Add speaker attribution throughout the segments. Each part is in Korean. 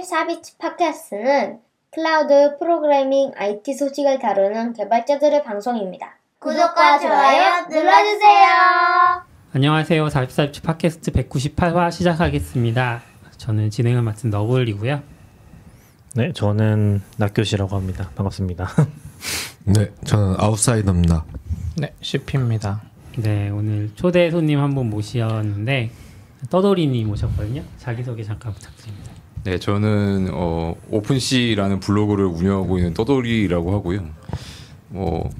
Speaker 1: 44비치 팟캐스트는 클라우드 프로그래밍 IT 소식을 다루는 개발자들의 방송입니다.
Speaker 2: 구독과 좋아요 눌러주세요.
Speaker 3: 안녕하세요. 44입치 팟캐스트 198화 시작하겠습니다. 저는 진행을 맡은 너굴이고요.
Speaker 4: 네, 저는 낙교시라고 합니다. 반갑습니다.
Speaker 5: 네, 저는 아웃사이더입니다.
Speaker 6: 네, CP입니다.
Speaker 3: 네, 오늘 초대 손님 한 분 모셨는데 떠돌이님 모셨거든요. 자기소개 잠깐 부탁드립니다.
Speaker 7: 네, 저는 어, 오픈씨라는 블로그를 운영하고 있는 떠돌이라고 하고요. 뭐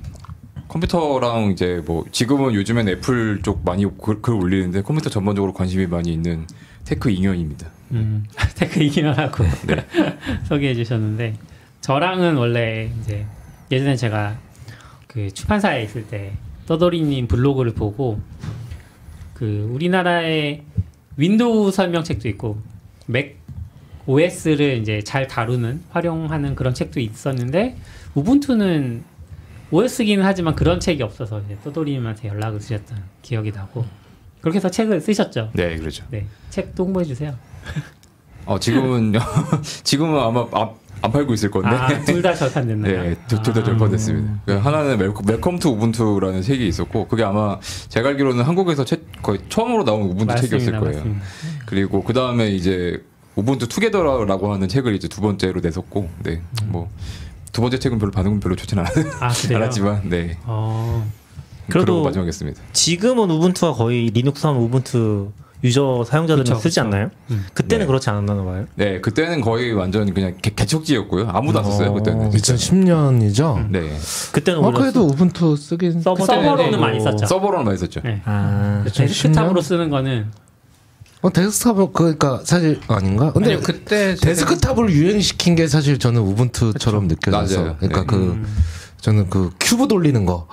Speaker 7: 컴퓨터랑 이제 뭐 지금은 요즘엔 애플 쪽 많이 글, 글 올리는데 컴퓨터 전반적으로 관심이 많이 있는 테크 인연입니다.
Speaker 3: 음, 테크 이기너라고 소개해 주셨는데 저랑은 원래 이제 예전에 제가 그 출판사에 있을 때 떠돌이님 블로그를 보고 그 우리나라의 윈도우 설명책도 있고 맥 OS를 이제 잘 다루는 활용하는 그런 책도 있었는데 우분투는 OS기는 하지만 그런 책이 없어서 이제 떠돌이님한테 연락을 드렸던 기억이 나고 그렇게 해서 책을 쓰셨죠.
Speaker 7: 네, 그렇죠.
Speaker 3: 네, 책도 홍보해 주세요.
Speaker 7: 어, 지금은 지금은 아마 안, 안 팔고 있을 건데.
Speaker 3: 아, 둘 다 절판됐나요? 아,
Speaker 7: 네, 둘다 절판됐습니다. 그 하나는 웰컴, 웰컴 투 우분투라는 책이 있었고 그게 아마 제가 알기로는 한국에서 최, 거의 처음으로 나온 우분투 책이었을 거예요. 그리고 그 다음에 이제 우분투 투게더라고 하는 책을 이제 두 번째로 냈었고, 네, 뭐 두 번째 책은 별로 반응은 별로 좋지는 않-
Speaker 3: 아, 그래요?
Speaker 7: 않았지만, 네,
Speaker 3: 어,
Speaker 7: 그러고
Speaker 4: 그래도
Speaker 7: 마지막했습니다.
Speaker 4: 지금은 우분투가 거의 리눅스 하면 우분투 유저 사용자들은
Speaker 3: 그쵸,
Speaker 4: 쓰지
Speaker 3: 그쵸.
Speaker 4: 않나요?
Speaker 3: 음.
Speaker 4: 그때는
Speaker 7: 네.
Speaker 4: 그렇지 않았나 봐요.
Speaker 7: 네, 그때는 거의 완전 그냥 개, 개척지였고요. 아무도 안 썼어요
Speaker 4: 어.
Speaker 7: 그때는.
Speaker 5: 2010년이죠.
Speaker 7: 네,
Speaker 4: 그때는
Speaker 5: 어,
Speaker 4: 우리가
Speaker 5: 그래도 우분투 쓰긴 그
Speaker 4: 서버
Speaker 5: 쓰긴
Speaker 3: 그 서버로는
Speaker 5: 해도.
Speaker 3: 많이 썼죠.
Speaker 7: 서버로는 많이 썼죠.
Speaker 3: 네.
Speaker 4: 아,
Speaker 3: 데스크탑으로 쓰는 거는
Speaker 5: 어, 데스크탑 그러니까 사실 아닌가? 근데
Speaker 6: 아니요, 네,
Speaker 4: 네,
Speaker 6: 그때
Speaker 5: 데스크탑을 유행시킨 게 사실 저는 우분투처럼 느껴져서
Speaker 7: 맞아요.
Speaker 5: 그러니까
Speaker 7: 네.
Speaker 5: 그 저는 그 큐브 돌리는 거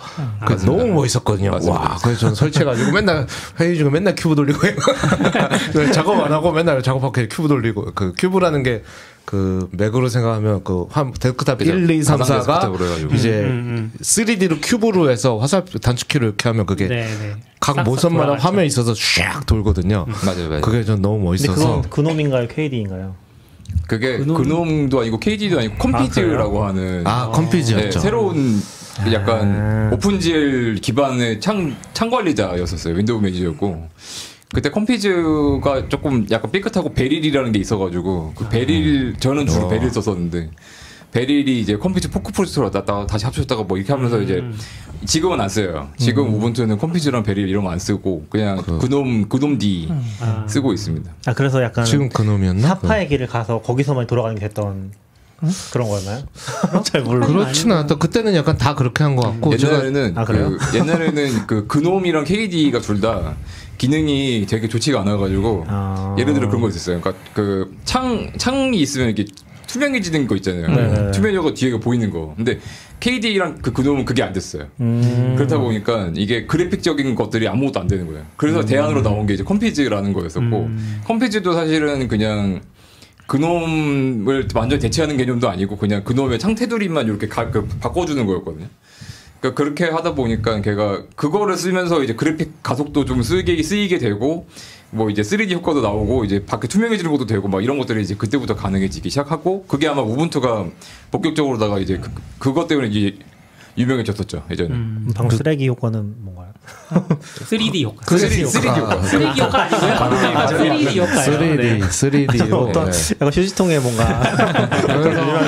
Speaker 5: 그게 너무 멋있었거든요.
Speaker 7: 맞습니다.
Speaker 5: 와, 그래서 저는 설치해가지고 맨날 회의 중에 맨날 큐브 돌리고 해요. 그래서 작업 안 하고 맨날 작업하고 그냥 큐브 돌리고 그 큐브라는 게 그 맥으로 생각하면 그 한 데스크탑
Speaker 7: 그죠.
Speaker 5: 1, 2, 3,
Speaker 7: 가상 데스크탑으로
Speaker 5: 4가
Speaker 7: 해가지고.
Speaker 5: 음, 이제 3D로 큐브로 해서 화살표 단축키로 이렇게 하면 그게
Speaker 7: 예.
Speaker 3: 네, 네.
Speaker 5: 각
Speaker 3: 싹싹
Speaker 5: 모선마다
Speaker 3: 돌아가죠.
Speaker 5: 화면이 있어서 샥 돌거든요.
Speaker 7: 맞아요, 맞아요.
Speaker 5: 그게 전 너무
Speaker 4: 근데
Speaker 5: 멋있어서
Speaker 4: 그건 그놈인가요, KD인가요?
Speaker 7: 그게
Speaker 3: 그놈-
Speaker 7: 그놈도 아니고 KD도 아니고 컴피즈라고 하는
Speaker 5: 아
Speaker 7: 네,
Speaker 5: 컴퓨즈였죠.
Speaker 7: 새로운 약간 오픈GL 기반의 창, 창 관리자였었어요. 윈도우 매니저였고. 그때 컴피즈가 조금 약간 삐끗하고 베릴이라는 게 있어가지고 그 베릴 저는 주로 베릴 썼었는데 베릴이 이제 컴퓨즈 포크 프로젝트로 왔다가 다시 합쳤다가 뭐 이렇게 하면서 이제 지금은 안 써요. 지금 우분투는 컴퓨즈랑 베릴 이런 거 안 쓰고 그냥 그놈 그놈 D
Speaker 3: 아,
Speaker 7: 쓰고 있습니다.
Speaker 4: 아, 그래서 약간
Speaker 5: 지금 그놈이었나?
Speaker 7: 네.
Speaker 4: 사파의 길을 가서 거기서만 돌아가는 게 됐던 그런 거였나요? 잘 몰라.
Speaker 5: 그렇지는 않다. 그때는 약간 다 그렇게 한 것 같고 제가
Speaker 7: 옛날에는
Speaker 4: 아, 그래요?
Speaker 7: 그 옛날에는 그 그놈이랑 KD가 둘 다 기능이 되게 좋지가 않아가지고
Speaker 4: 아.
Speaker 7: 예를 들어 그런 거 있었어요. 그러니까 그 창 창이 있으면 이렇게 투명해지는 거 있잖아요.
Speaker 4: 네네.
Speaker 7: 투명하고 뒤에가 그 보이는 거. 근데 KD랑 그 그놈은 그게 안 됐어요.
Speaker 4: 음.
Speaker 7: 그렇다 보니까 이게 그래픽적인 것들이 아무것도 안 되는 거예요. 그래서 대안으로 나온 게 이제 컴피즈라는 거였었고 컴피즈도 사실은 그냥 그놈을 완전 히 대체하는 개념도 아니고 그냥 그놈의 창테두리만 이렇게 가, 그, 바꿔주는 거였거든요. 그러니까 그렇게 하다 보니까 걔가 그거를 쓰면서 이제 그래픽 가속도 좀 쓰게 쓰이게 되고 뭐 이제 3D 효과도 나오고 이제 밖에 투명해지는 것도 되고 막 이런 것들이 이제 그때부터 가능해지기 시작하고 그게 아마 우분투가 본격적으로다가 이제 그, 그것 때문에 이제 유명해졌었죠 예전에.
Speaker 4: 음, 방금
Speaker 7: 그
Speaker 4: 쓰레기 효과는 뭔가요?
Speaker 3: 3D 효과.
Speaker 5: 그
Speaker 7: 3D, 3D 효과.
Speaker 3: 3D 효과 아니고요? 아, 3D 효과요. 네.
Speaker 5: 3D, 3D로
Speaker 7: 네.
Speaker 5: 네.
Speaker 4: 어떤 약간 휴지통에 뭔가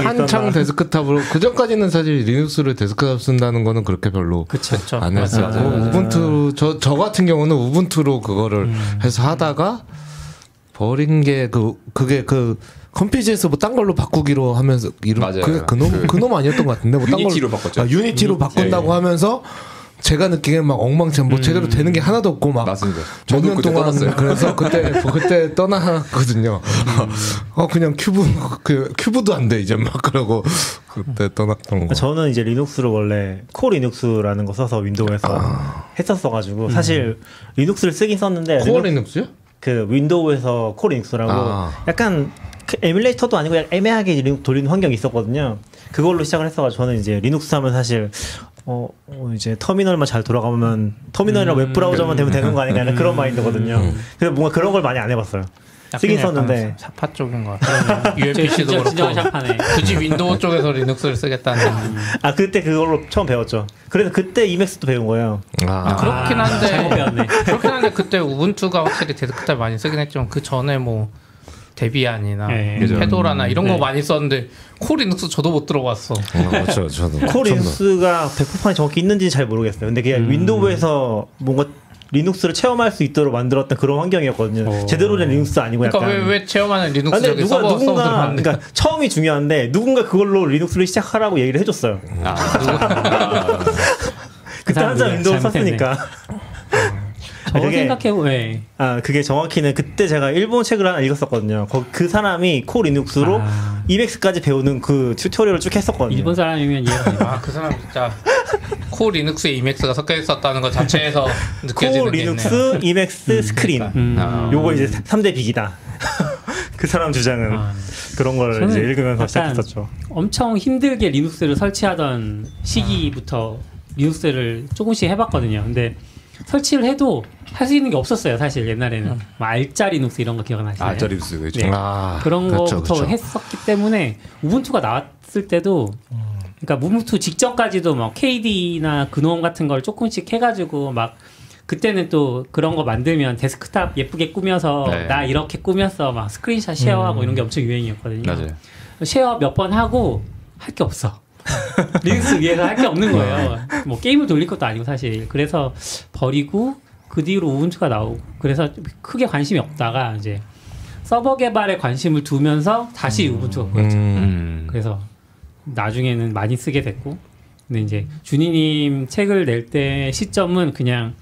Speaker 5: 한창 데스크탑으로 그 전까지는 사실 리눅스를 데스크탑 쓴다는 거는 그렇게 별로
Speaker 3: 그쵸, 그쵸.
Speaker 5: 안 했었고 우분투 저, 저 같은 경우는 우분투로 그거를
Speaker 3: 음.
Speaker 5: 해서 하다가 버린 게 그 그게 그 컴퓨즈에서 뭐 딴 걸로 바꾸기로 하면서 이름
Speaker 7: 맞아요.
Speaker 5: 그게 그놈
Speaker 7: 그-
Speaker 5: 그놈 아니었던 것 같은데 뭐딴
Speaker 7: 유니티로 예,
Speaker 5: 걸로-
Speaker 7: 바꿨죠.
Speaker 5: 아, 유니티로 바꾼다고 하면서 제가 느끼기엔 막 엉망진 뭐
Speaker 7: 음.
Speaker 5: 제대로 되는 게 하나도 없고 막
Speaker 7: 아, 맞습니다.
Speaker 5: 몇
Speaker 7: 저도
Speaker 5: 년
Speaker 7: 그때
Speaker 5: 동안
Speaker 7: 떠났어요.
Speaker 5: 그래서 그때 그때 떠나거든요. 어 그냥 큐브 그 큐브도 안 돼 이제 막 그러고 그때 떠났던 거.
Speaker 4: 아, 저는 이제 리눅스를 원래 코 리눅스라는 거 써서 윈도우에서 했었어가지고 사실 리눅스를 쓰긴 썼는데
Speaker 5: 코어
Speaker 4: 리눅-
Speaker 5: 리눅스요?
Speaker 4: 그 윈도우에서 코 리눅스라고
Speaker 5: 아.
Speaker 4: 약간 그 에뮬레이터도 아니고 약간 애매하게 이제 리눅스 돌리는 환경이 있었거든요. 그걸로 시작을 했어가지고 저는 이제 리눅스 하면 사실 어, 어, 이제 터미널만 잘 음. 돌아가면 터미널이랑 웹브라우저만 되면 되는 거 아닌가 하는 그런 마인드거든요. 그래서 뭔가 그런 걸 많이 안 해봤어요. 쓰긴 썼는데.
Speaker 6: 샤파 쪽인 것 같아요. UMPC도
Speaker 3: 진짜 진정한
Speaker 6: 그렇고
Speaker 3: 샤파네.
Speaker 6: 굳이 윈도우 쪽에서 리눅스를 쓰겠다는
Speaker 4: 아 그때 그걸로 처음 배웠죠. 그래서 그때 이맥스도 배운 거예요.
Speaker 5: 아,
Speaker 6: 그렇긴 한데.
Speaker 3: 잘못 배웠네.
Speaker 6: 그렇긴 한데 그때 우분투가 확실히 데스크탑 많이 쓰긴 했지만 그 전에 뭐 데비안이나 뭐
Speaker 3: 네.
Speaker 5: 그죠.
Speaker 6: 페도라나 이런 거
Speaker 3: 네.
Speaker 6: 많이 썼는데 코 리눅스 저도 못 들어봤어.
Speaker 5: 어, 저, 저도
Speaker 4: 코리눅스가 백퍼판이 정확히 있는지는 잘 모르겠어요. 근데
Speaker 6: 음.
Speaker 4: 그냥 윈도우에서 뭔가 리눅스를 체험할 수 있도록 만들었던 그런 환경이었거든요.
Speaker 3: 오.
Speaker 4: 제대로 된 리눅스 아니고 약간.
Speaker 6: 어. 그러니까 왜 왜 체험하는 리눅스
Speaker 4: 아, 근데
Speaker 6: 저기
Speaker 4: 누가
Speaker 6: 서버 서버들
Speaker 4: 누군가
Speaker 6: 봤는데
Speaker 4: 그러니까 처음이 중요한데 누군가 그걸로 리눅스를 시작하라고 얘기를 해줬어요.
Speaker 6: 그
Speaker 7: 아,
Speaker 4: 그때
Speaker 3: 사람
Speaker 4: 한참
Speaker 3: 누구야?
Speaker 4: 윈도우
Speaker 3: 잘못했네.
Speaker 4: 썼으니까.
Speaker 3: 저
Speaker 4: 되게-
Speaker 3: 어, 생각해보 예.
Speaker 4: 아 그게 정확히는 그때 제가 일본 책을 하나 읽었었거든요. 거- 그 사람이 코 리눅스로
Speaker 3: 아.
Speaker 4: 이맥스까지 배우는 그 튜토리얼을 쭉 했었거든요.
Speaker 3: 일본 사람이면 예.
Speaker 4: 그러니까
Speaker 3: 이해가
Speaker 6: 아 그 사람 진짜 코 리눅스에 이맥스가 섞여 있었다는 것 자체에서 느껴지는
Speaker 4: 코
Speaker 6: 게 있네요.
Speaker 4: 리눅스 이맥스 스크린
Speaker 3: 음.
Speaker 6: 아.
Speaker 4: 요거 이제 3대 빅이다. 그 사람 주장은
Speaker 3: 아.
Speaker 4: 그런 걸 이제
Speaker 3: 저는
Speaker 4: 읽으면서
Speaker 3: 약간
Speaker 4: 시작했었죠.
Speaker 3: 엄청 힘들게 리눅스를 설치하던 시기부터 리눅스를 조금씩 해봤거든요. 근데 설치를 해도 할 수 있는 게 없었어요. 사실 옛날에는 뭐 알짜 리눅스 이런 거 기억나시나요?
Speaker 7: 아, 자립스 그죠.
Speaker 3: 네.
Speaker 5: 아,
Speaker 3: 그런
Speaker 5: 그렇죠,
Speaker 3: 거부터
Speaker 5: 그렇죠.
Speaker 3: 했었기 때문에 우분투가 나왔을 때도 그러니까 우분투 직전까지도 막 KD나 그놈 같은 걸 조금씩 해가지고 막 그때는 또 그런 거 만들면 데스크탑 예쁘게 꾸며서
Speaker 7: 네.
Speaker 3: 나 이렇게 꾸몄어 막 스크린샷 쉐어하고 이런 게 엄청 유행이었거든요.
Speaker 5: 음.
Speaker 7: 맞아요.
Speaker 3: 쉐어 몇 번 하고 할 게 없어. 리눅스 위에서 할 게
Speaker 5: 네.
Speaker 3: 없는 거예요. 뭐 게임을 돌릴 것도 아니고 사실. 그래서 버리고 그 뒤로 우분투가 나오고 그래서 크게 관심이 없다가 이제 서버 개발에 관심을 두면서 다시 우분투가 보였죠.
Speaker 5: 음,
Speaker 7: 음.
Speaker 3: 그래서 나중에는 많이 쓰게 됐고 근데 이제 준이님 책을 낼 때 시점은 그냥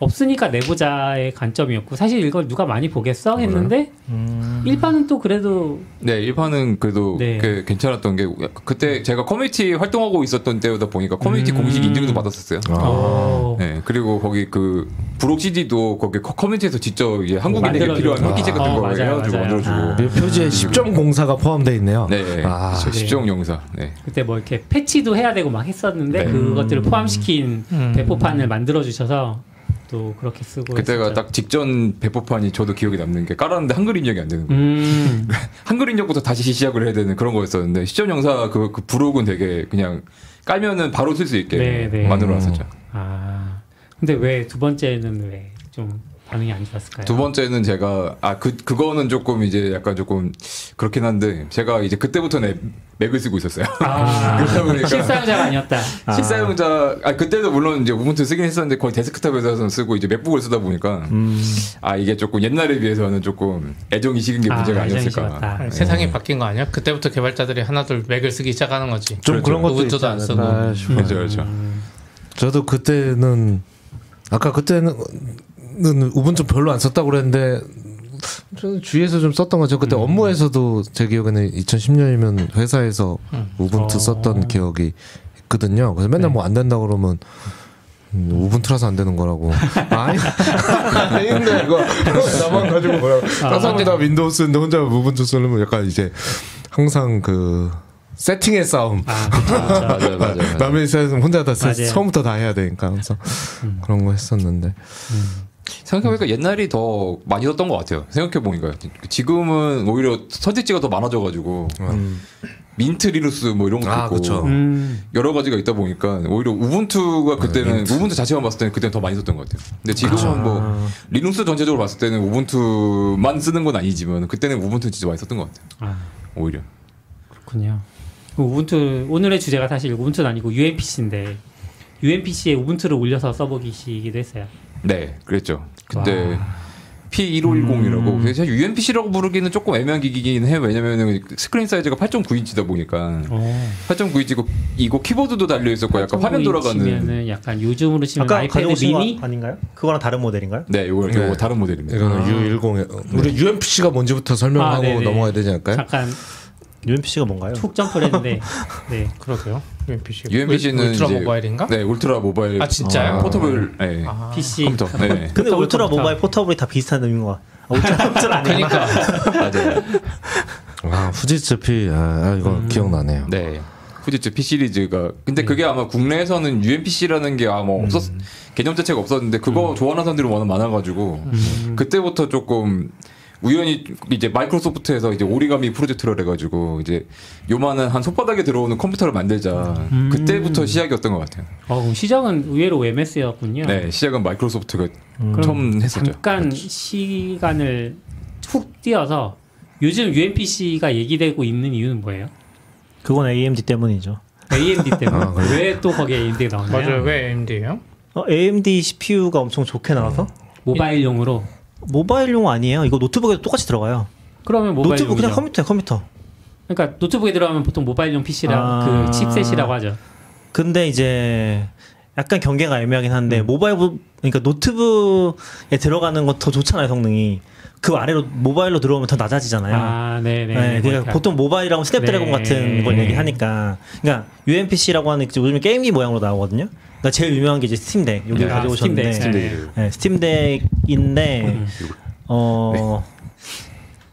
Speaker 3: 없으니까 내보자의 관점이었고 사실 이걸 누가 많이
Speaker 5: 아,
Speaker 3: 보겠어 했는데
Speaker 5: 음.
Speaker 3: 일반은 또 그래도
Speaker 7: 네, 일판은 그래도
Speaker 3: 네.
Speaker 7: 그 괜찮았던 게 그때 제가 커뮤니티 활동하고 있었던 때다 보니까 커뮤니티
Speaker 3: 음.
Speaker 7: 공식 인증도 받았었어요.
Speaker 5: 아.
Speaker 3: 어,
Speaker 7: 네, 그리고 거기 그 브록 CD도 거기 커- 커뮤니티에서 직접 이제 한국인에게
Speaker 3: 만들어주고.
Speaker 7: 필요한 패키지 같은
Speaker 3: 어,
Speaker 7: 거
Speaker 3: 맞아요,
Speaker 7: 해가지고
Speaker 3: 맞아요.
Speaker 7: 만들어주고.
Speaker 3: 아.
Speaker 5: 이 표지에 10점 공사가 포함되어 있네요.
Speaker 7: 네,
Speaker 5: 아,
Speaker 7: 시-
Speaker 3: 그게-
Speaker 7: 시종 용사. 네.
Speaker 3: 그때 뭐 이렇게 패치도 해야 되고 막 했었는데
Speaker 7: 네.
Speaker 3: 그것들을 포함시킨
Speaker 6: 음.
Speaker 3: 배포판을 만들어 주셔서 또 그렇게 쓰고
Speaker 7: 그때가
Speaker 3: 했었죠.
Speaker 7: 딱 직전 배포판이 저도 기억에 남는 게 깔았는데 한글 입력이 안 되는 거예요.
Speaker 3: 음,
Speaker 7: 한글 입력부터 다시 시작을 해야 되는 그런 거였었는데 시점 영사 그, 그 부록은 되게 그냥 깔면은 바로 쓸 수 있게
Speaker 3: 네, 네.
Speaker 7: 만들어 놨었죠.
Speaker 3: 아 근데 왜 두 번째는 왜 좀 반응이 안 좋았을까요?
Speaker 7: 두 번째는 제가 아 그 그거는 조금 이제 약간 조금 그렇긴 한데 제가 이제 그때부터는 앱- 맥을 쓰고 있었어요.
Speaker 3: 아,
Speaker 7: 그러다 보니까
Speaker 3: 실사용자가 아니었다.
Speaker 7: 실사용자 아 그때도 물론 이제 우분투 쓰긴 했었는데 거의 데스크탑에서 쓰고 이제 맥북을 쓰다 보니까
Speaker 3: 음.
Speaker 7: 아 이게 조금 옛날에 비해서는 조금 애정이 식은 게
Speaker 3: 아,
Speaker 7: 문제가
Speaker 3: 애정이
Speaker 7: 아니었을까.
Speaker 4: 예.
Speaker 3: 식었다.
Speaker 6: 아니, 세상이 바뀐 거 아니야? 그때부터 개발자들이 하나둘 맥을 쓰기 시작하는 거지.
Speaker 4: 좀
Speaker 5: 그렇죠.
Speaker 4: 그런 것도
Speaker 6: 우분투도
Speaker 4: 있지
Speaker 6: 그렇죠. 안 쓰고.
Speaker 4: 않았나 싶어요.
Speaker 7: 그렇죠, 그렇죠.
Speaker 3: 음.
Speaker 5: 저도 그때는 아까 그때는 는 우분투 별로 안 썼다고 그랬는데 저는 주위에서 좀 썼던 거죠. 그때 업무에서도 제 기억에는 2010년이면 회사에서 우분투
Speaker 3: 어.
Speaker 5: 썼던 기억이 있거든요. 그래서 맨날 뭐 안 된다 그러면 음, 우분투라서 안 되는 거라고. 아니, 아닌데 이거 나만 가지고 뭐라고. 다섯 아, 다 윈도우 쓰는데 혼자 우분투 쓰려면 약간 이제 항상 그 세팅의 싸움.
Speaker 3: 아, 그렇죠.
Speaker 7: 맞아요, 맞아요.
Speaker 5: 남의 세상 혼자 다
Speaker 3: 맞아요. 음.
Speaker 5: 세- 처음부터 다 해야 되니까 항상 그런 거 했었는데
Speaker 7: 생각해보니까 옛날이 더 많이 썼던 것 같아요. 생각해보니까. 지금은 오히려 선택지가 더 많아져가지고, 민트 리누스 뭐 이런 것도
Speaker 5: 음. 아,
Speaker 7: 있고,
Speaker 5: 그쵸.
Speaker 3: 음,
Speaker 7: 여러 가지가 있다 보니까, 오히려 우분투가
Speaker 5: 네,
Speaker 7: 그때는, 우분투 자체만 봤을 때는 그때는 더 많이 썼던 것 같아요. 근데 지금은
Speaker 3: 아,
Speaker 7: 뭐, 리눅스 전체적으로 봤을 때는 우분투만 쓰는 건 아니지만, 그때는 우분투 진짜 많이 썼던 것 같아요.
Speaker 3: 아,
Speaker 7: 오히려.
Speaker 3: 그렇군요. 그 우분투 오늘의 주제가 사실 우분투는 아니고 UMPC인데 UMPC에 우분투를 올려서 써보기시기도 했어요.
Speaker 7: 네, 그랬죠. 그때 P1510이라고
Speaker 5: 음.
Speaker 7: 사실 UMPC라고 부르기는 조금 애매한 기기긴 해요. 왜냐면 스크린 사이즈가 8.9인치다 보니까 8.9인치고 이거 키보드도 달려 있었고 약간 화면 돌아가는
Speaker 3: 면은 약간 요즘으로 치면
Speaker 4: 아까
Speaker 3: 아이패드
Speaker 4: 가져오신
Speaker 3: 미니
Speaker 4: 거 아닌가요? 그거랑 다른 모델인가요?
Speaker 7: 네, 이거 이거
Speaker 5: 네.
Speaker 7: 다른 모델입니다.
Speaker 5: 이거는 U10 우리 UMPC가 뭔지부터
Speaker 3: 아,
Speaker 5: 설명하고
Speaker 3: 네네.
Speaker 5: 넘어가야 되지 않을까요?
Speaker 3: 잠깐
Speaker 4: UMPC가 뭔가요?
Speaker 3: 훅 점프를 했는데 네.
Speaker 6: 그러게요. UMPC.
Speaker 7: UMPC는
Speaker 6: 울트라
Speaker 7: 이제-
Speaker 6: 모바일인가?
Speaker 7: 네, 울트라 모바일
Speaker 6: 아, 진짜요?
Speaker 7: 포터블 네.
Speaker 6: 아,
Speaker 3: PC
Speaker 7: 컴퓨터. 네.
Speaker 4: 근데
Speaker 3: 그때부터
Speaker 4: 울트라
Speaker 3: 부터.
Speaker 4: 모바일 포터블이 다 비슷한 의미인 것 같아. 아, 울트라 모바일 아니야?
Speaker 6: 그러니까
Speaker 7: 맞아요.
Speaker 5: 아 후지츠피 아, 아, 이거
Speaker 3: 음.
Speaker 5: 기억나네요.
Speaker 7: 네. 후지츠 P 시리즈가
Speaker 6: 네.
Speaker 7: 근데 그게 아마 국내에서는 UMPC라는 게 아마 없었
Speaker 6: 음. 음.
Speaker 7: 개념 자체가 없었는데 그거 좋아하는 사람들이 워낙 많아가지고 그때부터 조금 우연히 이제 마이크로소프트에서 이제 오리가미 프로젝트를 해가지고 이제 요만한 한 손바닥에 들어오는 컴퓨터를 만들자
Speaker 6: 음.
Speaker 7: 그때부터 시작이었던 것 같아요.
Speaker 3: 어, 그럼 시작은 의외로 MS였군요.
Speaker 7: 네, 시작은 마이크로소프트가
Speaker 3: 그럼
Speaker 7: 처음 했었죠.
Speaker 3: 잠깐 시간을 훅 뛰어서 요즘 UMPC가 얘기되고 있는 이유는 뭐예요? 그러니까
Speaker 4: 그건 AMD 때문이죠.
Speaker 3: AMD 때문에
Speaker 5: 아, 그래요?
Speaker 3: 왜 또 거기에 AMD가 나오나요?
Speaker 6: 맞아요. 왜 AMD예요?
Speaker 4: 어, AMD CPU가 엄청 좋게 나와서
Speaker 3: 음. 모바일용으로
Speaker 4: 모바일용 아니에요. 이거 노트북에도 똑같이 들어가요.
Speaker 3: 그러면 모바일용이죠.
Speaker 4: 노트북 그냥 컴퓨터야 컴퓨터.
Speaker 3: 그러니까 노트북에 들어가면 보통 모바일용 PC랑
Speaker 4: 아.
Speaker 3: 그 칩셋이라고 하죠.
Speaker 4: 근데 이제 약간 경계가 애매하긴 한데
Speaker 3: 음.
Speaker 4: 모바일 그러니까 노트북에 들어가는 건 더 좋잖아요 성능이. 그 아래로 모바일로 들어오면 더 낮아지잖아요.
Speaker 3: 아, 네, 네.
Speaker 4: 네, 그러니까 보통 모바일하고 스냅드래곤
Speaker 3: 네.
Speaker 4: 같은 걸 얘기하니까 그러니까 UMPC라고 하는 게 요즘에 게임기 모양으로 나오거든요. 그러니까 제일 유명한 게 이제 스팀덱 여기
Speaker 3: 네. 아,
Speaker 4: 가져오셨는데
Speaker 3: 스팀덱, 스팀덱.
Speaker 7: 네.
Speaker 4: 네, 스팀덱인데 어.
Speaker 3: 네.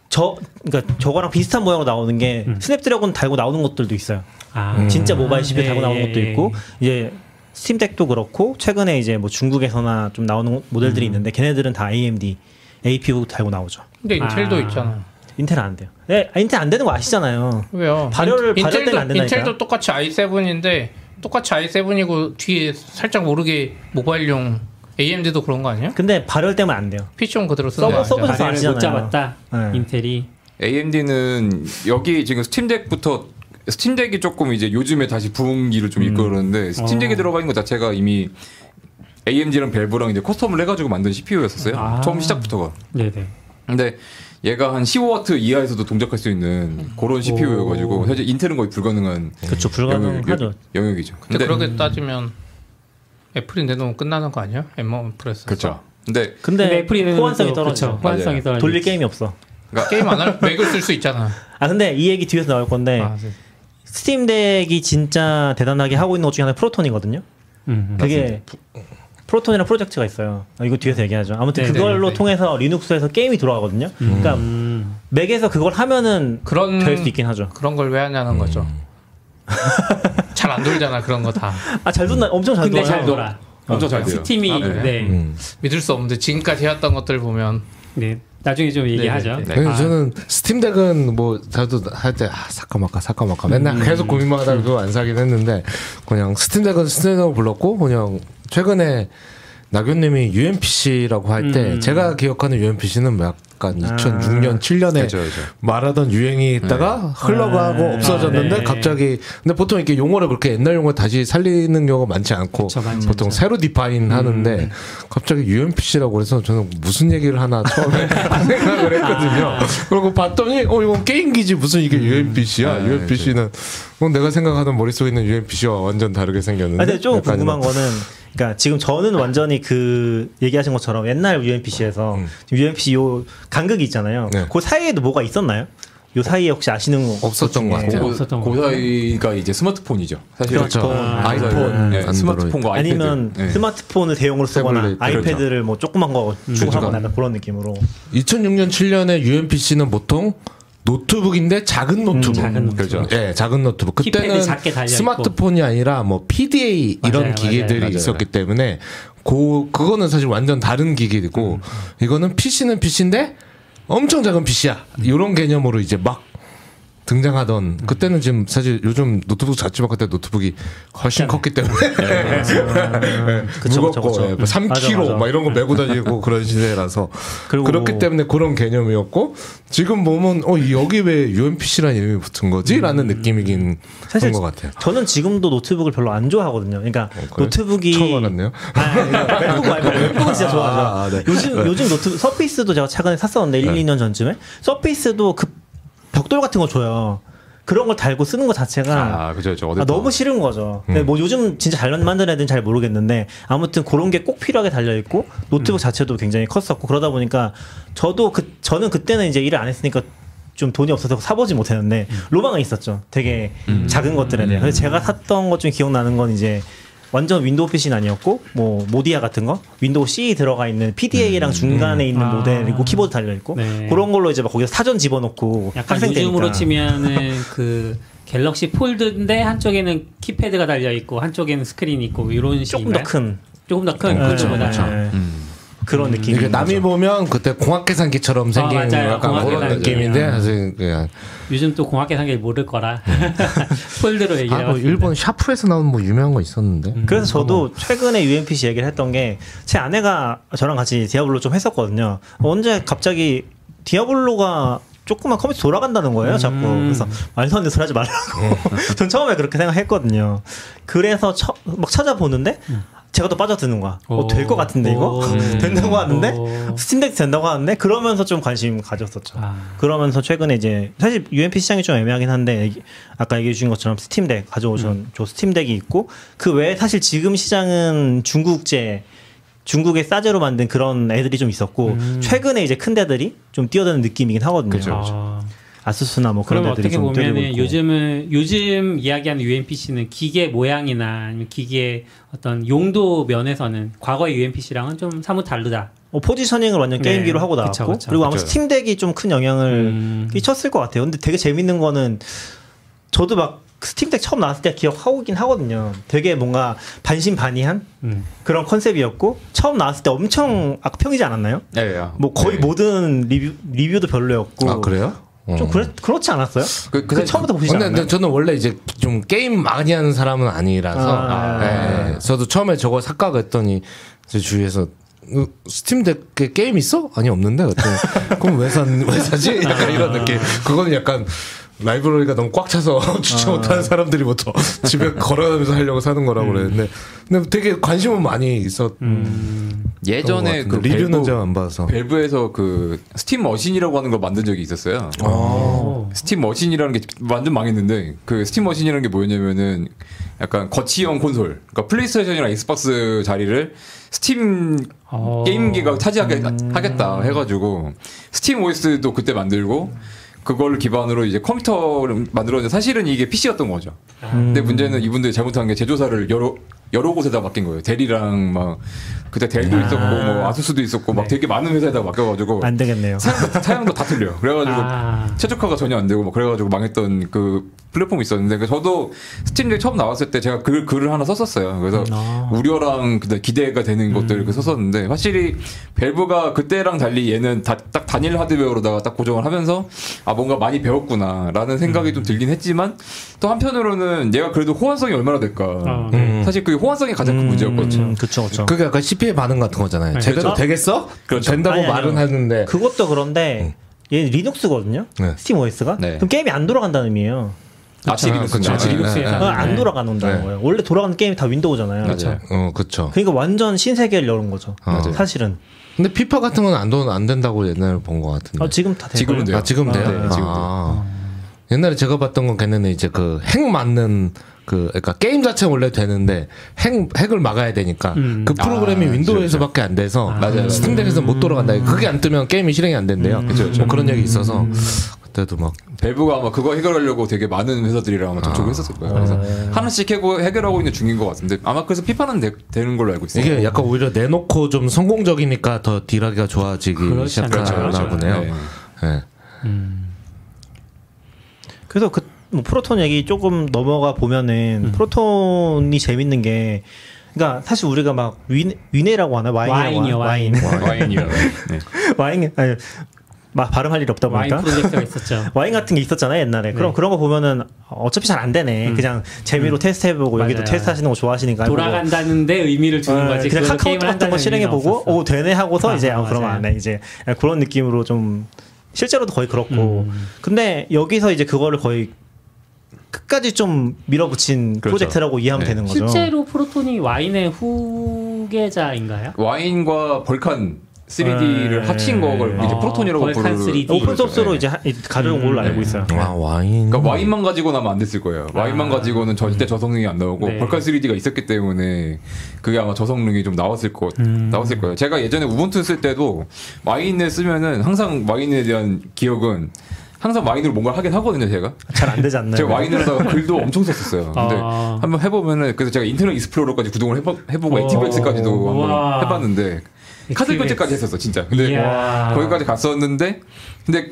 Speaker 4: 저 그러니까 저거랑 비슷한 모양으로 나오는 게
Speaker 3: 음.
Speaker 4: 스냅드래곤 달고 나오는 것들도 있어요.
Speaker 3: 아,
Speaker 4: 진짜 모바일 CPU 달고
Speaker 3: 네,
Speaker 4: 나오는 것도
Speaker 3: 예,
Speaker 4: 있고 이제 스팀덱도 그렇고 최근에 이제 뭐 중국에서나 좀 나오는
Speaker 3: 음.
Speaker 4: 모델들이 있는데 걔네들은 다 AMD APU 달고 나오죠.
Speaker 6: 근데 인텔도
Speaker 3: 아.
Speaker 6: 있잖아.
Speaker 4: 인텔은 안 돼요. 네, 아, 인텔 안 되는 거 아시잖아요.
Speaker 6: 왜요?
Speaker 4: 발열을- 발열 때문에
Speaker 6: 인-
Speaker 4: 안
Speaker 6: 인텔도
Speaker 4: 된다니까요?
Speaker 6: 인텔도 똑같이 i7인데 똑같이 i7이고 뒤에 살짝 모르게 모바일용 AMD도 그런 거 아니야?
Speaker 4: 근데 발열 때문에 안 돼요.
Speaker 6: PC용 그대로 쓰는
Speaker 4: 서버-
Speaker 6: 거
Speaker 4: 서버-
Speaker 6: 아니야?
Speaker 4: 그래서
Speaker 3: 자리를 못
Speaker 4: 아시잖아요.
Speaker 3: 잡았다.
Speaker 4: 네.
Speaker 3: 인텔이
Speaker 7: AMD는 여기 지금 스팀덱부터 스팀덱이 조금 이제 요즘에 다시 부흥기를 좀 이끌었는데 스팀덱에
Speaker 3: 어.
Speaker 7: 들어가 있는 것 자체가 이미 AMD랑 벨브랑 이제 커스텀을 해가지고 만든 CPU였었어요.
Speaker 3: 아.
Speaker 7: 처음 시작부터가.
Speaker 3: 네, 네.
Speaker 7: 근데 얘가 한 15W 이하에서도 동작할 수 있는 그런 CPU여가지고 사실 인텔은 거의 불가능한
Speaker 4: 그렇죠 불가능하죠.
Speaker 7: 영역, 이죠
Speaker 6: 근데 그렇게 따지면 애플이 내놓으면 끝나는 거 아니야? M1 프레스.
Speaker 7: 그렇죠. 근데
Speaker 3: 근데
Speaker 4: 근데,
Speaker 3: 애플이는 네,
Speaker 4: 호환성이
Speaker 3: 또
Speaker 4: 떨어져.
Speaker 3: 그쵸, 호환성이
Speaker 7: 맞아요.
Speaker 3: 떨어져.
Speaker 4: 돌릴 게임이 없어.
Speaker 6: 게임 안 하면 맥을 쓸 수 있잖아.
Speaker 4: 아 근데 이 얘기 뒤에서 나올 건데
Speaker 6: 아, 네.
Speaker 4: 스팀덱이 진짜 대단하게 하고 있는 것 중에 하나 프로톤이거든요.
Speaker 3: 음,
Speaker 4: 그게 프로톤이라는 프로젝트가 있어요. 아, 이거 뒤에서 얘기하죠. 아무튼
Speaker 3: 네네,
Speaker 4: 그걸로
Speaker 6: 네.
Speaker 4: 통해서 리눅스에서 게임이 돌아가거든요. 그러니까
Speaker 3: 음.
Speaker 4: 맥에서 그걸 하면은
Speaker 6: 그런
Speaker 4: 될 수 있긴 하죠.
Speaker 6: 그런 걸 왜 하냐는 거죠. 잘 안 돌잖아 그런 거 다.
Speaker 4: 아 잘 돈나 엄청 잘
Speaker 3: 근데
Speaker 4: 돌아요.
Speaker 3: 잘 돌아.
Speaker 7: 엄청 잘 돼요.
Speaker 3: 스팀이
Speaker 6: 아, 그래요?
Speaker 3: 네.
Speaker 5: 음.
Speaker 6: 믿을 수 없는데 지금까지 해왔던 것들 보면
Speaker 3: 네. 나중에 좀 얘기하죠.
Speaker 6: 네, 네,
Speaker 5: 아니,
Speaker 3: 아,
Speaker 5: 저는 스팀덱은 뭐 자주 할때 아, 살까 말까 살까 말까 맨날
Speaker 3: 음.
Speaker 5: 계속 고민만 하다가 그거 안 사긴 했는데 그냥 스팀덱은 스팀덱으로 불렀고 그냥 최근에 나교님이 UMPC라고 할 때
Speaker 3: 음.
Speaker 5: 제가 기억하는 UMPC는 뭐 약간
Speaker 3: 아.
Speaker 5: 2006년 7년에
Speaker 7: 그렇죠, 그렇죠.
Speaker 5: 말하던 유행이 있다가 흘러가고
Speaker 3: 아,
Speaker 5: 없어졌는데
Speaker 3: 네.
Speaker 5: 갑자기 근데 보통 이렇게 용어를 그렇게 옛날 용어 다시 살리는 경우가 많지 않고
Speaker 3: 그쵸, 많지
Speaker 5: 보통
Speaker 3: 않죠.
Speaker 5: 새로 디파인 하는데 갑자기 UMPC라고 해서 저는 무슨 얘기를 하나 처음에 생각을 했거든요. 그리고 봤더니 어 이건 게임기지 무슨 이게 UMPC야?
Speaker 7: 아,
Speaker 5: UMPC는 내가 생각하던 머릿속에 있는 UMPC와 완전 다르게 생겼는데
Speaker 4: 아, 근데 좀
Speaker 5: 약간
Speaker 4: 궁금한 거는 그러니까 지금 저는 완전히 그 얘기하신 것처럼 옛날 UMPC에서 UMPC 요 간극이 있잖아요.
Speaker 5: 음. 네.
Speaker 4: 그 사이에도 뭐가 있었나요? 요 사이에 혹시 아시는 거?
Speaker 5: 없었던 것 같아요.
Speaker 7: 고,
Speaker 3: 없었던 거.
Speaker 7: 고사이가 이제 스마트폰이죠. 사실
Speaker 4: 그렇죠.
Speaker 7: 아,
Speaker 5: 뭐 아이폰,
Speaker 7: 네,
Speaker 5: 안드로이드.
Speaker 7: 스마트폰과 아이패드.
Speaker 4: 아니면
Speaker 7: 네.
Speaker 4: 스마트폰을 대용으로 쓰거나
Speaker 5: 태블릿, 그렇죠. 음,
Speaker 4: 아이패드를 뭐 조그만 거 주고하거나 약간 그런 느낌으로
Speaker 5: 2006년 7년에 UMPC는 보통 노트북인데 작은 노트북.
Speaker 3: 음, 작은 노트북.
Speaker 5: 그렇죠. 예, 작은 노트북. 그때는
Speaker 3: 키패드 작게 달려있고.
Speaker 5: 스마트폰이 아니라 뭐 PDA 이런
Speaker 3: 맞아요, 맞아요,
Speaker 5: 기기들이
Speaker 7: 맞아요.
Speaker 5: 있었기 때문에 고 그거는 사실 완전 다른 기기고
Speaker 3: 음.
Speaker 5: 이거는 PC는 PC인데 엄청 작은 PC야.
Speaker 3: 음.
Speaker 5: 이런 개념으로 이제 막 등장하던 그때는 지금 사실 요즘 노트북 잡지만 그때 노트북이 훨씬
Speaker 3: 그러니까.
Speaker 5: 컸기 때문에
Speaker 4: 그쵸,
Speaker 5: 무겁고
Speaker 4: 그쵸, 그쵸.
Speaker 5: 예, 뭐 3kg
Speaker 4: 맞아, 맞아.
Speaker 5: 막 이런 거 메고 다니고 그런 시대라서
Speaker 4: 그리고
Speaker 5: 그렇기 때문에 그런 개념이었고 지금 보면 어 여기 왜 UMPC라는 이름이 붙은 거지라는 느낌이긴 한
Speaker 4: 음. 사실
Speaker 5: 것 같아요. 어,
Speaker 4: 저는 지금도 노트북을 별로 안 좋아하거든요. 그러니까
Speaker 5: 그래요?
Speaker 4: 노트북이
Speaker 5: 처음 알았네요.
Speaker 4: 아, 이거 맥북 말고 맥북은 진짜 좋아하죠.
Speaker 5: 아, 아, 네.
Speaker 4: 요즘 요즘 노트 서피스도 제가 최근에 샀었는데 1, 2년 전쯤에 서피스도 그 벽돌 같은 거 줘요. 그런 걸 달고 쓰는 거 자체가
Speaker 7: 아, 그죠, 그죠.
Speaker 4: 아, 너무 싫은 거죠. 근데 뭐 요즘 진짜 잘 만드는 애들은 잘 모르겠는데 아무튼 그런 게 꼭 필요하게 달려 있고 노트북 자체도 굉장히 컸었고 그러다 보니까 저도 그 저는 그때는 이제 일을 안 했으니까 좀 돈이 없어서 사보지 못했는데 로망은 있었죠. 되게 작은 것들에 대해. 그래서 제가 샀던 것 중 기억나는 건 이제 완전 윈도우 PC는 아니었고 뭐 모디아 같은 거 윈도우 C 들어가 있는 PDA랑 중간에 있는
Speaker 3: 아.
Speaker 4: 모델이고 키보드 달려 있고
Speaker 3: 네.
Speaker 4: 그런 걸로 이제 막 거기서 사전 집어넣고
Speaker 3: 약간
Speaker 4: 학생
Speaker 3: 요즘으로
Speaker 4: 때니까.
Speaker 3: 치면은 그 갤럭시 폴드인데 한쪽에는 키패드가 달려 있고 한쪽에는 스크린이 있고 이런 뭐 식인가요?
Speaker 4: 조금 더큰
Speaker 3: 그렇죠,
Speaker 4: 그렇죠,
Speaker 3: 조금 더 큰 폴드보다.
Speaker 4: 네. 그런 느낌이
Speaker 5: 이게 남이 뭐 보면 그때 공학 계산기처럼 생긴
Speaker 3: 아, 맞아요.
Speaker 5: 약간
Speaker 3: 공학
Speaker 5: 그런
Speaker 3: 계산기.
Speaker 4: 아.
Speaker 5: 느낌인데 사실 예. 그냥
Speaker 3: 요즘 또 공학 계산기 모를 거라 폴드로 얘기해
Speaker 5: 아뭐 그 일본 샤프에서 나온 뭐 유명한 거 있었는데
Speaker 4: 그래서 저도 최근에 UMPC 얘기를 했던 게 제 아내가 저랑 같이 디아블로 좀 했었거든요. 언제 갑자기 디아블로가 조그만 컴퓨터 돌아간다는 거예요, 자꾸.
Speaker 3: 음.
Speaker 4: 그래서 말도 안 되는 소리 하지 말라고. 전 처음에 그렇게 생각했거든요. 그래서 처- 막 찾아보는데 제가 또 빠져드는 거야. 어,
Speaker 3: 오.
Speaker 4: 될 것 같은데 이거?
Speaker 3: 오.
Speaker 4: 된다고 하는데?
Speaker 3: 오.
Speaker 4: 스팀덱 된다고 하는데? 그러면서 좀 관심 가졌었죠.
Speaker 3: 아.
Speaker 4: 그러면서 최근에 이제 사실 UMP 시장이 좀 애매하긴 한데 얘기- 아까 얘기해 주신 것처럼 스팀덱 가져오신
Speaker 3: 음.
Speaker 4: 저 스팀덱이 있고 그 외에 사실 지금 시장은 중국제 중국의 싸제로 만든 그런 애들이 좀 있었고
Speaker 3: 음.
Speaker 4: 최근에 이제 큰 데들이 좀 뛰어드는 느낌이긴 하거든요.
Speaker 3: 아.
Speaker 4: 아수스나 뭐 그런
Speaker 3: 그럼 어떻게
Speaker 4: 데들이 좀 뛰어들고
Speaker 3: 보면은
Speaker 4: 있고.
Speaker 3: 요즘은 요즘 이야기하는 UMPC는 기계 모양이나 아니면 기계 어떤 용도 면에서는 과거의 UMPC랑은 좀 사뭇 다르다.
Speaker 4: 어, 포지셔닝을 완전
Speaker 3: 네.
Speaker 4: 게임기로 하고 나왔고
Speaker 3: 그쵸, 그쵸.
Speaker 4: 그리고 아마
Speaker 5: 그쵸.
Speaker 4: 스팀덱이 좀 큰 영향을
Speaker 3: 음.
Speaker 4: 끼쳤을 것 같아요. 근데 되게 재밌는 거는 저도 막 스팀덱 처음 나왔을 때 기억하고긴 하거든요. 되게 뭔가 반신반의한
Speaker 3: 음.
Speaker 4: 그런 컨셉이었고 처음 나왔을 때 엄청 악평이지 않았나요?
Speaker 7: 예, 예.
Speaker 4: 뭐
Speaker 3: 네.
Speaker 4: 거의
Speaker 7: 예.
Speaker 4: 모든 리뷰 별로였고
Speaker 5: 아 그래요? 어.
Speaker 4: 좀 그렇, 그렇지 않았어요?
Speaker 7: 그-
Speaker 4: 그,
Speaker 7: 그-
Speaker 4: 처음부터 보시지
Speaker 5: 근데,
Speaker 4: 않았나요?
Speaker 5: 근데 저는 원래 이제 좀 게임 많이 하는 사람은 아니라서
Speaker 4: 아.
Speaker 5: 예, 예. 저도 처음에 저거 삭감했더니 제 주위에서 어, 스팀덱에 그 게임 있어? 아니 없는데 그랬더니, 그럼 왜, 산, 왜 사지?
Speaker 4: 아.
Speaker 5: 약간 이런 느낌 그거는 약간 라이브러리가 너무 꽉 차서
Speaker 4: 아.
Speaker 5: 주체 못하는 사람들이부터 집에 걸어가면서 하려고 사는
Speaker 4: 음.
Speaker 5: 거라고 그랬는데 근데 되게 관심은 많이 있었던
Speaker 7: 예전에
Speaker 5: 것 같은데
Speaker 7: 그
Speaker 5: 리뷰는
Speaker 7: 밸브-
Speaker 5: 잘 안 봐서
Speaker 7: 밸브에서 그 스팀 머신이라고 하는 걸 만든 적이 있었어요.
Speaker 3: 오.
Speaker 7: 스팀 머신이라는 게 완전 망했는데 그 스팀 머신이라는 게 뭐였냐면은 약간 거치형 콘솔, 그러니까 플레이스테이션이랑 엑스박스 자리를 스팀
Speaker 4: 아.
Speaker 3: 어.
Speaker 7: 게임기가
Speaker 4: 음.
Speaker 7: 차지하겠다 해가지고 스팀 OS도 그때 만들고 그걸 기반으로 이제 컴퓨터를 만들었는데 사실은 이게 PC였던 거죠. 근데 문제는 이분들이 잘못한 게 제조사를 여러 여러 곳에다 맡긴 거예요. 대리랑 막 그때 델도 있었고 뭐 아수스도 있었고 막 되게 많은 회사에다 맡겨가지고
Speaker 4: 안 되겠네요.
Speaker 7: 사양도, 사양도 다 틀려. 그래가지고
Speaker 3: 아.
Speaker 7: 최적화가 전혀 안 되고 막 그래가지고 망했던 그 플랫폼이 있었는데 그 저도 스팀덱 처음 나왔을 때 제가 글, 글을 하나 썼었어요. 그래서
Speaker 4: 아,
Speaker 7: 우려랑 그다음 기대가 되는 것들을 그 썼었는데 확실히 밸브가 그때랑 달리 얘는 다, 딱 단일 하드웨어로다가 딱 고정을 하면서 아 뭔가 많이 배웠구나라는 생각이 좀 들긴 했지만 또 한편으로는 얘가 그래도 호환성이 얼마나 될까.
Speaker 3: 아, 네.
Speaker 5: 음.
Speaker 7: 사실 그게 호환성이 가장 큰 문제였거든요.
Speaker 4: 음, 그쵸 그쵸. 그,
Speaker 5: 그게 약간 CP의 반응 같은 거잖아요
Speaker 3: 네,
Speaker 5: 제대로
Speaker 4: 그렇죠.
Speaker 5: 되겠어?
Speaker 7: 그렇죠.
Speaker 5: 된다고
Speaker 4: 아니, 아니요.
Speaker 5: 말은 하는데
Speaker 4: 그것도 그런데 얘 리눅스거든요.
Speaker 5: 네.
Speaker 4: 스팀 OS가
Speaker 7: 네.
Speaker 4: 그럼 게임이 안 돌아가는 의미예요.
Speaker 7: 아치 리눅스죠.
Speaker 5: 그쵸.
Speaker 3: 그렇죠. 아치 리눅스에
Speaker 5: 네,
Speaker 4: 어,
Speaker 5: 네,
Speaker 4: 안 돌아간다는
Speaker 5: 네.
Speaker 4: 거예요. 원래 돌아가는 게임이 다 윈도우잖아요.
Speaker 7: 맞아요.
Speaker 5: 어 그쵸
Speaker 4: 그러니까 완전 신세계를 여는 거죠.
Speaker 5: 맞아요.
Speaker 4: 사실은
Speaker 5: 근데 피파 같은 건 안 돈 안 된다고 옛날에 본 것 같은데.
Speaker 4: 어, 지금 다 되고
Speaker 7: 지금은 돼요.
Speaker 5: 아 네. 지금 돼요?
Speaker 7: 네, 지금 돼요.
Speaker 5: 아. 옛날에 제가 봤던 건 걔네는 이제 그 핵 맞는 그 그러니까 게임 자체 는 원래 되는데 핵 핵을 막아야 되니까
Speaker 3: 음.
Speaker 5: 그 프로그램이
Speaker 7: 아,
Speaker 5: 윈도우에서밖에 안 돼서
Speaker 7: 맞아요.
Speaker 5: 스팀덱에서 못 돌아간다. 그게 안 뜨면 게임이 실행이 안 된대요. 뭐 그런 얘기 있어서 그때도 막
Speaker 7: 밸브가 아마 그거 해결하려고 되게 많은 회사들이랑 아마 접촉을 했었을 거예요. 그래서 하나씩 해고, 해결하고 있는 중인 것 같은데 아마 그래서 피파는 되, 되는 걸로 알고 있어요.
Speaker 5: 이게 약간 오히려 내놓고 좀 성공적이니까 더 딜하기가 좋아지기
Speaker 3: 그렇지
Speaker 5: 시작하나
Speaker 3: 않나요?
Speaker 5: 보네요.
Speaker 7: 네.
Speaker 5: 예.
Speaker 4: 그래서 그 뭐 프로톤 얘기 조금 넘어가 보면은 프로톤이 재밌는 게 그러니까 사실 우리가 막 윈, 위네라고 하나 와인이라고 뭐 하나?
Speaker 3: 와인이요, 와인.
Speaker 7: 와인이요. 네.
Speaker 4: 와인 아니 막 발음할 일이 없다
Speaker 3: 와인
Speaker 4: 보니까
Speaker 3: 프로젝트가 있었죠.
Speaker 4: 와인 같은 게 있었잖아요 옛날에 그럼 그런 거 보면은 어차피 잘 안 되네 그냥 재미로 테스트해보고 여기도
Speaker 3: 맞아요.
Speaker 4: 테스트하시는 거 좋아하시니까 해보고.
Speaker 3: 돌아간다는데 의미를 주는
Speaker 4: 어,
Speaker 3: 거지.
Speaker 4: 그냥
Speaker 3: 그걸로
Speaker 4: 카카오톡
Speaker 3: 게임을
Speaker 4: 같은
Speaker 3: 한다는
Speaker 4: 거 실행해보고
Speaker 3: 의미는
Speaker 4: 오 되네 하고서
Speaker 3: 아,
Speaker 4: 이제 아,
Speaker 3: 맞아요.
Speaker 4: 그러면 안해 이제 그런 느낌으로 좀 실제로도 거의 그렇고
Speaker 7: 음.
Speaker 4: 근데 여기서 이제 그거를 거의 끝까지 좀 밀어붙인
Speaker 7: 그렇죠.
Speaker 4: 프로젝트라고 이해하면
Speaker 7: 네.
Speaker 4: 되는 거죠.
Speaker 3: 실제로 프로톤이 와인의 후계자인가요?
Speaker 7: 와인과 벌칸 3D를
Speaker 4: 네.
Speaker 7: 합친 거를 이제
Speaker 3: 아,
Speaker 7: 프로톤이라고
Speaker 3: 벌칸
Speaker 7: 부르는
Speaker 3: 3D.
Speaker 4: 오픈 소스로 음.
Speaker 7: 네. 음.
Speaker 4: 이제 하- 가져온 걸로 알고 있어요.
Speaker 5: 아,
Speaker 4: 아,
Speaker 5: 와 와인.
Speaker 7: 그러니까 와인만 가지고 나면 안 됐을 거예요. 와인만 가지고는 절대 저성능이 안 나오고
Speaker 3: 아. 음. 네.
Speaker 7: 벌칸 3D가 있었기 때문에 그게 아마 저성능이 좀 나왔을 것
Speaker 3: 음.
Speaker 7: 나왔을 거예요. 제가 예전에 우분투 쓸 때도 와인을 쓰면은 항상 와인에 대한 기억은 항상 와인으로 뭔가 하긴 하거든요. 제가
Speaker 4: 잘 안 되지 않나요?
Speaker 7: 제가 와인으로다가 글도 엄청 썼었어요. 근데
Speaker 3: 아.
Speaker 7: 한번 해보면은 그래서 제가 인터넷 익스플로러까지 구동을 해보, 해보고
Speaker 3: 오.
Speaker 7: 액티브엑스까지도
Speaker 3: 어. 우와.
Speaker 7: 한번 해봤는데 카드
Speaker 3: 액티브엑스.
Speaker 7: 결제까지 했었어 진짜. 근데
Speaker 3: 이야.
Speaker 7: 거기까지 갔었는데 근데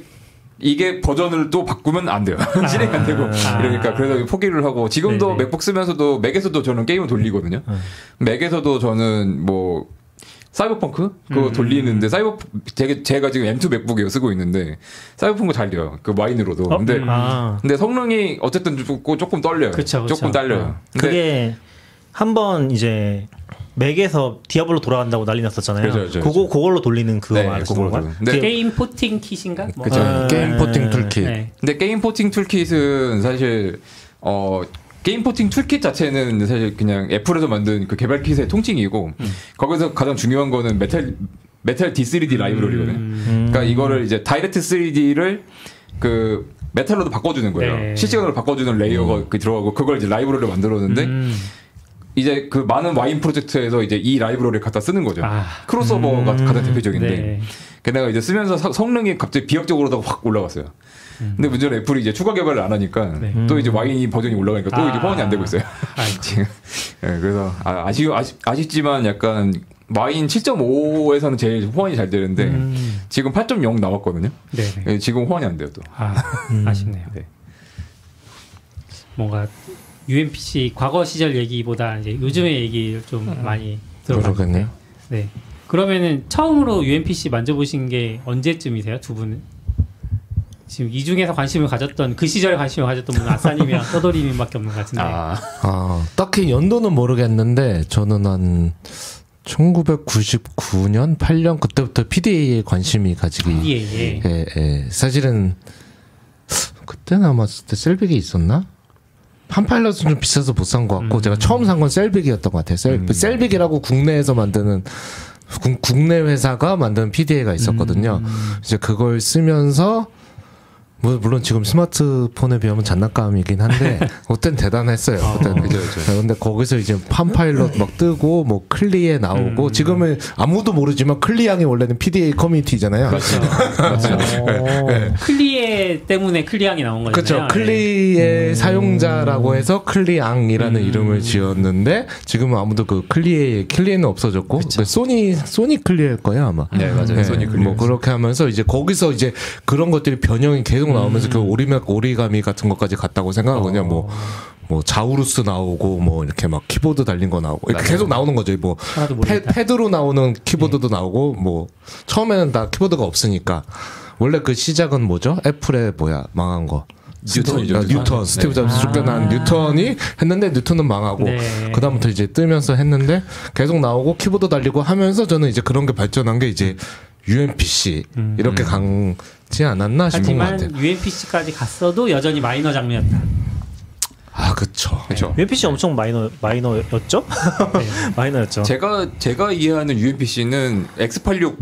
Speaker 7: 이게 버전을 또 바꾸면 안 돼요. 실행 안 되고 이러니까 그래서 포기를 하고 지금도
Speaker 3: 아. 네네. 음.
Speaker 7: 맥북 쓰면서도 맥에서도 저는 게임을 돌리거든요. 맥에서도 저는 뭐 사이버펑크
Speaker 3: 음.
Speaker 7: 그거 돌리는데 사이버 되게 제가 지금 M2 맥북이요 쓰고 있는데 사이버펑크 잘 돼요 그 와인으로도
Speaker 4: 어?
Speaker 7: 근데
Speaker 3: 음.
Speaker 4: 아.
Speaker 7: 근데 성능이 어쨌든 조금, 조금 떨려요
Speaker 3: 그쵸, 네. 그쵸.
Speaker 7: 조금 떨려요 근데
Speaker 4: 그게 한 번 이제 맥에서 디아블로 돌아간다고 난리 났었잖아요.
Speaker 7: 그죠, 그죠,
Speaker 4: 그거 그걸로 돌리는 그거
Speaker 7: 네,
Speaker 4: 말하시는
Speaker 7: 그걸로
Speaker 4: 건가?
Speaker 7: 돌리는. 근데-
Speaker 3: 게임 포팅 킷인가? 뭐.
Speaker 7: 그쵸.
Speaker 4: 아,
Speaker 5: 게임 포팅 툴킷.
Speaker 3: 네.
Speaker 7: 근데 게임 포팅 툴킷은 사실 어 게임 포팅 툴킷 자체는 사실 그냥 애플에서 만든 그 개발 킷의 통칭이고
Speaker 3: 음.
Speaker 7: 거기서 가장 중요한 거는 메탈 메탈 D3D 라이브러리거든요.
Speaker 3: 음.
Speaker 7: 그러니까 이거를 이제 다이렉트 3D를 그 메탈로도 바꿔주는 거예요.
Speaker 3: 네.
Speaker 7: 실시간으로 바꿔주는 레이어가 그 들어가고 그걸 이제 라이브러리로 만들었는데
Speaker 3: 음.
Speaker 7: 이제 그 많은 와인 프로젝트에서 이제 이 라이브러리를 갖다 쓰는 거죠.
Speaker 3: 아.
Speaker 7: 크로스오버가 가장 대표적인데
Speaker 3: 네.
Speaker 7: 게다가 이제 쓰면서 사- 성능이 갑자기 비약적으로도 확 올라갔어요. 근데 문제는 애플이 이제 추가 개발을 안 하니까
Speaker 3: 음. 네.
Speaker 7: 또 이제 와인이 버전이 올라가니까 또
Speaker 3: 아.
Speaker 7: 이제 호환이 안 되고 있어요.
Speaker 3: 아이고.
Speaker 7: 지금 예, 그래서 아, 아쉬 아쉽, 아쉽지만 약간 와인 7.5에서는 제일 호환이 잘 되는데 지금 8.0 나왔거든요.
Speaker 3: 음. 네. 네.
Speaker 7: 예, 지금 호환이 안 돼요 또.
Speaker 3: 아,
Speaker 5: 음.
Speaker 3: 아쉽네요.
Speaker 7: 네.
Speaker 3: 뭔가 UMPC 과거 시절 얘기보다 이제 요즘의 얘기를 좀 많이 들어봤
Speaker 5: 음. 그러겠네요.
Speaker 3: 네. 그러면은 처음으로 UMPC 만져보신 게 언제쯤이세요, 두 분은? 지금 이 중에서 관심을 가졌던 그 시절에 관심을 가졌던 분은 아싸님이랑 떠돌이님밖에 없는 것 같은데.
Speaker 5: 아, 딱히 연도는 모르겠는데 저는 한 1999년, 8년 그때부터 PDA에 관심이 가지기.
Speaker 3: 예, 예.
Speaker 5: 예, 예. 사실은 그때는 아마 그때 셀빅이 있었나? 한파일럿은 좀 비싸서 못 산 것 같고 제가 처음 산 건 셀빅이었던 것 같아요. 셀,
Speaker 7: 음.
Speaker 5: 셀빅이라고 국내에서 만드는 국- 국내 회사가 만드는 PDA가 있었거든요.
Speaker 7: 음.
Speaker 5: 이제 그걸 쓰면서 뭐 물론 지금 스마트폰에 비하면 장난감이긴 한데 그땐 대단했어요. 그때는.
Speaker 7: 아, 그죠, 그죠.
Speaker 5: 네, 근데 거기서 이제 판파일럿 막 뜨고 뭐 클리에
Speaker 7: 음.
Speaker 5: 나오고 지금은 아무도 모르지만 클리양이 원래는 PDA 커뮤니티잖아요.
Speaker 7: 그렇죠.
Speaker 3: 그렇죠.
Speaker 5: 그렇죠.
Speaker 3: 어, 클리에 때문에 클리앙이 나온 거잖아요.
Speaker 5: 네.
Speaker 3: 네.
Speaker 5: 그렇죠.
Speaker 7: 예. 음.
Speaker 5: 클리의 사용자라고 해서 클리앙이라는 이름을 지었는데 지금은 아무도 그 클리의 클리는 없어졌고 그 소니 소니 클리일 거예요 아마.
Speaker 7: 네 맞아요.
Speaker 5: 예,
Speaker 7: 소니
Speaker 5: 뭐
Speaker 7: 클리어.
Speaker 5: 그렇게 하면서 이제 거기서 이제 그런 것들이 변형이 계속
Speaker 7: 음.
Speaker 5: 나오면서 그 오리맥 오리가미 같은 것까지 갔다고
Speaker 7: 어.
Speaker 5: 생각하거든요. 뭐. 뭐 자우루스 나오고 뭐 이렇게 막 키보드 달린 거 나오고 이렇게
Speaker 7: 맞아요.
Speaker 5: 계속 나오는 거죠. 뭐
Speaker 3: 하나도
Speaker 5: 패,
Speaker 3: 모르겠다.
Speaker 5: 패드로 나오는 키보드도 나오고 뭐 처음에는 다 키보드가 없으니까 원래 그 시작은 뭐죠? 애플의 뭐야 망한 거
Speaker 7: 뉴턴이죠,
Speaker 5: 아,
Speaker 7: 뉴턴.
Speaker 5: 뉴턴 스티브
Speaker 7: 네.
Speaker 5: 잡스 쫓겨난 뉴턴이 했는데 뉴턴은 망하고
Speaker 3: 네.
Speaker 5: 그 다음부터 이제 뜨면서 했는데 계속 나오고 키보드 달리고 하면서 저는 이제 그런 게 발전한 게 이제 UMPC 이렇게 강지 않았나 싶은 것
Speaker 3: 하지만
Speaker 5: 같아요.
Speaker 3: UMPC까지 갔어도 여전히 마이너 장르였다.
Speaker 5: 아 그쵸.
Speaker 7: 그렇죠.
Speaker 4: UMPC 엄청 마이너 마이너였죠?
Speaker 7: 네.
Speaker 5: 어?
Speaker 4: 마이너였죠.
Speaker 7: 제가 제가 이해하는 UMPC는 X86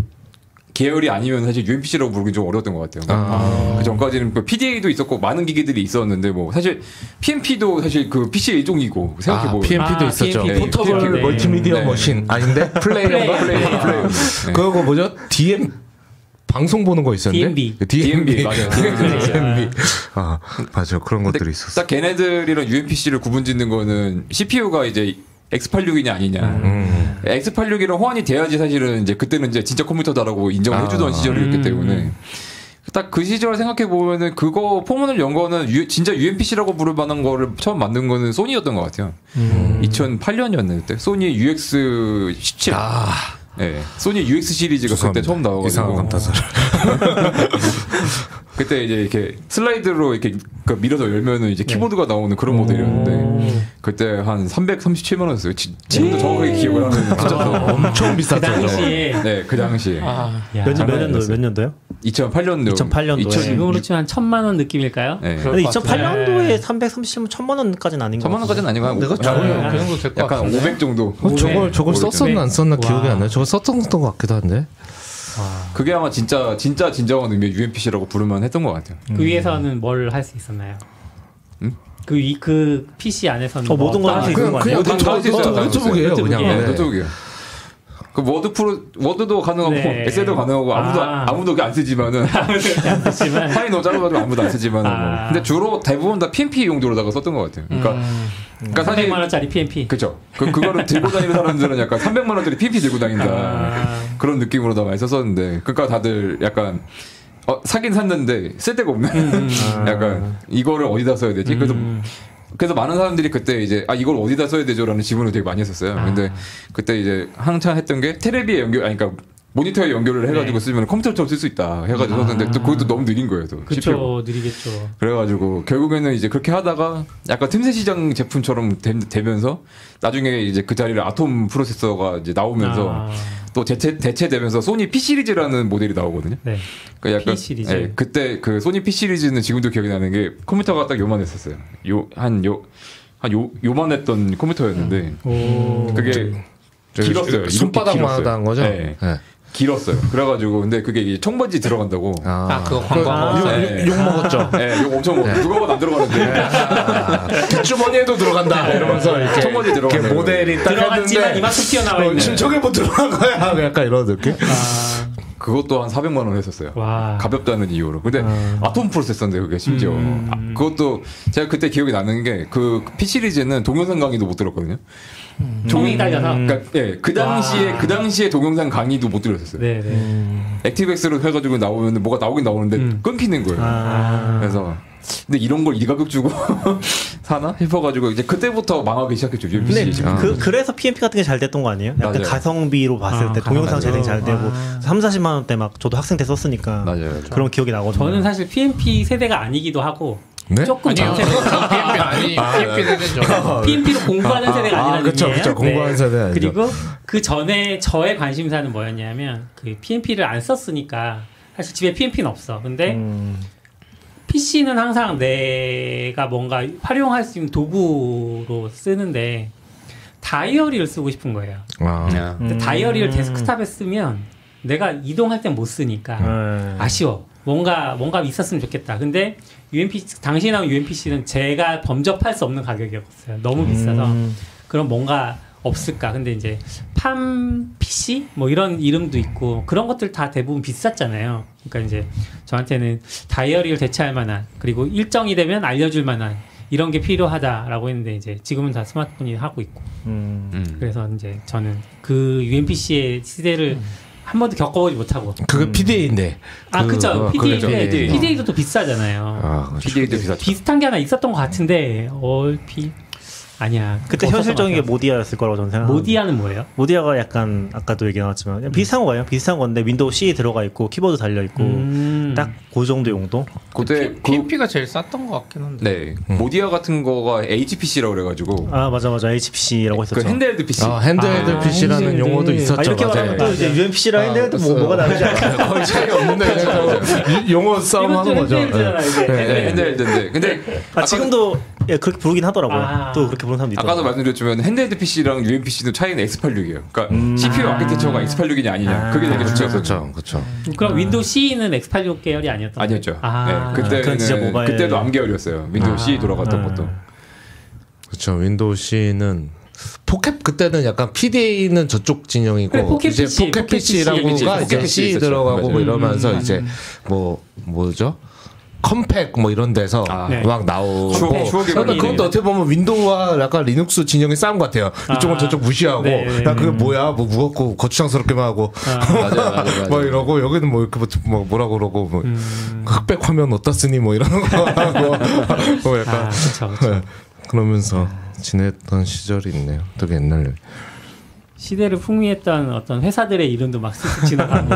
Speaker 7: 계열이 아니면 사실 UMPC라고 부르긴 좀 어려웠던 것 같아요. 그 전까지는 그 PDA도 있었고 많은 기기들이 있었는데 뭐 사실 PMP도 사실 그 PC 의 일종이고 생각해
Speaker 5: 아
Speaker 7: 보면
Speaker 5: PMP도
Speaker 3: 아,
Speaker 5: 있었죠.
Speaker 3: PMP.
Speaker 7: 포터- 포터블
Speaker 3: 네.
Speaker 5: 멀티미디어
Speaker 7: 네.
Speaker 5: 머신 아닌데 플레이어인가?
Speaker 3: 플레이어.
Speaker 5: 플레이어.
Speaker 7: 플레이어. 네.
Speaker 5: 그거 뭐죠? DM 방송 보는 거 있었는데
Speaker 3: DMB.
Speaker 7: DMB 맞아요.
Speaker 3: 그렇죠.
Speaker 7: DMB.
Speaker 5: DMB. 아 맞아 그런 것들이 있었어.
Speaker 7: 딱 걔네들이랑 UMPC를 구분짓는 거는 CPU가 이제 X86이냐 아니냐.
Speaker 5: 음.
Speaker 3: 그
Speaker 7: X86이랑 호환이 돼야지 사실은 이제 그때는 이제 진짜 컴퓨터다라고
Speaker 5: 아.
Speaker 7: 인정을 해주던 시절이었기 때문에 딱 그 시절 생각해 보면은 그거 포문을 연 거는 유- 진짜 UMPC라고 부를 만한 거를 처음 만든 거는 소니였던 것 같아요.
Speaker 5: 음.
Speaker 7: 2008년이었나요 그때 소니 UX 17. 네, 소니 UX 시리즈가
Speaker 5: 아. 죄송합니다.
Speaker 7: 그때 처음 나와가지고
Speaker 5: 이상한 감탄사.
Speaker 7: 그때 이제 이렇게 슬라이드로 이렇게 그 밀어서 열면은
Speaker 5: 네.
Speaker 7: 이제 키보드가 나오는
Speaker 5: 음.
Speaker 7: 그런 모델이었는데 그때 한 337만 원이었어요. 지, 금도 정확하게 기억을 하는 붙여서
Speaker 5: 엄청 비쌌죠.
Speaker 3: 그 당시에
Speaker 7: 네그 당시에
Speaker 6: 아,
Speaker 3: 야, 네,
Speaker 4: 몇년
Speaker 7: 장난
Speaker 4: 몇년도
Speaker 7: 아니었어요.
Speaker 4: 몇 년도요?
Speaker 7: 2008년도
Speaker 4: 2008 년도에.
Speaker 3: 지금으로 치면 한 천만 원 느낌일까요? 네.
Speaker 7: 네.
Speaker 6: 그럴
Speaker 4: 근데
Speaker 6: 것 같은데.
Speaker 4: 2008년도에 네. 337만 천만 원까지는 아닌 것
Speaker 7: 1000만
Speaker 4: 같아요.
Speaker 7: 원까지는 아니고 한 오-
Speaker 4: 네.
Speaker 6: 아, 그 정도 될것
Speaker 7: 약간
Speaker 6: 같은데.
Speaker 7: 500 정도.
Speaker 5: 어, 저걸 저걸
Speaker 7: 모르겠네.
Speaker 5: 썼었나 안 썼나 기억이
Speaker 3: 와.
Speaker 5: 안 나요. 저거 썼던 것 같기도 한데.
Speaker 7: 그게 아마 진짜 진짜 진정한 의미의 UMPC라고 부르면 했던 것 같아요.
Speaker 3: 그 위에서는 뭘 할 수 있었나요?
Speaker 5: 음?
Speaker 3: 그 위, 그 PC 안에서는
Speaker 4: 어, 모든 걸할수
Speaker 3: 아,
Speaker 4: 있는 거 아니에요?
Speaker 7: 그냥
Speaker 5: 네, 노트-
Speaker 7: 다 있어요, 다
Speaker 5: 노트북이에요
Speaker 3: 있어요.
Speaker 5: 그냥.
Speaker 3: 예,
Speaker 7: 네,
Speaker 5: 네.
Speaker 7: 노트북이요. 그 워드 프로 워드도 가능하고
Speaker 3: 네.
Speaker 7: 엑셀도 가능하고 아무도
Speaker 3: 아.
Speaker 7: 아. 무도 안 쓰지만은
Speaker 3: 네, 그렇지만
Speaker 7: 파일 너무 짧아가지고 아무도 안 쓰지만
Speaker 3: 아.
Speaker 7: 뭐. 근데 주로 대부분 다 PMP 용도로다가 썼던 것 같아요. 그러니까 그러니까 사실
Speaker 3: 300만 원짜리 PMP.
Speaker 7: 그죠. 그 그거를 들고 다니는 사람들은 약간 300만 원짜리 PMP 들고 다닌다
Speaker 3: 아.
Speaker 7: 그런 느낌으로 다 많이 썼었는데 그러니까 다들 약간
Speaker 3: 음,
Speaker 7: 어, 사긴 샀는데 쓸 데가 없는 약간 이거를 어디다 써야 되지? 그래서 그래서 많은 사람들이 그때 이제 아 이걸 어디다 써야 되죠라는 질문을 되게 많이 했었어요.
Speaker 3: 아.
Speaker 7: 근데 그때 이제 한창 했던 게 테레비에 연결 아니 그러니까 모니터에 연결을 해가지고
Speaker 3: 네.
Speaker 7: 쓰면 컴퓨터처럼 쓸 수 있다 해가지고 썼는데 또 그것도 너무 느린 거예요. 또 CPU가.
Speaker 3: 아. 그쵸 느리겠죠.
Speaker 7: 그래가지고 결국에는 이제 그렇게 하다가 약간 틈새 시장 제품처럼 되, 면서 나중에 이제 그 자리를 아톰 프로세서가 이제 나오면서
Speaker 3: 아,
Speaker 7: 또 대체 대체되면서 소니 P 시리즈라는 모델이 나오거든요.
Speaker 3: 네.
Speaker 7: 그 약간
Speaker 3: P 시리즈.
Speaker 7: 예, 그때 그 소니 P 시리즈는 지금도 기억이 나는 게 컴퓨터가 딱 요만했었어요. 요 한 요 한 요 요만했던 컴퓨터였는데
Speaker 4: 음,
Speaker 3: 오.
Speaker 5: 음.
Speaker 7: 그게 길었어요. 이렇게
Speaker 5: 손바닥만 한 거죠?
Speaker 7: 네.
Speaker 5: 네.
Speaker 7: 길었어요. 그래가지고 근데 그게 이제 청바지 들어간다고.
Speaker 6: 아, 그거 광고
Speaker 3: 아,
Speaker 6: 한번
Speaker 7: 네.
Speaker 5: 욕, 욕 먹었죠.
Speaker 7: 예, 이거 엄청 먹- 누가 봐도 안 들어가는데.
Speaker 5: 네.
Speaker 7: 아. 네,
Speaker 5: 뒷주머니에도 들어간다. 이러면서 이렇게,
Speaker 7: 청바지 들어가네.
Speaker 5: 이렇게 모델이 딱
Speaker 3: 들어갔지만
Speaker 5: 했는데
Speaker 3: 이만큼 튀어나와
Speaker 5: 어,
Speaker 3: 있네.
Speaker 5: 지금 저게 뭐 들어간 거야. 약간 이런 느낌.
Speaker 3: 아,
Speaker 7: 그것도 한 400만 원 했었어요.
Speaker 3: 와.
Speaker 7: 가볍다는 이유로. 근데 아... 톰 프로세서인데 그게 심지어 아, 그것도 제가 그때 기억이 나는 게 그 P 시리즈는 동영상 강의도 못 들었거든요.
Speaker 3: 종이 달려서.
Speaker 4: 음.
Speaker 7: 그러니까 예, 그 당시에
Speaker 3: 와.
Speaker 7: 그 당시에 동영상 강의도 못
Speaker 4: 음.
Speaker 7: 들었었어요.
Speaker 3: 네네.
Speaker 7: 액티브엑스로 해가지고 나오면 뭐가 나오긴 나오는데 끊기는 거예요.
Speaker 3: 아.
Speaker 7: 그래서 근데 이런 걸 이 가격 주고 사나 싶어가지고 이제 그때부터 망하기 시작했죠. UMC
Speaker 4: 근데
Speaker 7: 지금.
Speaker 4: 그, 그래서 PMP 같은 게 잘 됐던 거 아니에요? 약간
Speaker 7: 맞아요.
Speaker 4: 가성비로 봤을
Speaker 3: 아,
Speaker 4: 때 동영상 재생 잘 되고
Speaker 3: 아.
Speaker 4: 3, 40만 원대 막 저도 학생 때 썼으니까
Speaker 7: 맞아요, 맞아요.
Speaker 4: 그런 기억이 나거든요.
Speaker 3: 저는 사실 PMP 세대가 아니기도 하고
Speaker 5: 네?
Speaker 3: 조금
Speaker 6: 아니요
Speaker 3: 전세
Speaker 6: PMP 아니 PMP 세대죠
Speaker 3: PMP로 공부하는 세대가
Speaker 5: 아,
Speaker 3: 아니라는
Speaker 5: 그쵸,
Speaker 3: 얘기예요. 네.
Speaker 5: 그쵸. 공부하는 세대 아니죠.
Speaker 3: 그리고 그 전에 저의 관심사는 뭐였냐면 그 PMP를 안 썼으니까 사실 집에 PMP는 없어. 근데
Speaker 4: 음,
Speaker 3: PC는 항상 내가 뭔가 활용할 수 있는 도구로 쓰는데 다이어리를 쓰고 싶은 거예요.
Speaker 5: 아.
Speaker 3: 근데 다이어리를 데스크탑에 쓰면 내가 이동할 땐 못 쓰니까
Speaker 4: 네.
Speaker 3: 아쉬워. 뭔가 뭔가 있었으면 좋겠다. 근데 UMP 당시에 나온 UMPC는 제가 범접할 수 없는 가격이었어요. 너무 비싸서
Speaker 4: 음.
Speaker 3: 그럼 뭔가 없을까? 근데 이제 팜 PC 뭐 이런 이름도 있고 그런 것들 다 대부분 비쌌잖아요. 그러니까 이제 저한테는 다이어리를 대체할 만한 그리고 일정이 되면 알려줄 만한 이런 게 필요하다라고 했는데 이제 지금은 다 스마트폰이 하고 있고
Speaker 4: 음.
Speaker 7: 음.
Speaker 3: 그래서 이제 저는 그 UMPC의 시대를
Speaker 4: 음.
Speaker 3: 한 번도 겪어보지 못하고
Speaker 5: 그게 PDA인데.
Speaker 3: 아 그죠 PDA인데
Speaker 7: PDA.
Speaker 3: PDA도 또 비싸잖아요.
Speaker 5: 아, 그렇죠.
Speaker 7: PDA도 비쌌죠.
Speaker 3: 비슷한 게 하나 있었던 것 같은데 얼핏 아니야.
Speaker 4: 그때
Speaker 3: 없었던
Speaker 4: 현실적인
Speaker 3: 것
Speaker 4: 게
Speaker 3: 같아요.
Speaker 4: 모디아였을 거라고 저는 생각합니다.
Speaker 3: 모디아는 뭐예요?
Speaker 4: 모디아가 약간 아까도 얘기 나왔지만 그냥 비슷한 거예요. 비슷한 건데 윈도우 C 들어가 있고 키보드 달려 있고
Speaker 3: 음.
Speaker 4: 딱 그 정도 용도.
Speaker 7: 그때 그
Speaker 6: PMP가 제일 쌌던 것 같긴 한데
Speaker 7: 네. 모디아 같은 거가 HPC라고 그래가지고
Speaker 4: 아 맞아 맞아 HPC라고
Speaker 7: 그
Speaker 4: 했었죠.
Speaker 7: 핸드헬드 PC.
Speaker 5: 아, 핸드헤드
Speaker 3: 아,
Speaker 5: PC라는
Speaker 3: 핸드헤드.
Speaker 5: 용어도
Speaker 4: 아,
Speaker 5: 있었죠.
Speaker 4: 이렇게 말하면 또 이제 UMPC랑 핸드헤드 뭐, 뭐가 다르지 않아요?
Speaker 5: 거의 차이 없는데 그냥 용어 싸움 하는 거죠.
Speaker 3: 핸드헬드잖아요, 이게.
Speaker 5: 네.
Speaker 7: 네, 핸드헬드인데 근데
Speaker 4: 아, 지금도 예, 그렇게 부르긴 하더라고요.
Speaker 3: 아.
Speaker 4: 또 그렇게 부르는 사람도 있더라고요.
Speaker 7: 아까도 말씀드렸지만 핸드헬드 PC랑 UMPC는 차이는 X86이에요. 그러니까 CPU 아키텍처가 X86이냐 아니냐 그게 되게 중요했었죠.
Speaker 5: 그렇죠, 그렇죠.
Speaker 3: 그럼 윈도우 CE는 X86 계열이 아니었던
Speaker 7: 아니었죠.
Speaker 3: 아.
Speaker 7: 네,
Speaker 4: 그건 진짜
Speaker 7: 그때는
Speaker 4: 모바일.
Speaker 7: 그때도 암계열이었어요. 윈도우 C 돌아갔던 네. 것도.
Speaker 5: 그렇죠. 윈도우 C는 포켓 그때는 약간 PDA는 저쪽 진영이고
Speaker 3: 그래, 포켓
Speaker 5: 이제
Speaker 3: PC,
Speaker 5: 포켓
Speaker 3: 포켓 PC,
Speaker 5: PC라고가
Speaker 7: 포켓
Speaker 5: 이제
Speaker 7: PC
Speaker 5: C
Speaker 7: 있었죠.
Speaker 5: 들어가고 뭐
Speaker 7: 맞아요.
Speaker 5: 이러면서 이제 뭐 뭐죠? 컴팩 뭐 이런 데서
Speaker 7: 아.
Speaker 3: 네.
Speaker 5: 막 나오고
Speaker 7: 추억,
Speaker 5: 그러니까
Speaker 7: 추억의 번이네요.
Speaker 5: 그것도 어떻게 보면 윈도우와 약간 리눅스 진영이 싸운 것 같아요. 이쪽은
Speaker 3: 아.
Speaker 5: 저쪽 무시하고
Speaker 3: 네, 네.
Speaker 5: 야 그게 뭐야 뭐 무겁고 거추장스럽게만 하고
Speaker 7: 맞아요, 맞아요, 맞아요. 음.
Speaker 5: 뭐 이러고 여기는 뭐 이렇게 뭐 뭐라 그러고 뭐 흑백 화면 어디다 쓰니 뭐 이런 거 하고 뭐 약간
Speaker 3: 아, 그쵸, 그쵸.
Speaker 5: 네. 그러면서 지냈던 시절이 있네요. 되게 옛날에.
Speaker 3: 시대를 풍미했던 어떤 회사들의 이름도 막 쓱쓱 지나가고.
Speaker 5: 네.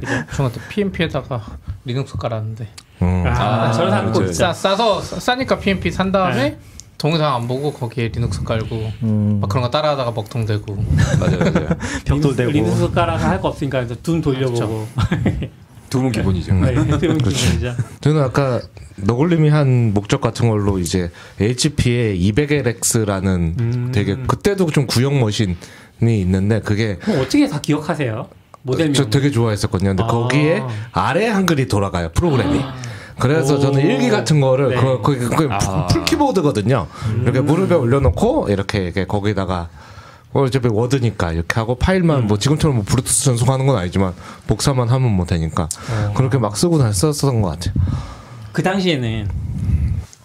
Speaker 3: 그죠?
Speaker 6: 저는 그때 PMP에다가 리눅스 깔았는데
Speaker 5: 음.
Speaker 3: 아,
Speaker 7: 아,
Speaker 3: 저런 사람 꼭
Speaker 7: 그렇죠.
Speaker 3: 있죠.
Speaker 6: 싸, 싸서 싸- 싸니까 PMP 산 다음에 동영상 안 보고 거기에 리눅스 깔고 막 그런 거 따라하다가 먹통되고
Speaker 7: 맞아요, 맞아요.
Speaker 4: 벽돌 대고.
Speaker 3: 리누스 깔아서 할 거 없으니까 둔 돌려보고.
Speaker 5: 그렇죠.
Speaker 7: 두분 기본이죠.
Speaker 3: 네, 그런 기분이죠.
Speaker 5: 저는 아까 너굴님이 한 목적 같은 걸로 이제 HP의 200LX라는
Speaker 7: 음.
Speaker 5: 되게 그때도 좀 구형 머신이 있는데 그게
Speaker 3: 그럼 어떻게 다 기억하세요? 모델명.
Speaker 5: 저 되게 좋아했었거든요. 근데
Speaker 3: 아.
Speaker 5: 거기에 아래 한글이 돌아가요 프로그램이. 그래서
Speaker 3: 오.
Speaker 5: 저는 일기 같은 거를
Speaker 3: 네.
Speaker 5: 그거 그게 그게 풀- 풀 키보드거든요. 이렇게 무릎에 올려놓고 이렇게, 이렇게 거기다가 뭐 어차피 워드니까 이렇게 하고 파일만 뭐 지금처럼 뭐 브루투스 전송하는 건 아니지만 복사만 하면 뭐 되니까 그렇게 막 쓰고 다녔었던 것 같아요.
Speaker 3: 그 당시에는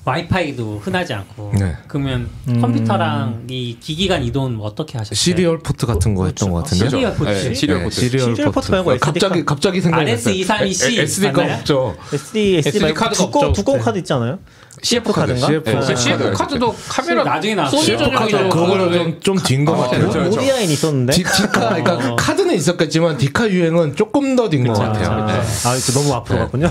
Speaker 3: 와이파이도 흔하지 않고
Speaker 5: 네.
Speaker 3: 그러면
Speaker 4: 음.
Speaker 3: 컴퓨터랑 이 기기간 이동은 뭐 어떻게 하셨어요?
Speaker 5: 시리얼 포트 같은 거 했던 것 같은데.
Speaker 3: 시리얼 포트?
Speaker 7: 네, 시리얼
Speaker 5: 네,
Speaker 7: 포트.
Speaker 5: 시리얼,
Speaker 4: 시리얼 포트 말고 SD
Speaker 5: 갑자기
Speaker 4: 카드.
Speaker 5: 갑자기 생각났어요.
Speaker 3: RS232C
Speaker 5: SD가
Speaker 3: 맞나요?
Speaker 5: 없죠.
Speaker 4: SD, SD
Speaker 6: SD
Speaker 4: 말고
Speaker 6: 카드가
Speaker 4: 두꺼운
Speaker 6: 없죠,
Speaker 4: 두꺼운
Speaker 6: 그때.
Speaker 4: 카드 있잖아요.
Speaker 7: CF
Speaker 4: 카드인가? 어.
Speaker 5: CF
Speaker 7: 네,
Speaker 6: CF
Speaker 7: 카드.
Speaker 6: 카드도 카메라
Speaker 3: 나중에 나왔어요.
Speaker 6: 소니
Speaker 3: CF
Speaker 6: 전용이
Speaker 5: 그거는 좀좀딘것 같아요.
Speaker 7: 그렇죠, 그렇죠.
Speaker 4: 모디아인
Speaker 3: 네?
Speaker 4: 있었는데. 어,
Speaker 5: 디, 카
Speaker 3: 어.
Speaker 5: 그러니까 카드는 있었겠지만 디카 유행은 조금 더 딘 것 같아요.
Speaker 4: 아, 아, 이제 너무 앞으로
Speaker 7: 네.
Speaker 4: 갔군요.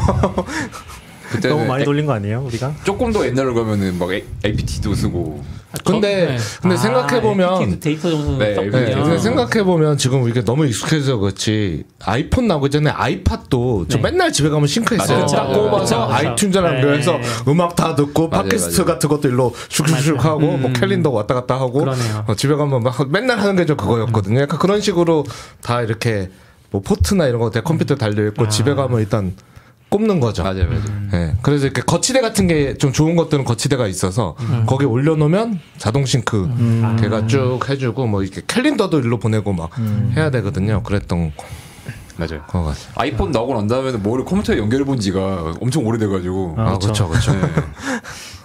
Speaker 7: 그때는
Speaker 4: 너무 많이
Speaker 7: 에-
Speaker 4: 돌린 거 아니에요, 우리가?
Speaker 7: 조금 더 옛날로 가면은 막 LPT도 쓰고
Speaker 5: 네. 근데
Speaker 6: 저-
Speaker 5: 근데
Speaker 3: 아,
Speaker 5: 생각해 보면
Speaker 3: LTT 데이터 정수는
Speaker 7: 네,
Speaker 5: 네,
Speaker 7: 그래요.
Speaker 5: 근데
Speaker 3: 없군요.
Speaker 5: 생각해 보면 지금 이게 너무 익숙해서 그렇지 아이폰 나오기 전에 아이팟도 저
Speaker 3: 네.
Speaker 5: 맨날 집에 가면 싱크했어요.
Speaker 7: 맞아요.
Speaker 5: 딱
Speaker 7: 맞아요.
Speaker 5: 꼽아서
Speaker 3: 맞아요.
Speaker 5: 아이튠즈 하면서
Speaker 3: 네.
Speaker 5: 음악 다 듣고
Speaker 7: 맞아요,
Speaker 5: 팟캐스트
Speaker 7: 맞아요.
Speaker 5: 같은 것도 일로 슉슉슉
Speaker 3: 맞아요.
Speaker 5: 하고 뭐
Speaker 3: 음.
Speaker 5: 캘린더 왔다 갔다 하고
Speaker 3: 그러네요.
Speaker 5: 어, 집에 가면 막 맨날 하는 게 저 그거였거든요. 약간 그런 식으로 다 이렇게 뭐 포트나 이런 거대 컴퓨터 달려 있고
Speaker 3: 아.
Speaker 5: 집에 가면 일단 꼽는 거죠.
Speaker 7: 맞아요, 맞아요.
Speaker 5: 예, 그래서 이렇게 거치대 같은 게 좀 좋은 것들은 거치대가 있어서 거기 올려놓으면 자동 싱크 걔가 쭉 해주고 뭐 이렇게 캘린더도 일로 보내고 막 해야 되거든요. 그랬던
Speaker 7: 맞아요.
Speaker 5: 거 같아요.
Speaker 7: 아이폰 나오고 난 다음에 뭐를 컴퓨터에 연결해 본 지가 엄청 오래돼가지고
Speaker 5: 아, 그렇죠, 그렇죠.
Speaker 7: 네.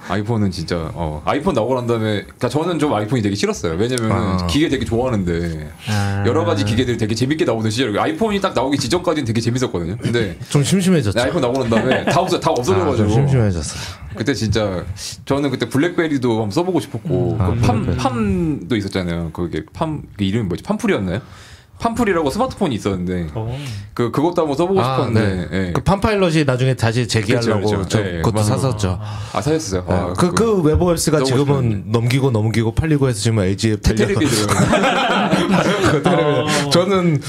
Speaker 7: 아이폰은 진짜 어 아이폰 나오고 난 다음에 그러니까 저는 좀 아이폰이 되게 싫었어요. 왜냐면
Speaker 5: 아.
Speaker 7: 기계 되게 좋아하는데
Speaker 4: 아.
Speaker 7: 여러 가지 기계들이 되게 재밌게 나오던 시절 아이폰이 딱 나오기 지전까지는 되게 재밌었거든요. 근데
Speaker 5: 좀
Speaker 7: 네,
Speaker 5: 심심해졌죠.
Speaker 7: 아이폰 나오고 난 다음에 다 없어 다
Speaker 5: 아, 좀
Speaker 7: 없어져가지고
Speaker 5: 심심해졌어요.
Speaker 7: 그때 진짜 저는 그때 블랙베리도 한번 써보고 싶었고
Speaker 5: 아,
Speaker 7: 그 팜,
Speaker 5: 블랙베리.
Speaker 7: 팜도 있었잖아요. 그게 팜 그 이름이 뭐지? 팜풀이었나요? 팜풀이라고 스마트폰이 있었는데
Speaker 3: 어.
Speaker 7: 그 그것도 한번 써보고
Speaker 5: 아,
Speaker 7: 싶었는데 예.
Speaker 5: 그 판파일럿이 나중에 다시 재기하려고
Speaker 7: 그렇죠, 그렇죠.
Speaker 5: 저
Speaker 7: 예,
Speaker 5: 그것도
Speaker 7: 맞아요.
Speaker 5: 샀었죠.
Speaker 7: 아 사셨어요? 아,
Speaker 5: 그, 그 웨버 헬스가
Speaker 7: 너무
Speaker 5: 지금은
Speaker 7: 심한데.
Speaker 5: 넘기고 넘기고 팔리고 해서 지금 LG에 팔려서
Speaker 7: 테레비 어. 들어요.
Speaker 5: 그대로 저는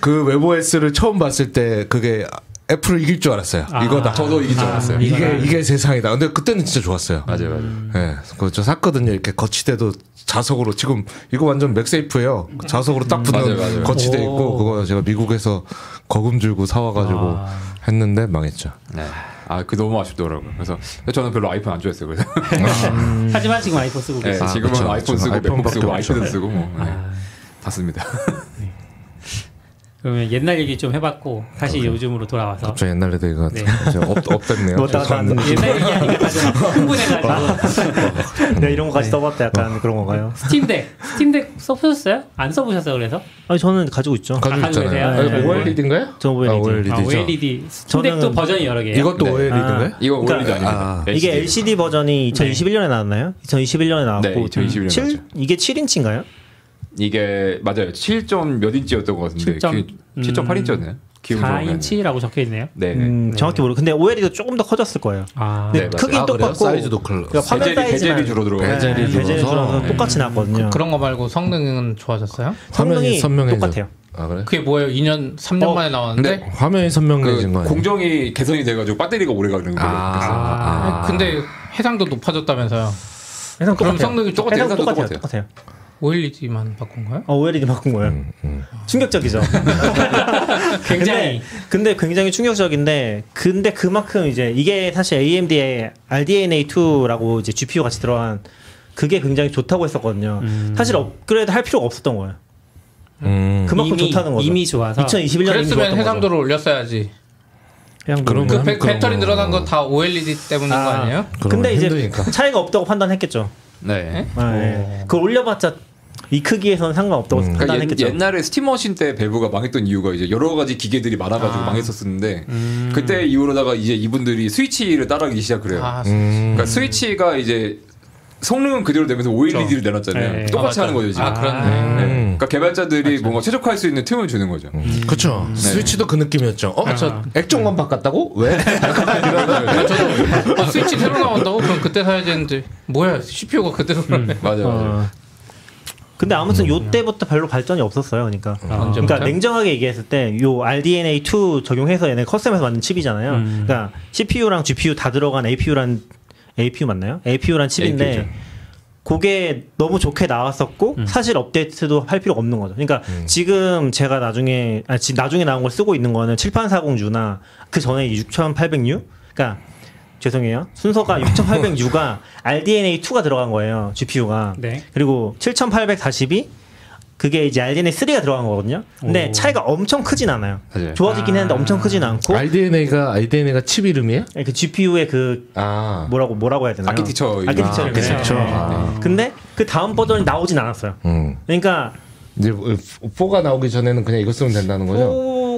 Speaker 5: 그 웨버 헬스를 처음 봤을 때 그게 애플을 이길 줄 알았어요.
Speaker 3: 아.
Speaker 5: 이거다.
Speaker 7: 저도 이긴 줄 알았어요.
Speaker 5: 이게 이게 세상이다. 근데 그때는 진짜 좋았어요.
Speaker 7: 맞아요,
Speaker 4: 음.
Speaker 7: 맞아요.
Speaker 5: 예, 그저 샀거든요. 이렇게 거치대도 자석으로 지금 이거 완전 맥세이프예요. 자석으로 딱 붙는
Speaker 7: 맞아요, 맞아요.
Speaker 5: 거치대
Speaker 3: 오.
Speaker 5: 있고 그거 제가 미국에서 거금 줄고 사와가지고
Speaker 3: 아.
Speaker 5: 했는데 망했죠.
Speaker 7: 네. 아그 너무 아쉽더라고요. 그래서 저는 별로 아이폰 안 좋아했어요. 그래서
Speaker 3: 하지만 지금 아이폰 쓰고
Speaker 7: 예,
Speaker 3: 계세요.
Speaker 5: 아,
Speaker 7: 지금은
Speaker 5: 그쵸,
Speaker 7: 아이폰
Speaker 5: 그쵸.
Speaker 7: 쓰고 맥북
Speaker 5: 아이폰밖에
Speaker 7: 쓰고
Speaker 5: 없죠. 네.
Speaker 7: 아이패드 쓰고 뭐, 예.
Speaker 3: 아.
Speaker 7: 다 씁니다.
Speaker 3: 그러면 옛날 얘기 좀 해봤고 다시 요즘으로 돌아와서
Speaker 5: 갑자기 옛날에 되게
Speaker 3: 네.
Speaker 5: 이제 업- 업됐네요.
Speaker 4: 뭐 따라서
Speaker 5: 죄송합니다.
Speaker 4: 하는
Speaker 7: 아,
Speaker 3: 옛날 얘기 하니까 다들 흥분해가지고
Speaker 4: 내가 이런 거 같이 써봤다 약간 그런 건가요?
Speaker 3: 스팀덱 스팀덱 써보셨어요? 안 써보셨어요 그래서?
Speaker 4: 아니 저는 가지고 있죠.
Speaker 5: 가지고
Speaker 3: 가지고
Speaker 5: 있잖아요.
Speaker 3: 계세요? 네.
Speaker 5: OLED인가요?
Speaker 4: 저 OLED.
Speaker 3: 아,
Speaker 5: OLED죠.
Speaker 3: OLED 스팀덱도
Speaker 4: 저는-
Speaker 3: 버전이 여러 개예요.
Speaker 4: 네.
Speaker 5: 이것도 OLED인가요?
Speaker 7: 네. 이거
Speaker 4: 그러니까-
Speaker 7: 올리지
Speaker 5: 아.
Speaker 7: 아닙니다.
Speaker 4: 이게 LCD 버전이 2021년에 나왔나요? 2021년에 나왔고
Speaker 7: 네, 2021년에
Speaker 4: 뭐, 칠-
Speaker 7: 나왔죠.
Speaker 4: 이게 7인치인가요?
Speaker 7: 이게 맞아요. 7점 몇 인치였던 것 같은데 그
Speaker 3: 7점?
Speaker 7: 7.8인치였나요? 기억이 좀 안 나네요.
Speaker 3: 4인치라고 적혀 있네요.
Speaker 7: 네. 네.
Speaker 4: 음, 정확히 모르. 근데 OLED도 조금 더 커졌을 거예요.
Speaker 3: 아,
Speaker 4: 근데
Speaker 7: 맞아요.
Speaker 4: 크기는
Speaker 5: 아, 그래요?
Speaker 4: 똑같고
Speaker 5: 사이즈도 클러-
Speaker 4: 그러니까 화면
Speaker 7: 베젤이-
Speaker 4: 사이즈만
Speaker 7: 베젤이 줄어 들어가요.
Speaker 4: 네,
Speaker 5: 베젤이
Speaker 4: 베젤이 줄어서,
Speaker 5: 줄어서.
Speaker 4: 똑같이 나왔거든요.
Speaker 6: 그런 거 말고 성능은 좋아졌어요?
Speaker 5: 화면이
Speaker 4: 성능이
Speaker 5: 선명해져.
Speaker 4: 똑같아요.
Speaker 5: 아 그래?
Speaker 6: 그게 뭐예요? 2년 3년 만에 나왔는데
Speaker 5: 화면이 선명해진 거
Speaker 7: 그
Speaker 5: 아니에요?
Speaker 7: 공정이 개선이 돼가지고 배터리가 오래 가는 거예요.
Speaker 5: 아, 아.
Speaker 6: 근데 해상도 높아졌다면서요?
Speaker 4: 해상
Speaker 6: 그럼
Speaker 4: 똑같아요.
Speaker 6: 성능이 똑같아요?
Speaker 4: 해상
Speaker 7: 해상도
Speaker 4: 똑같아요.
Speaker 7: 똑같아요.
Speaker 4: 똑같아요.
Speaker 6: OLED만 바꾼 거예요?
Speaker 4: 어, OLED 바꾼 거예요. 충격적이죠.
Speaker 3: 굉장히
Speaker 4: 근데, 근데 굉장히 충격적인데 근데 그만큼 이제 이게 사실 AMD의 RDNA2라고 이제 GPU 같이 들어간 그게 굉장히 좋다고 했었거든요. 사실 업그레이드 할 필요가 없었던 거예요.
Speaker 5: 음.
Speaker 4: 그만큼
Speaker 3: 이미-
Speaker 4: 좋다는 거죠.
Speaker 3: 이미 좋아서
Speaker 4: 2021년
Speaker 6: 그랬으면 해상도를 올렸어야지.
Speaker 5: 그런
Speaker 6: 그
Speaker 5: 그럼
Speaker 6: 배,
Speaker 5: 그런
Speaker 6: 배터리
Speaker 5: 거.
Speaker 6: 늘어난 거 다 OLED 때문인 거 아니에요?
Speaker 5: 그러면
Speaker 4: 근데 이제
Speaker 5: 힘드니까. 어.
Speaker 4: 차이가 없다고 판단했겠죠.
Speaker 7: 네.
Speaker 4: 아, 예. 그걸 올려봤자 이 크기에서는 상관없다고
Speaker 5: 음.
Speaker 7: 그러니까 옛,
Speaker 4: 판단했겠죠.
Speaker 7: 옛날에 스팀 머신 때 밸브가 망했던 이유가 이제 여러 가지 기계들이 많아가지고 망했었는데 그때 이후로다가 이제 이분들이 스위치를 따라하기 시작을 해요.
Speaker 6: 아,
Speaker 5: 음.
Speaker 7: 그러니까 스위치가 이제 성능은 그대로 되면서 OLED를 내놨잖아요.
Speaker 3: 네.
Speaker 7: 똑같이
Speaker 6: 아, 맞다.
Speaker 7: 하는 거죠 지금.
Speaker 6: 아, 그렇네.
Speaker 5: 음.
Speaker 7: 네. 그러니까 개발자들이 뭔가 최적화할 수 있는 틈을 주는 거죠.
Speaker 5: 그렇죠. 스위치도 그 느낌이었죠. 어, 저 액정만 바꿨다고? 왜?
Speaker 6: 아, 저도 아, 스위치 새로 나온다고? 그럼 그때 사야 되는데 뭐야 CPU가 그대로
Speaker 5: 음,
Speaker 6: 나네.
Speaker 7: 맞아요. 맞아요.
Speaker 4: 어. 근데 아무튼 요 때부터 별로 발전이 없었어요. 그러니까.
Speaker 6: 아, 언제부터?
Speaker 4: 그러니까 냉정하게 얘기했을 때 요 RDNA2 적용해서 얘네 커스텀해서 만든 칩이잖아요.
Speaker 3: 음.
Speaker 4: 그러니까 CPU랑 GPU 다 들어간 APU란 APU 맞나요? APU란 칩인데
Speaker 7: APU 죠.
Speaker 4: 그게 너무 좋게 나왔었고 사실 업데이트도 할 필요가 없는 거죠. 그러니까 지금 제가 나중에 아 지금 나중에 나온 걸 쓰고 있는 거는 7840U나 그 전에 6800U 그러니까 죄송해요. 순서가 6800U가 RDNA2가 들어간 거예요. GPU가.
Speaker 3: 네.
Speaker 4: 그리고 7840이 그게 이제 RDNA 3가 들어간 거거든요. 근데
Speaker 3: 오.
Speaker 4: 차이가 엄청 크진 않아요.
Speaker 5: 맞아요.
Speaker 4: 좋아지긴 했는데 엄청 크진 않고
Speaker 5: RDNA가 RDNA가 칩 이름이에요?
Speaker 4: 그 GPU의 그
Speaker 5: 아.
Speaker 4: 뭐라고 뭐라고 해야 되나요?
Speaker 7: 아키티처 이름.
Speaker 4: 아키티처.
Speaker 5: 아, 그쵸.
Speaker 4: 네.
Speaker 5: 아.
Speaker 4: 근데 그 다음 버전이 나오진 않았어요.
Speaker 5: 음.
Speaker 4: 그러니까
Speaker 5: 이제 4가 나오기 전에는 그냥 이거 쓰면 된다는 거죠?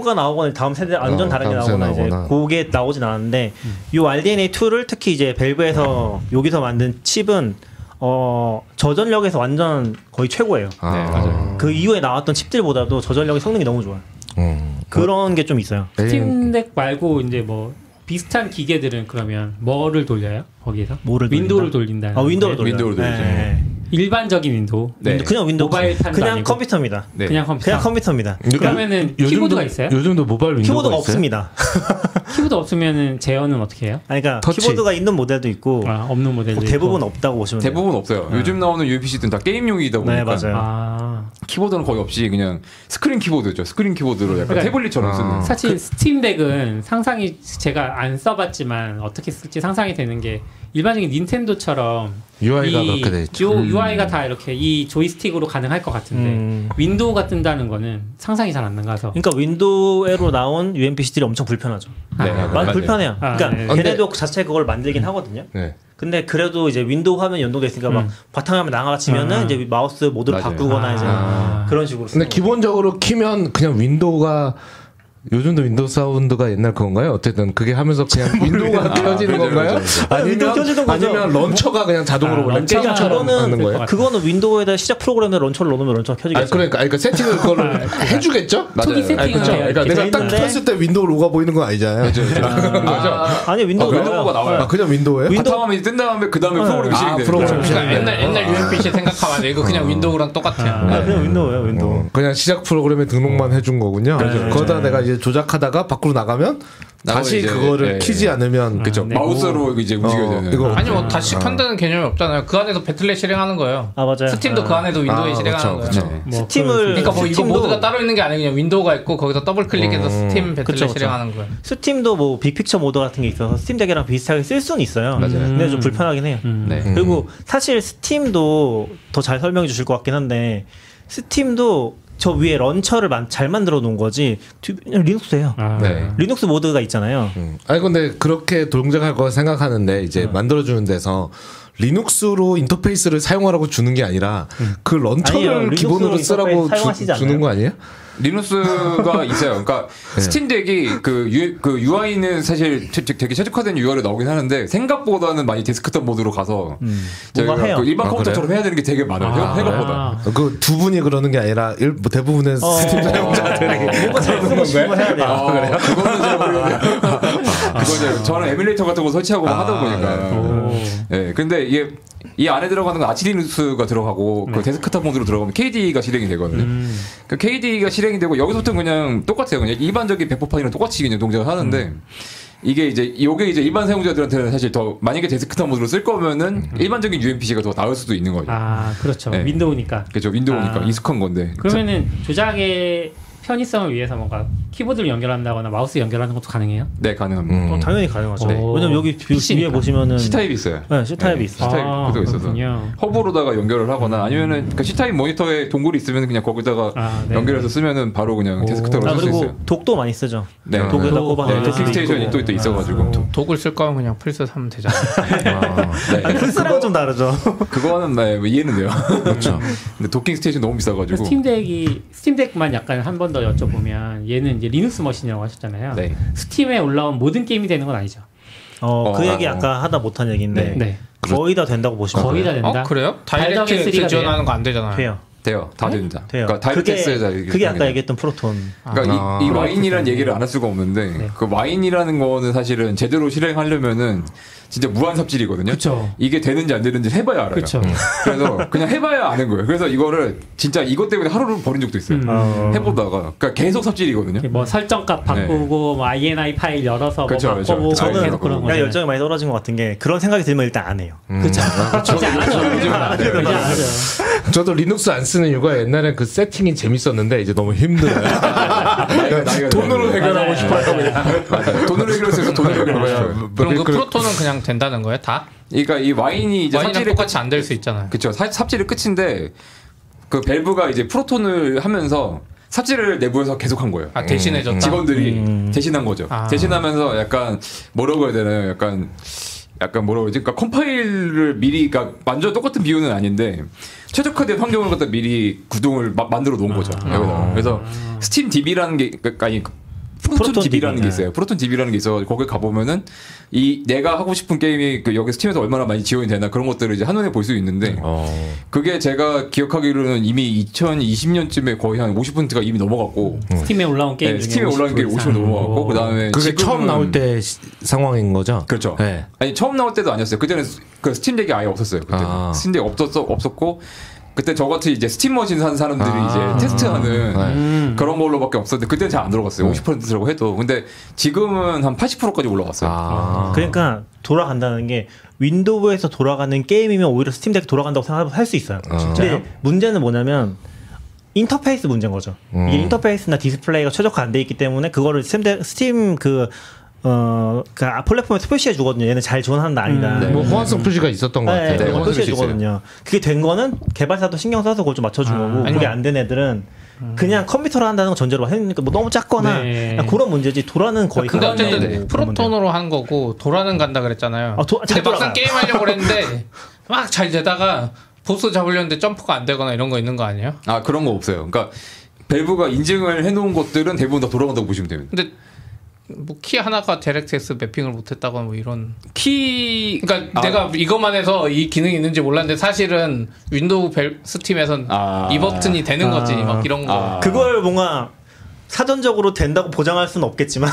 Speaker 4: 4가 나오거나 다음 세대 완전
Speaker 5: 어,
Speaker 4: 다른 게
Speaker 5: 다음 세대
Speaker 4: 나오거나 이제
Speaker 5: 나오거나. 음.
Speaker 4: 그게 나오진 않았는데 이 RDNA 2를 특히 이제 밸브에서 여기서 만든 칩은 어 저전력에서 완전 거의 최고예요.
Speaker 5: 아.
Speaker 7: 네, 맞아요.
Speaker 4: 그 이후에 나왔던 칩들보다도 저전력의 성능이 너무 좋아요.
Speaker 5: 음.
Speaker 4: 그런 게 좀 있어요.
Speaker 5: 에이는-
Speaker 3: 스팀덱 말고 이제 뭐 비슷한 기계들은 그러면 뭐를 돌려요? 거기서?
Speaker 4: 뭐를
Speaker 3: 윈도우를
Speaker 4: 돌린다?
Speaker 3: 돌린다.
Speaker 4: 아 윈도우를
Speaker 3: 네.
Speaker 4: 돌려요.
Speaker 7: 윈도우를 돌리죠.
Speaker 3: 일반적인 윈도우.
Speaker 7: 네.
Speaker 4: 윈도우- 그냥 윈도우
Speaker 3: 모바일 판도
Speaker 4: 그냥
Speaker 3: 아니고?
Speaker 4: 컴퓨터입니다.
Speaker 7: 네.
Speaker 3: 그냥 컴퓨터.
Speaker 4: 그냥 컴퓨터입니다.
Speaker 5: 요-
Speaker 3: 그러면은
Speaker 5: 요즘도-
Speaker 3: 키보드가 있어요?
Speaker 5: 요즘도 모바일 윈도우가
Speaker 4: 키보드가
Speaker 5: 있어요?
Speaker 4: 없습니다.
Speaker 3: 키보드 없으면은 제어는 어떻게 해요?
Speaker 4: 아니, 그러니까
Speaker 5: 터치.
Speaker 4: 키보드가 있는 모델도 있고
Speaker 3: 아, 없는 모델도
Speaker 4: 뭐 대부분
Speaker 3: 있고.
Speaker 4: 없다고 보시면 돼요.
Speaker 7: 대부분 없어요. 요즘 나오는 UMPC들은 다 게임용이다 보니까
Speaker 4: 네 맞아요.
Speaker 3: 아.
Speaker 7: 키보드는 거의 없이 그냥 스크린 키보드죠. 스크린 키보드로 약간
Speaker 3: 그러니까-
Speaker 7: 태블릿처럼 쓰는.
Speaker 5: 아.
Speaker 3: 사실 스팀덱은 상상이 제가 안 써봤지만 어떻게 쓸지 상상이 되는 게 일반적인 닌텐도처럼
Speaker 5: UI가 그렇게 돼 있죠.
Speaker 3: UI가 다 이렇게 이 조이스틱으로 가능할 것 같은데
Speaker 4: 음.
Speaker 3: 윈도우가 뜬다는 거는 상상이 잘 안 나가서
Speaker 4: 그러니까 윈도우로 나온 UMPC들이 엄청 불편하죠.
Speaker 7: 네,
Speaker 3: 아,
Speaker 4: 많이
Speaker 7: 맞아요.
Speaker 4: 불편해요.
Speaker 3: 아,
Speaker 4: 그러니까
Speaker 3: 네.
Speaker 4: 걔네도 자체 그걸 만들긴 하거든요.
Speaker 5: 네.
Speaker 4: 근데 그래도 이제 윈도우 화면 연동돼 있으니까 막
Speaker 3: 음.
Speaker 4: 바탕화면 나가치면은
Speaker 3: 아.
Speaker 4: 이제 마우스 모드를
Speaker 7: 맞아요.
Speaker 4: 바꾸거나 이제
Speaker 3: 아.
Speaker 4: 그런 식으로.
Speaker 5: 근데 기본적으로 키면 그냥 윈도우가 요즘도 윈도우 사운드가 옛날 그건가요? 어쨌든 그게 하면서 그냥 윈도우가 켜지는
Speaker 7: 아,
Speaker 5: 건가요?
Speaker 7: 그죠, 그죠.
Speaker 4: 윈도우 켜지는
Speaker 5: 아니면
Speaker 4: 거죠.
Speaker 5: 아니면 런처가 그냥 자동으로
Speaker 3: 아,
Speaker 5: 원래
Speaker 3: 런처가
Speaker 5: 게임처럼
Speaker 4: 그러니까 그거는
Speaker 5: 하는 거예요?
Speaker 3: 아.
Speaker 4: 그거는 윈도우에다 시작 프로그램에 런처를 넣으면 런처가
Speaker 5: 아
Speaker 4: 켜지겠죠.
Speaker 5: 그러니까 아니, 그러니까 세팅을 그걸 해주겠죠?
Speaker 7: 맞아요.
Speaker 3: 초기
Speaker 5: 아니,
Speaker 3: 세팅을
Speaker 5: 그렇죠.
Speaker 3: 해야
Speaker 5: 그러니까 내가 딱
Speaker 4: 있는데.
Speaker 5: 켰을 때 윈도우 로가 보이는 건 아니잖아요.
Speaker 7: 아,
Speaker 4: 아니 윈도우
Speaker 7: 아, 그렇죠, 윈도우가 나와요.
Speaker 5: 아, 그냥 윈도우예요?
Speaker 4: 윈도우-
Speaker 7: 바탕화면이 뜬 다음에 그 다음에 프로그램이
Speaker 5: 아,
Speaker 7: 실행되는
Speaker 5: 프로그램
Speaker 7: 거죠.
Speaker 5: 실행.
Speaker 6: 그러니까 옛날
Speaker 5: 어.
Speaker 6: 옛날 UMPC 생각하면 안 돼. 이거 그냥 윈도우랑 똑같아요.
Speaker 5: 네.
Speaker 4: 아, 그냥 윈도우예요 윈도우.
Speaker 5: 어, 그냥 시작 프로그램에
Speaker 7: 어.
Speaker 5: 등록만 해준 거군요.
Speaker 7: 그렇죠,
Speaker 5: 그러다 내가 이제 조작하다가 밖으로 나가면 다시
Speaker 7: 네. 이제,
Speaker 5: 그거를
Speaker 7: 예,
Speaker 5: 키지
Speaker 7: 예.
Speaker 5: 않으면 어,
Speaker 7: 그죠.
Speaker 3: 네.
Speaker 7: 마우스로 이제 움직여야 되는.
Speaker 5: 이거
Speaker 6: 아니 뭐 다시 켠다는 개념이 없잖아요. 그 안에서 배틀넷 실행하는 거예요.
Speaker 4: 아 맞아요.
Speaker 6: 스팀도
Speaker 4: 아.
Speaker 6: 그 안에서 윈도우에
Speaker 5: 아,
Speaker 6: 실행하는
Speaker 5: 그쵸,
Speaker 7: 네.
Speaker 6: 거예요.
Speaker 3: 뭐
Speaker 4: 스팀을
Speaker 6: 그러니까 뭐 이거
Speaker 4: 스팀도-
Speaker 6: 모드가 따로 있는 게 아니고 그냥 윈도우가 있고 거기서 더블 클릭해서 스팀 배틀넷
Speaker 4: 음. 그쵸, 그쵸.
Speaker 6: 실행하는 거예요.
Speaker 4: 스팀도 뭐 빅픽처 모드 같은 게 있어서 스팀 덱이랑 비슷하게 쓸 수는 있어요. 음.
Speaker 7: 맞아요.
Speaker 4: 근데 좀 불편하긴 해요.
Speaker 7: 네.
Speaker 4: 그리고 사실 스팀도 더 잘 설명해 주실 것 같긴 한데 스팀도 저 위에 런처를 만- 잘 만들어 놓은 거지 뒤- 리눅스예요.
Speaker 3: 아.
Speaker 5: 네.
Speaker 4: 리눅스 모드가 있잖아요.
Speaker 5: 음. 아니 근데 그렇게 동작할 거 생각하는데 이제
Speaker 7: 음.
Speaker 5: 만들어 주는 데서 리눅스로 인터페이스를 사용하라고 주는 게 아니라
Speaker 7: 음.
Speaker 5: 그 런처를
Speaker 4: 아니에요. 리눅스로
Speaker 5: 기본으로 쓰라고
Speaker 4: 인터페이스
Speaker 5: 주,
Speaker 4: 사용하시지
Speaker 5: 주는
Speaker 4: 않아요?
Speaker 5: 거 아니에요?
Speaker 7: 리눅스가 있어요. 그러니까 스팀덱이 그, 유, 그 UI는 사실 되- 되게 최적화된 UI로 나오긴 하는데 생각보다는 많이 데스크탑 모드로 가서 저희가
Speaker 4: 뭔가 해요.
Speaker 7: 그 일반
Speaker 5: 아,
Speaker 7: 컴퓨터처럼 해야 되는 게 되게 많아요. 생각- 생각보다.
Speaker 3: 아.
Speaker 5: 그 두 분이 그러는 게 아니라 일, 뭐 대부분의 스팀 사용자들이
Speaker 4: 뭔가 잘 쓰고 싶은 걸 해야 돼요.
Speaker 7: 아, 그래요? 그거는 잘 모르겠네요. 그거는 저는 에뮬레이터 같은 거 설치하고 하다 보니까.
Speaker 3: 오.
Speaker 7: 예, 근데 이게 이 안에 들어가는 건 아치리눅스가 들어가고
Speaker 3: 네.
Speaker 7: 그 데스크탑 모드로 들어가면 KDE가 실행이 되거든요.
Speaker 3: 음.
Speaker 7: 그 KDE가 실행이 되고 여기서부터 그냥 똑같아요. 그냥 일반적인 배포판이랑 똑같이 그냥 동작을 하는데
Speaker 3: 음.
Speaker 7: 이게 이제 요게 이제 일반 사용자들한테는 사실 더 만약에 데스크탑 모드로 쓸 거면은 일반적인 UMPC가 더 나을 수도 있는 거죠.
Speaker 3: 음. 아, 그렇죠.
Speaker 7: 네.
Speaker 3: 윈도우니까.
Speaker 7: 그죠 윈도우니까
Speaker 3: 아.
Speaker 7: 익숙한 건데.
Speaker 3: 그러면은 조작의 편의성을 위해서 뭔가 키보드를 연결한다거나 마우스 연결하는 것도 가능해요?
Speaker 7: 네 가능합니다.
Speaker 4: 어, 당연히 가능하죠.
Speaker 3: 네.
Speaker 4: 왜냐면 여기 뷰
Speaker 3: PC니까.
Speaker 4: 위에 보시면은
Speaker 7: C 타입이 있어요.
Speaker 4: 네, C 타입이
Speaker 7: 네,
Speaker 4: 있어요.
Speaker 7: C 타입
Speaker 3: 아,
Speaker 7: 구조가 있어서
Speaker 3: 그렇군요.
Speaker 7: 허브로다가 연결을 하거나 아니면은 그 C 타입 모니터에 동굴이 있으면 그냥 거기다가
Speaker 3: 음. 아, 네.
Speaker 7: 연결해서 쓰면은 바로 그냥 데스크탑으로
Speaker 4: 아
Speaker 7: 쓸 수
Speaker 4: 그리고
Speaker 7: 있어요.
Speaker 4: 독도 많이 쓰죠.
Speaker 7: 네.
Speaker 4: 독에다
Speaker 3: 독-
Speaker 4: 꼽아서
Speaker 3: 네,
Speaker 4: 이렇게
Speaker 3: 독
Speaker 7: 스테이션이
Speaker 4: 쓰고.
Speaker 7: 또, 또 있어가지고
Speaker 6: 독을 쓸 거면 그냥 플스 사면 되잖아요.
Speaker 4: 아,
Speaker 7: 네.
Speaker 4: 플스랑 좀 다르죠.
Speaker 7: 그거는 네, 뭐 이해는 돼요. 그렇죠. 근데 도킹 스테이션 너무 비싸가지고.
Speaker 3: 스팀덱이 스팀덱만 약간 한 번 더 여쭤보면 얘는 이제 리눅스 머신이라고 하셨잖아요.
Speaker 7: 네.
Speaker 3: 스팀에 올라온 모든 게임이 되는 건 아니죠.
Speaker 4: 어, 그
Speaker 7: 어,
Speaker 4: 얘기
Speaker 7: 아,
Speaker 4: 아까 하다 못한 얘기인데
Speaker 3: 네.
Speaker 4: 거의 다 된다고 보시면
Speaker 3: 거의 다 된다.
Speaker 7: 아,
Speaker 6: 어 그래요?
Speaker 3: 달달하게
Speaker 6: 다이렉트 액세
Speaker 3: 쓰리가
Speaker 6: 지원하는 거 안 되잖아요.
Speaker 4: 돼요.
Speaker 7: 돼요. 다 됩니다.
Speaker 4: 돼요.
Speaker 7: 그러니까 다이렉트엑스에다
Speaker 4: 그게, 그게 아까 얘기했던 프로톤.
Speaker 7: 그러니까 이, 이
Speaker 5: 아.
Speaker 7: 와인이라는 얘기를 안 할 수가 없는데 그 와인이라는 거는 사실은 제대로 실행하려면은 진짜 무한 삽질이거든요.
Speaker 3: 그쵸.
Speaker 7: 이게 되는지 안 되는지 해봐야 알아요.
Speaker 3: 그렇죠.
Speaker 7: 그래서 그냥 해봐야 아는 거예요. 그래서 이거를 진짜 이것 때문에 하루를 버린 적도 있어요.
Speaker 3: 음.
Speaker 4: 어.
Speaker 7: 해보다가 그러니까 계속 삽질이거든요.
Speaker 3: 뭐 설정값 바꾸고 뭐 INI 파일 열어서
Speaker 7: 네. 그렇죠,
Speaker 3: 뭐 바꾸고
Speaker 7: 그렇죠.
Speaker 4: 저는
Speaker 3: 계속 그런
Speaker 4: 그냥
Speaker 3: 거예요.
Speaker 4: 열정이 많이 떨어진 것 같은 게 그런 생각이 들면 일단 안 해요.
Speaker 3: 그렇죠. 그렇지 않아요. 그렇지 않아요. 그렇지 않아요.
Speaker 5: 저도 리눅스 안 쓰는 이유가 옛날엔 그 세팅이 재밌었는데 이제 너무 힘들어요.
Speaker 7: 나이가- 나이가
Speaker 5: 돈으로
Speaker 7: 들어가지고.
Speaker 5: 해결하고
Speaker 3: 맞아요.
Speaker 5: 싶어요. 그냥.
Speaker 7: 맞아요. 돈으로 해결해서 돈으로 해결하고 싶어요.
Speaker 6: 그럼 그 프로토는 그냥 된다는 거예요? 다?
Speaker 7: 그러니까 그 이 와인이 이제
Speaker 6: 와인이랑
Speaker 7: 삽질의
Speaker 6: 똑같이 안 될 수 있잖아요.
Speaker 7: 그쵸. 삽- 삽질이 끝인데 그 밸브가 이제 프로톤을 하면서 삽질을 내부에서 계속한 거예요.
Speaker 6: 아 대신해졌다.
Speaker 7: 직원들이
Speaker 4: 음.
Speaker 7: 대신한 거죠.
Speaker 6: 아.
Speaker 7: 대신하면서 약간 뭐라고 해야 되나요? 약간 약간 뭐라고 그러지? 그러니까 컴파일을 미리 그러니까 완전 똑같은 비유는 아닌데 최적화된 환경을 갖다 미리 구동을 마- 만들어 놓은 거죠. 여기다가. 그래서 스팀 DB라는 게 그러니까 아니 그 프로톤,
Speaker 4: 프로톤
Speaker 7: DB라는
Speaker 4: DB,
Speaker 7: 네. 게 있어요. 프로톤 DB라는 게 있어. 거기 가 보면은 이 내가 하고 싶은 게임이 그 여기 스팀에서 얼마나 많이 지원이 되나 그런 것들을 이제 한눈에 볼 수 있는데
Speaker 5: 어.
Speaker 7: 그게 제가 기억하기로는 이미 2020년쯤에 거의 한 50%가 이미 넘어갔고
Speaker 3: 스팀에 올라온 게임
Speaker 7: 네,
Speaker 3: 중에
Speaker 7: 스팀에 올라온 게 50% 넘어갔고 그다음에
Speaker 5: 그게
Speaker 7: 네, 지금은-
Speaker 5: 처음 나올 때 시- 상황인 거죠?
Speaker 7: 그렇죠.
Speaker 5: 네.
Speaker 7: 아니 처음 나올 때도 아니었어요. 그때는 스- 그 스팀 덱이 아예 없었어요. 그때
Speaker 5: 아.
Speaker 7: 스팀 덱 없었어 없었고 그때 저같이 이제 스팀 머신 산 사람들이
Speaker 5: 아.
Speaker 7: 이제 테스트하는
Speaker 5: 네.
Speaker 7: 그런 걸로밖에 없었는데 그때는 잘 안 들어갔어요. 50%라고 해도 근데 지금은 한 80%까지 올라갔어요.
Speaker 5: 아.
Speaker 4: 그러니까 돌아간다는 게 윈도우에서 돌아가는 게임이면 오히려 스팀덱 돌아간다고 생각하면 할 수 있어요.
Speaker 5: 아.
Speaker 4: 근데 문제는 뭐냐면 인터페이스 문제인 거죠.
Speaker 5: 음.
Speaker 4: 이게 인터페이스나 디스플레이가 최적화 안 돼 있기 때문에 그거를 스팀덱, 스팀 그 어, 그 플랫폼에서 표시해 주거든요. 얘는 잘 지원하는 아니다.
Speaker 5: 뭐 호환성 표시가 있었던 것
Speaker 4: 네,
Speaker 5: 같아요.
Speaker 4: 그거
Speaker 5: 네,
Speaker 4: 표시해
Speaker 5: 있어요.
Speaker 4: 주거든요. 그게 된 거는 개발사도 신경 써서 그걸 좀 맞춰준
Speaker 3: 아,
Speaker 4: 거고 그게
Speaker 6: 아니면-
Speaker 4: 안 된 애들은 그냥 컴퓨터로 한다는 거 전제로 했으니까 뭐 너무 작거나
Speaker 3: 네.
Speaker 4: 그냥 그런 문제지 도라는 거의
Speaker 6: 근데
Speaker 4: 그거는
Speaker 6: 어쨌든
Speaker 4: 뭐 문제.
Speaker 6: 프로톤으로 한 거고 도라는 간다 그랬잖아요.
Speaker 4: 아, 도- 잘
Speaker 6: 근데
Speaker 4: 돌아가요.
Speaker 6: 막상 게임 하려고 그랬는데 막 잘 되다가 보스 잡으려는데 점프가 안 되거나 이런 거 있는 거 아니에요?
Speaker 7: 아 그런 거 없어요. 그러니까 밸브가 인증을 해놓은 것들은 대부분 다 돌아간다고 보시면 됩니다.
Speaker 6: 근데 뭐 키 하나가 디렉트엑스 매핑을 못했다거나 뭐 이런.
Speaker 7: 키
Speaker 6: 그러니까
Speaker 7: 아.
Speaker 6: 내가 이것만 해서 이 기능이 있는지 몰랐는데 사실은 윈도우 벨 스팀에선
Speaker 7: 아.
Speaker 6: 이 버튼이 되는 거지
Speaker 4: 아.
Speaker 6: 막 이런 거.
Speaker 7: 아.
Speaker 4: 그걸 뭔가 사전적으로 된다고 보장할 수는 없겠지만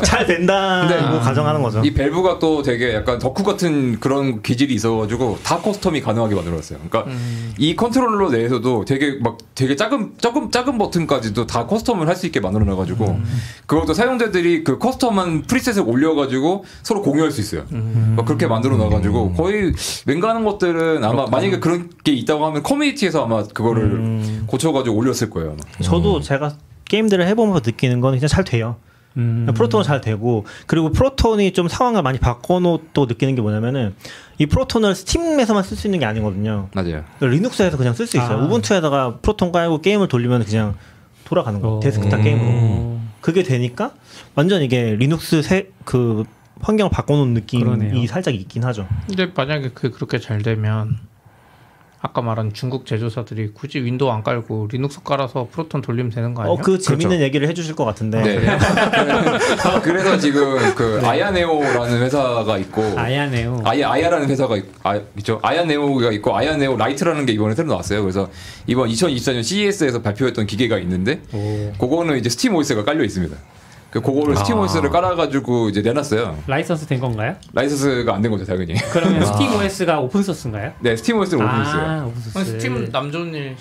Speaker 4: 잘 된다고
Speaker 7: 근데
Speaker 4: 가정하는
Speaker 5: 아.
Speaker 4: 거죠.
Speaker 7: 이 밸브가 또 되게 약간 덕후 같은 그런 기질이 있어가지고 다 커스텀이 가능하게 만들었어요.
Speaker 3: 음.
Speaker 7: 그러니까
Speaker 6: 음.
Speaker 7: 이 컨트롤러 내에서도 되게 막 되게 작은 조금 작은 버튼까지도 다 커스텀을 할 수 있게 만들어놔가지고
Speaker 3: 음.
Speaker 7: 그것도 사용자들이 그 커스텀한 프리셋을 올려가지고 서로 공유할 수 있어요.
Speaker 3: 음.
Speaker 7: 막 그렇게 만들어놔가지고 거의 맹가하는 것들은 아마 만약에 그런 게 있다고 하면 커뮤니티에서 아마 그거를
Speaker 3: 음.
Speaker 7: 고쳐가지고 올렸을 거예요. 아마.
Speaker 4: 저도 제가 게임들을 해보면서 느끼는 건 그냥 잘 돼요. 프로톤은 잘 되고 그리고 프로톤이 좀 상황을 많이 바꿔놓고 느끼는 게 뭐냐면은 이 프로톤을 스팀에서만 쓸 수 있는 게 아니거든요.
Speaker 7: 맞아요.
Speaker 4: 리눅스에서 그냥 쓸 수 있어요.
Speaker 3: 아.
Speaker 4: 우분투에다가 프로톤 깔고 게임을 돌리면 그냥 돌아가는 거예요.
Speaker 3: 어.
Speaker 7: 음.
Speaker 4: 데스크탑 게임으로. 그게 되니까 완전 이게 리눅스 세, 그 환경을 바꿔놓은 느낌이
Speaker 3: 그러네요.
Speaker 4: 살짝 있긴 하죠.
Speaker 6: 근데 만약에 그 그렇게 잘 되면 아까 말한 중국 제조사들이 굳이 윈도우 안 깔고 리눅스 깔아서 프로톤 돌리면 되는 거 네. 아니에요?
Speaker 4: 어, 그 재밌는 얘기를 해주실 것 같은데.
Speaker 7: 그렇죠. 네. 그래서 지금 그 아야네오라는 회사가 있고
Speaker 3: 네. 아야네요. 예.
Speaker 7: 아야 아야라는 회사가 있, 아, 있죠. 아야네오가 있고 아야네오 라이트라는 게 이번에 새로 나왔어요. 그래서 이번 2024년 CES에서 발표했던 기계가 있는데 그거는 이제 스팀 OS가 깔려 있습니다. 그 그거를
Speaker 3: 아.
Speaker 7: 스팀 OS를 깔아가지고 이제 내놨어요.
Speaker 3: 라이선스 된 건가요?
Speaker 7: 라이선스가 안 된 거죠, 당연히.
Speaker 3: 그러면 스팀 OS가 오픈 소스인가요?
Speaker 7: 아. 네, 스팀 OS를 오픈 소스예요.
Speaker 3: 아, 오픈 소스.
Speaker 6: 그건 스팀 남 좋은 일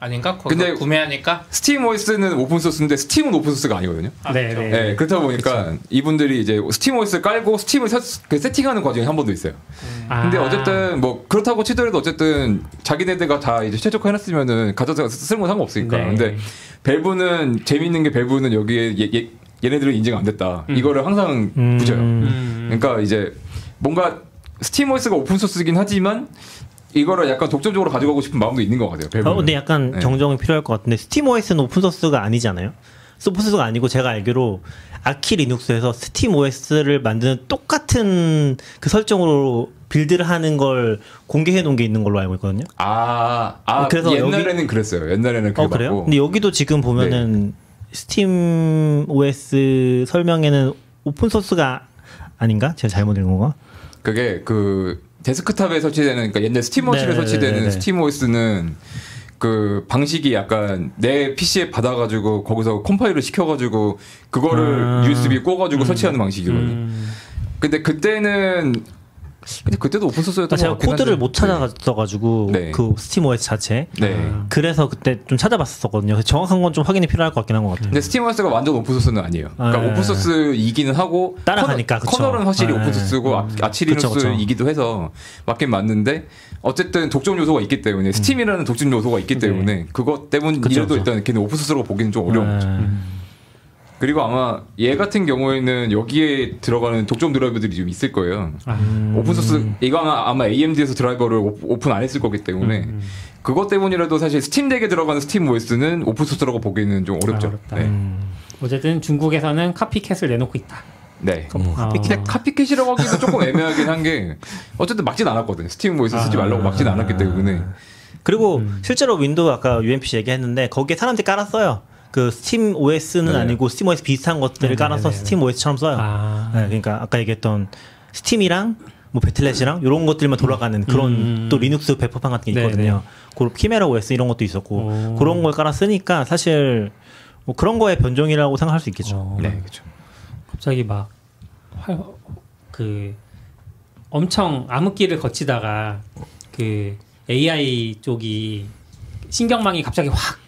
Speaker 6: 아닌가? 그거
Speaker 7: 근데-
Speaker 6: 구매하니까
Speaker 7: 스팀 OS는 오픈 소스인데 스팀은 오픈 소스가 아니거든요.
Speaker 3: 네, 네. 그렇죠.
Speaker 7: 네, 그렇다 보니까 이분들이 이제 스팀 OS 깔고 스팀을 세, 그 세팅하는 과정이 한 번도 있어요.
Speaker 3: 아.
Speaker 7: 근데 어쨌든 뭐 그렇다고 치더라도 어쨌든 자기네들과 다 이제 최적화 해놨으면은 가져서 쓰는 건 상관없으니까.
Speaker 3: 네.
Speaker 7: 근데 밸브는 재밌는 게 밸브는 여기에 얘- 얘- 얘네들은 인증 안 됐다.
Speaker 3: 음.
Speaker 7: 이거를 항상
Speaker 4: 음.
Speaker 7: 붙여요. 그러니까 이제 뭔가 스팀 OS가 오픈 소스긴 하지만 이거를 약간 독점적으로 가져가고 싶은 마음도 있는 것 같아요. 밸브는.
Speaker 4: 어, 근데 약간
Speaker 7: 네.
Speaker 4: 정정이 필요할 것 같은데 스팀OS는 오픈소스가 아니잖아요. 오픈소스가 아니고 제가 알기로 아키 리눅스에서 스팀OS를 만드는 똑같은 그 설정으로 빌드를 하는 걸 공개해 놓은 게 있는 걸로 알고 있거든요.
Speaker 7: 아, 아
Speaker 4: 그래서 여기-
Speaker 7: 옛날에는 그랬어요. 옛날에는 그게
Speaker 4: 어 그래요?
Speaker 7: 맞고. 네.
Speaker 4: 근데 여기도 지금 보면은 스팀 OS 설명에는 오픈 소스가 아닌가? 제가 잘못 읽은 건가?
Speaker 7: 그게 그 데스크탑에 설치되는 그러니까 옛날 스팀 머신에
Speaker 4: 네네네네.
Speaker 7: 설치되는 스팀 OS는 그 방식이 약간 내 PC에 받아가지고 거기서 컴파일을 시켜가지고 그거를
Speaker 4: 아. 음.
Speaker 7: USB 꽂아가지고 설치하는 방식이거든요. 근데 그때는 근데 그때도 오픈 소스였던
Speaker 4: 아,
Speaker 7: 것
Speaker 4: 제가
Speaker 7: 같긴
Speaker 4: 코드를
Speaker 7: 한데.
Speaker 4: 못 찾아가지고
Speaker 7: 네.
Speaker 4: 그 스팀 OS 자체.
Speaker 7: 네. 네.
Speaker 4: 그래서 그때 좀 찾아봤었거든요. 그래서 정확한 건 좀 확인이 필요할 것 같긴 한 것 같아요.
Speaker 7: 근데 스팀 OS가 완전 오픈 소스는 아니에요. 그러니까
Speaker 4: 아, 네.
Speaker 7: 오픈 소스이기는 하고
Speaker 4: 따라가니까, 그쵸.
Speaker 7: 커널은 확실히
Speaker 4: 아, 네.
Speaker 7: 오픈 소스고 아,
Speaker 4: 그쵸, 그쵸.
Speaker 7: 아치리눅스이기도 해서 맞긴 맞는데 어쨌든 독점 요소가 있기 때문에 스팀이라는 독점 요소가 있기 때문에 그것 때문이라도
Speaker 4: 음. 네. 그쵸.
Speaker 7: 일단 걔는 오픈 소스로 보기는 좀 어려운 거죠.
Speaker 4: 네.
Speaker 7: 그리고 아마 얘 같은 경우에는 여기에 들어가는 독점 드라이버들이 좀 있을 거예요.
Speaker 3: 아,
Speaker 7: 음.
Speaker 4: 음.
Speaker 7: 오픈소스 이거 아마, 아마 AMD에서 드라이버를 오- 오픈 안 했을 거기 때문에
Speaker 4: 음,
Speaker 7: 그것 때문이라도 사실 스팀덱에 들어가는 스팀 OS는 오픈소스라고 보기는 좀 어렵죠.
Speaker 3: 아, 어렵다.
Speaker 7: 네.
Speaker 3: 어쨌든 중국에서는 카피캣을 내놓고 있다.
Speaker 7: 네.
Speaker 3: 카피캣.
Speaker 7: 근데 카피캣이라고 하기도 조금 애매하긴 한 게 어쨌든 막진 않았거든. 스팀 OS
Speaker 3: 아,
Speaker 7: 쓰지 말라고 막진 않았기 때문에
Speaker 4: 그리고
Speaker 7: 음.
Speaker 4: 실제로 윈도우 아까 UMPC 얘기했는데 거기에 사람들이 깔았어요. 그 스팀 OS는
Speaker 7: 네.
Speaker 4: 아니고 스팀 OS 비슷한 것들을 깔아서 스팀 OS처럼 써요.
Speaker 3: 아.
Speaker 4: 네, 그러니까 아까 얘기했던 스팀이랑 뭐 배틀넷이랑 이런 것들만 돌아가는 그런
Speaker 3: 음. 네,
Speaker 4: 또 리눅스 배포판 같은 게 있거든요. 그리고 키메라 OS 이런 것도 있었고
Speaker 3: 오.
Speaker 4: 그런 걸 깔았으니까 사실 뭐 그런 거의 변종이라고 생각할 수 있겠죠.
Speaker 3: 어,
Speaker 7: 네, 그렇죠.
Speaker 3: 갑자기 막 그 엄청 암흑기를 거치다가 그 AI 쪽이 신경망이 갑자기 확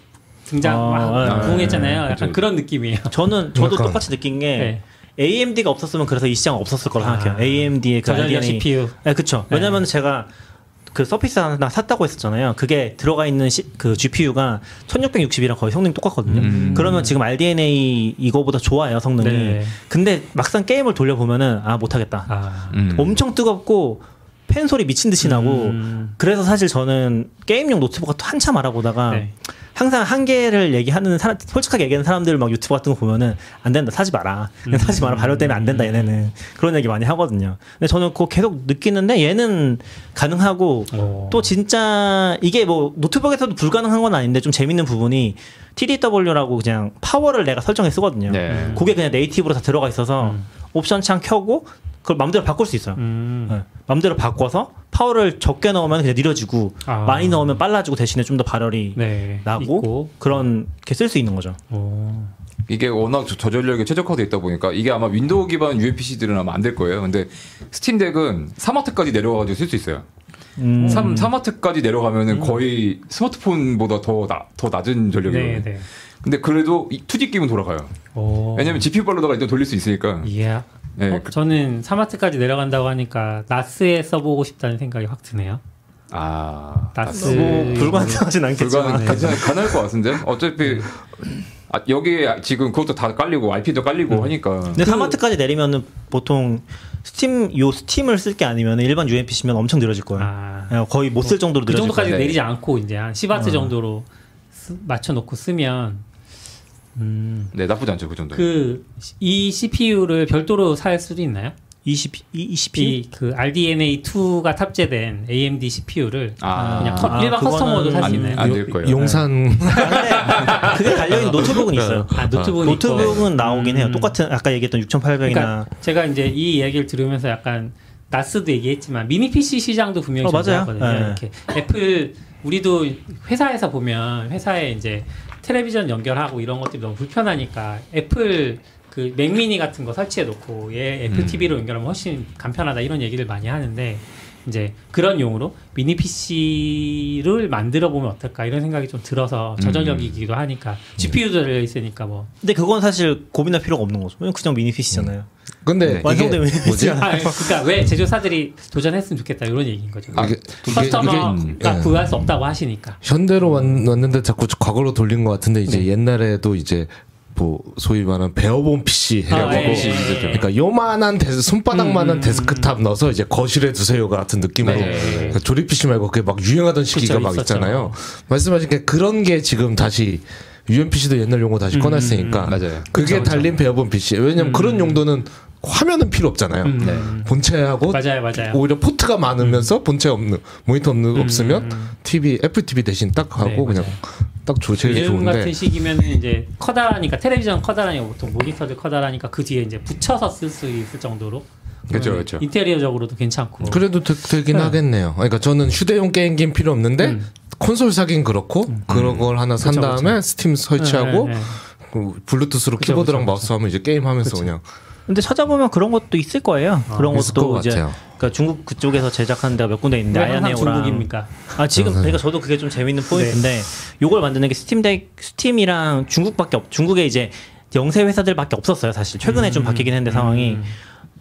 Speaker 3: 등장
Speaker 4: 아,
Speaker 3: 막
Speaker 7: 네.
Speaker 3: 부흥했잖아요.
Speaker 7: 그쵸,
Speaker 3: 약간
Speaker 7: 그쵸.
Speaker 3: 그런 느낌이에요.
Speaker 4: 저는 저도
Speaker 5: 약간.
Speaker 4: 똑같이 느낀 게
Speaker 3: 네.
Speaker 4: AMD가 없었으면 그래서 이 시장 없었을 거라 생각해요.
Speaker 3: 아.
Speaker 4: AMD의 그
Speaker 3: 저전력
Speaker 4: IDN이
Speaker 3: CPU.
Speaker 4: 네, 그쵸.
Speaker 3: 네.
Speaker 4: 왜냐면 제가 그 서피스 하나 샀다고 했었잖아요. 그게 들어가 있는 시- 그 GPU가 1660이랑 거의 성능이 똑같거든요. 그러면 지금 RDNA 이거보다 좋아요, 성능이.
Speaker 3: 음. 네.
Speaker 4: 근데 막상 게임을 돌려보면은, 아, 못하겠다.
Speaker 3: 아,
Speaker 7: 음.
Speaker 4: 엄청 뜨겁고, 팬 소리 미친 듯이 나고,
Speaker 3: 음.
Speaker 4: 그래서 사실 저는 게임용 노트북 또 한참 알아보다가,
Speaker 3: 네.
Speaker 4: 항상 한계를 얘기하는 사람, 솔직하게 얘기하는 사람들 막 유튜브 같은 거 보면은 안 된다 사지 마라
Speaker 3: 음.
Speaker 4: 그냥 사지 마라 발열 때문에 안 된다 얘네는 그런 얘기 많이 하거든요. 근데 저는 그거 계속 느끼는데 얘는 가능하고
Speaker 3: 오.
Speaker 4: 또 진짜 이게 뭐 노트북에서도 불가능한 건 아닌데 좀 재밌는 부분이 TDW라고 그냥 파워를 내가 설정해 쓰거든요.
Speaker 7: 네.
Speaker 4: 그게 그냥 네이티브로 다 들어가 있어서 옵션 창 켜고 그걸 마음대로 바꿀 수 있어요.
Speaker 3: 음.
Speaker 4: 네. 마음대로 바꿔서 파워를 적게 넣으면 그냥 느려지고
Speaker 3: 아.
Speaker 4: 많이 넣으면 빨라지고 대신에 좀 더 발열이
Speaker 3: 네.
Speaker 4: 아, 나고
Speaker 3: 있고.
Speaker 4: 그런 게 쓸 수 있는 거죠.
Speaker 3: 오.
Speaker 7: 이게 워낙 저- 저전력에 최적화되어 있다 보니까 이게 아마 윈도우 기반 UFPC들은 아마 안 될 거예요. 근데 스팀덱은 3와트까지 내려가가지고 쓸 수 있어요.
Speaker 4: 음.
Speaker 7: 3, 3와트까지
Speaker 3: 음.
Speaker 7: 내려가면은 거의 스마트폰보다 더, 나, 더 낮은
Speaker 3: 네,
Speaker 7: 전력이에요.
Speaker 3: 네.
Speaker 7: 근데 그래도 이 2D 게임은 돌아가요.
Speaker 3: 오.
Speaker 7: 왜냐면 GPU 발로다가 일단 돌릴 수 있으니까.
Speaker 3: 어. 이해.
Speaker 7: 네,
Speaker 3: 어,
Speaker 7: 그-
Speaker 3: 저는 사마트까지 내려간다고 하니까 나스에 써보고 싶다는 생각이 확 드네요.
Speaker 7: 아.
Speaker 3: 나스
Speaker 4: 뭐 불가능하진 않겠지만
Speaker 7: 불가능, 괜찮, 가능할 것 같은데? 어차피, 아, 여기에 지금 그것도 다 깔리고, IP도 깔리고 하니까.
Speaker 4: 근데 사마트까지 내리면은 보통 스팀 요 스팀을 쓸 게 아니면 일반 UMPC면 엄청 늘어질 거예요.
Speaker 3: 아.
Speaker 4: 그냥 거의 못 쓸 정도로
Speaker 3: 그
Speaker 4: 늘어질 거예요. 어.
Speaker 3: 정도까지
Speaker 7: 거예요.
Speaker 3: 내리지 않고 이제 한 10와트 정도로 쓰- 맞춰놓고 쓰면 음,
Speaker 7: 네, 나쁘지 않죠, 그 정도.
Speaker 3: 그 이 CPU를 별도로 살 수도 있나요?
Speaker 4: 20 이- 20p
Speaker 3: 이 그 RDNA 2가 탑재된 AMD CPU를
Speaker 7: 아.
Speaker 3: 그냥 커-
Speaker 4: 아,
Speaker 3: 일반
Speaker 4: 그거는
Speaker 3: 커스터머도 살 수 있나요?
Speaker 7: 안 될 거예요.
Speaker 5: 용산
Speaker 4: 아, 근데 그게 달려 있는 노트북은 있어요.
Speaker 3: 아 노트북
Speaker 4: 노트북은 나오긴 해요. 똑같은 아까 얘기했던 6800이나
Speaker 3: 그러니까 제가 이제 이 이야기를 들으면서 약간 나스도 얘기했지만 미니 PC 시장도 분명히
Speaker 4: 어, 맞아요.
Speaker 3: 존재하거든요.
Speaker 4: 네.
Speaker 3: 이렇게 애플 우리도 회사에서 보면 회사에 이제 텔레비전 연결하고 이런 것들이 너무 불편하니까 애플 그 맥미니 같은 거 설치해 놓고 얘 애플
Speaker 7: 음.
Speaker 3: TV로 연결하면 훨씬 간편하다 이런 얘기를 많이 하는데 이제 그런 용으로 미니 PC를 만들어 보면 어떨까 이런 생각이 좀 들어서 저전력이기도 하니까 GPU도 달려 있으니까 뭐
Speaker 4: 근데 그건 사실 고민할 필요가 없는 거죠. 왜냐면 그냥 미니 PC잖아요.
Speaker 5: 근데 이게
Speaker 4: 완성된 미니
Speaker 5: 뭐지?
Speaker 4: PC.
Speaker 3: 아, 그러니까 왜 제조사들이 도전했으면 좋겠다 이런 얘기인 거죠.
Speaker 7: 아,
Speaker 5: 이게-
Speaker 3: 아,
Speaker 5: 이게-
Speaker 3: 커스터머가 그러니까
Speaker 5: 이게- 예.
Speaker 3: 구할 수 없다고 하시니까.
Speaker 5: 현대로 왔,
Speaker 3: 음.
Speaker 5: 는데 자꾸 과거로 돌린 것 같은데
Speaker 3: 네.
Speaker 5: 이제 옛날에도 이제 뭐 소위 말하는 베어본 PC 해가지고
Speaker 3: 아, 예, 예, 예. 음,
Speaker 5: 그러니까 요만한 데스, 손바닥만한 데스크탑 넣어서 이제 거실에 두세요 같은 느낌으로
Speaker 7: 네.
Speaker 5: 그러니까 조립 PC 말고 그게 막 유행하던 시기가
Speaker 3: 그쵸,
Speaker 5: 막
Speaker 3: 있었죠.
Speaker 5: 있잖아요. 말씀하신 게 그런 게 지금 다시 UMPC도 옛날 용어
Speaker 3: 음,
Speaker 5: 다시 꺼냈으니까
Speaker 7: 맞아요.
Speaker 5: 그게 달린 베어본 PC 왜냐면 그런 용도는 화면은 필요 없잖아요.
Speaker 3: 음, 네.
Speaker 5: 본체하고
Speaker 3: 맞아요, 맞아요.
Speaker 5: 뭐
Speaker 3: 음.
Speaker 5: 오히려 포트가 많으면서 본체 없는 모니터 없는 없으면 TV 애플 TV 대신 딱 하고
Speaker 3: 네,
Speaker 5: 그냥 딱 조, 제일
Speaker 3: 요즘 같은
Speaker 5: 좋은데
Speaker 3: 시기면 이제 커다라니까 텔레비전 커다라니까 보통 모니터들 커다라니까 그 뒤에 이제 붙여서 쓸 수 있을 정도로
Speaker 7: 그쵸,
Speaker 3: 그러면
Speaker 7: 그쵸.
Speaker 3: 인테리어적으로도 괜찮고
Speaker 5: 그래도 되, 되긴 하겠네요. 그러니까 저는 휴대용 게임기는 필요 없는데 콘솔 사긴 그렇고 그런 걸 하나 산
Speaker 3: 음. 그쵸,
Speaker 5: 다음에 스팀 설치하고
Speaker 3: 네, 네, 네.
Speaker 5: 그 블루투스로 키보드랑 마우스 하면 이제 게임 하면서 그냥
Speaker 4: 근데 찾아보면 그런 것도 있을 거예요. 그런
Speaker 5: 있을
Speaker 4: 것도
Speaker 5: 것
Speaker 4: 이제
Speaker 5: 같아요.
Speaker 4: 그러니까 중국 그쪽에서 제작하는 데가 몇 군데 있는데
Speaker 3: 왜 항상
Speaker 4: 아야네오랑
Speaker 3: 중국입니까?
Speaker 4: 아
Speaker 8: 음.
Speaker 4: 지금 그러니까 저도 그게 좀 재밌는
Speaker 8: 네.
Speaker 4: 포인트인데 요걸 만드는 게 스팀덱 스팀이랑
Speaker 8: 음.
Speaker 4: 중국밖에 없 중국에 이제 영세 회사들밖에 없었어요 사실 최근에 좀 바뀌긴 했는데 상황이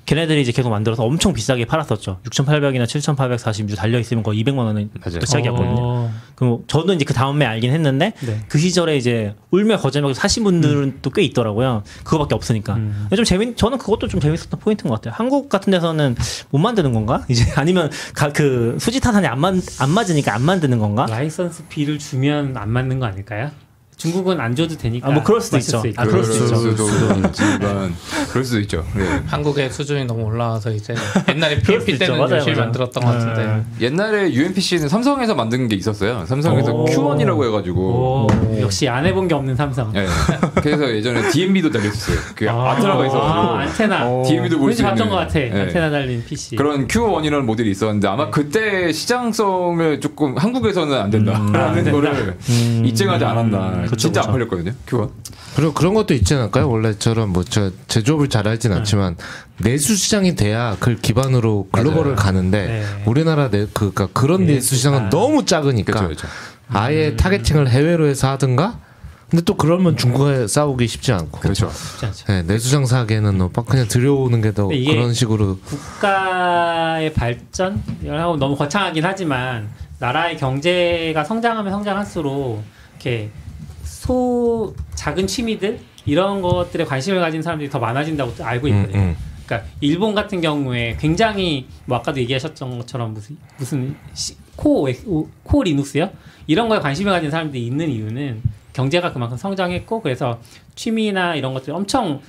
Speaker 4: 걔네들이 이제 계속 만들어서 엄청 비싸게 팔았었죠. 6,800이나 7,846 달려 있으면 거의 200만 원은
Speaker 8: 맞아요.
Speaker 4: 도착이었거든요.
Speaker 3: 어,
Speaker 4: 그럼 저도 이제 그 다음에 알긴 했는데
Speaker 3: 네.
Speaker 4: 그 시절에 이제 울며 거제먹을 사신 분들은 또 꽤 있더라고요. 그거밖에 없으니까.
Speaker 3: 음.
Speaker 4: 근데 좀 재밌, 저는 그것도 좀 재밌었던 포인트인 것 같아요. 한국 같은 데서는 못 만드는 건가? 이제 아니면 가, 그 수지타산이 안, 만, 안 맞으니까 안 만드는 건가?
Speaker 3: 아? 라이선스 비를 주면 안 맞는 거 아닐까요? 중국은 안 줘도 되니까.
Speaker 4: 아, 뭐 그럴 수도
Speaker 3: 맞출
Speaker 4: 있죠.
Speaker 3: 수 있고.
Speaker 4: 아, 그럴 수도 있죠.
Speaker 7: 있지만 그럴 수도 있죠. 네.
Speaker 6: 한국의 수준이 너무 올라와서 이제 옛날에
Speaker 4: 그럴 수도
Speaker 6: PFP
Speaker 4: 있죠.
Speaker 6: 때는
Speaker 4: 맞아요,
Speaker 6: 열심히
Speaker 4: 맞아요.
Speaker 6: 만들었던 것 같은데
Speaker 4: 네.
Speaker 7: 옛날에 UMPC는 삼성에서 만든 게 있었어요. 삼성에서
Speaker 3: 오.
Speaker 7: Q1이라고 해가지고.
Speaker 3: 오, 역시 안 해본 게 없는 삼성.
Speaker 7: 예. 그래서 예전에 DMB도 달렸었어요. 그
Speaker 3: 아,
Speaker 7: 아, 아트라가 있어가지고.
Speaker 3: 아, 안테나.
Speaker 7: DMB도 볼수
Speaker 3: 왠지
Speaker 7: 있는.
Speaker 3: 봤던 것 같아.
Speaker 7: 예.
Speaker 3: 안테나 달린 PC.
Speaker 7: 그런 Q1이라는 모델이 있었는데 아마 그때 시장성을 조금 한국에서는 안
Speaker 3: 안
Speaker 7: 된다라는
Speaker 3: 된다.
Speaker 7: 거를 입증하지 않았나.
Speaker 4: 그쵸,
Speaker 7: 진짜
Speaker 4: 그쵸.
Speaker 7: 안 팔렸거든요. Q1.
Speaker 5: 그리고 그런 것도 있지 않을까요? 원래처럼 뭐 저 제조업을 잘
Speaker 3: 네.
Speaker 5: 알진 않지만 내수 시장이 돼야 그걸 기반으로 글로벌을
Speaker 7: 맞아요.
Speaker 5: 가는데
Speaker 3: 네. 예. 아.
Speaker 5: 우리나 내, 그, 그러니까 그런 내수 시장은
Speaker 3: 시장.
Speaker 5: 너무 작으니까
Speaker 7: 그렇죠, 그렇죠.
Speaker 3: 음.
Speaker 5: 아예 타겟팅을 해외로 해서 하든가. 근데 또 그러면 중국에 싸우기 쉽지 않고
Speaker 7: 그렇죠.
Speaker 3: 쉽지 않죠.
Speaker 5: 네, 내수장 사기에는 뭐 그냥 들여오는 게 더
Speaker 3: 근데 이게
Speaker 5: 그런 식으로
Speaker 3: 국가의 발전 이라고 너무 거창하긴 하지만 나라의 경제가 성장하면 성장할수록 이렇게 소 작은 취미들 이런 것들에 관심을 가진 사람들이 더 많아진다고 또 알고
Speaker 5: 음,
Speaker 3: 있거든요.
Speaker 5: 음.
Speaker 3: 그러니까 일본 같은 경우에 굉장히 뭐 아까도 얘기하셨던 것처럼 무슨 무슨 시- 코 OS 코 리눅스요 이런 거에 관심을 가진 사람들이 있는 이유는 경제가 그만큼 성장했고 그래서 취미나 이런 것들이 엄청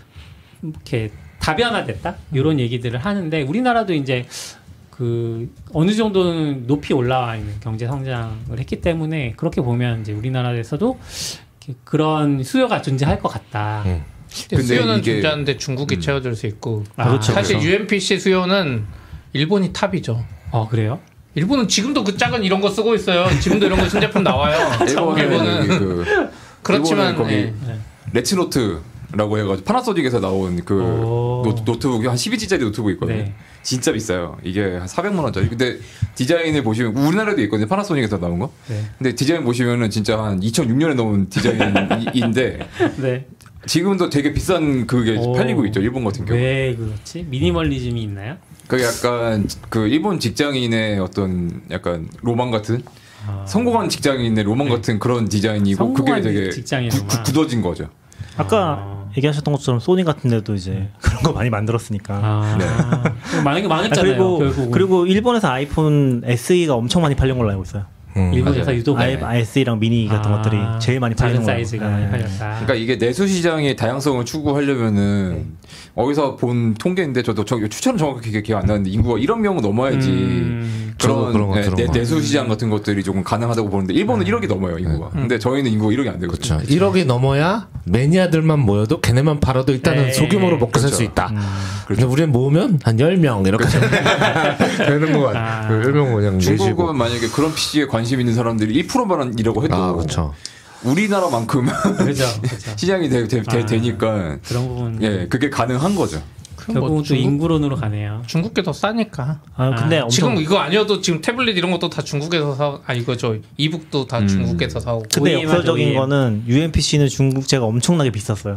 Speaker 3: 이렇게 다변화됐다 이런 얘기들을 하는데 우리나라도 이제 그 어느 정도는 높이 올라와 있는 경제 성장을 했기 때문에 그렇게 보면 이제 우리나라에서도 이렇게 그런 수요가 존재할 것 같다.
Speaker 5: 음.
Speaker 7: 근데
Speaker 6: 수요는
Speaker 7: 이게- 음.
Speaker 6: 존재하는데 중국이 채워줄 수 있고
Speaker 3: 아, 그렇죠,
Speaker 6: 사실
Speaker 5: 그렇죠.
Speaker 6: UMPC 수요는 일본이 탑이죠.
Speaker 3: 어 그래요?
Speaker 6: 일본은 지금도 그 작은 이런 거 쓰고 있어요. 지금도 이런 거 신제품 나와요.
Speaker 7: 일본은
Speaker 6: 일본은
Speaker 7: 그
Speaker 6: 그렇지만
Speaker 7: 거기
Speaker 6: 예.
Speaker 7: 레츠노트라고 해가지고 파나소닉에서 나온 그
Speaker 3: 오.
Speaker 7: 노트, 노트북이 한 12인치짜리 노트북이 있거든요.
Speaker 3: 네.
Speaker 7: 진짜 비싸요. 이게 한 400만 원짜리. 근데 디자인을 보시면 우리나라에도 있거든요. 파나소닉에서 나온 거.
Speaker 3: 네.
Speaker 7: 근데 디자인 보시면은 진짜 한 2006년에 나온 디자인인데
Speaker 3: 네.
Speaker 7: 지금도 되게 비싼 그게
Speaker 3: 오.
Speaker 7: 팔리고 있죠. 일본 같은 경우.
Speaker 3: 왜 그렇지? 미니멀리즘이 있나요?
Speaker 7: 그게 약간 그 일본 직장인의 어떤 약간 로망 같은
Speaker 3: 아, 네.
Speaker 7: 성공한 직장인의 로망 같은 그런 디자인이고 그게
Speaker 3: 성공한
Speaker 7: 되게
Speaker 3: 직장인의
Speaker 7: 구- 구-
Speaker 3: 로망.
Speaker 7: 굳어진 거죠.
Speaker 4: 아까 얘기하셨던 것처럼 소니 같은 데도 이제 그런 거 많이 만들었으니까.
Speaker 3: 네. 아,
Speaker 7: 네.
Speaker 3: 망, 망했잖아요.
Speaker 4: 그리고
Speaker 3: 결국
Speaker 4: 그리고 일본에서 아이폰 SE가 엄청 많이 팔린 걸로 알고 있어요.
Speaker 7: 음,
Speaker 3: 일본에서
Speaker 7: 맞아요.
Speaker 3: 유독
Speaker 4: 아이, SE랑 미니 같은
Speaker 3: 네. 아,
Speaker 4: 것들이 제일 많이
Speaker 3: 작은
Speaker 4: 팔린 걸로.
Speaker 3: 사이즈가
Speaker 4: 알고 있어요.
Speaker 3: 많이
Speaker 4: 네.
Speaker 3: 팔렸다.
Speaker 7: 그러니까 이게 내수 시장의 다양성을
Speaker 3: 네.
Speaker 7: 추구하려면은 어디서 본 통계인데 저도 저 추천은 정확히 기억 안 나는데 인구가 1억 명은 넘어야지
Speaker 3: 음.
Speaker 7: 그런,
Speaker 5: 저도 그런 거
Speaker 7: 네,
Speaker 5: 들은
Speaker 7: 내,
Speaker 5: 거
Speaker 7: 내수 시장 같은 것들이 조금 가능하다고 보는데 일본은 1억이 넘어요 인구가.
Speaker 3: 음.
Speaker 7: 근데 저희는 인구가 1억이 안
Speaker 5: 네. 그렇죠.
Speaker 7: 되거든요.
Speaker 5: 1억이 넘어야 매니아들만 모여도 걔네만 팔아도 일단은
Speaker 3: 네.
Speaker 5: 소규모로 먹고 살 수
Speaker 7: 그렇죠.
Speaker 5: 있다. 근데 우리는 모으면 한 10명 이렇게 되는 것
Speaker 3: 아.
Speaker 5: 같아요. 10명 그냥 내시고.
Speaker 7: 중국은 만약에 그런 PC에 관심 있는 사람들이 1%만 이라고 해도
Speaker 5: 아, 그렇죠. 네.
Speaker 7: 우리나라만큼
Speaker 3: 그죠, 그죠.
Speaker 7: 시장이 되, 되, 되,
Speaker 3: 아.
Speaker 7: 되니까
Speaker 3: 그런 부분
Speaker 7: 예 그게 가능한 거죠.
Speaker 6: 그럼
Speaker 3: 결국은
Speaker 6: 뭐
Speaker 3: 또
Speaker 6: 중국,
Speaker 3: 인구론으로 가네요.
Speaker 6: 중국게 더 싸니까.
Speaker 4: 아, 근데
Speaker 3: 아,
Speaker 4: 엄청
Speaker 6: 지금 이거 아니어도 지금 태블릿 이런 것도 다 중국에서 사. 아 이거 저 이북도
Speaker 7: 음.
Speaker 6: 다 중국에서 사오고.
Speaker 4: 근데
Speaker 3: OEM 하죠,
Speaker 4: 역설적인
Speaker 3: OEM.
Speaker 4: 거는 UMPC는 중국제가 엄청나게 비쌌어요.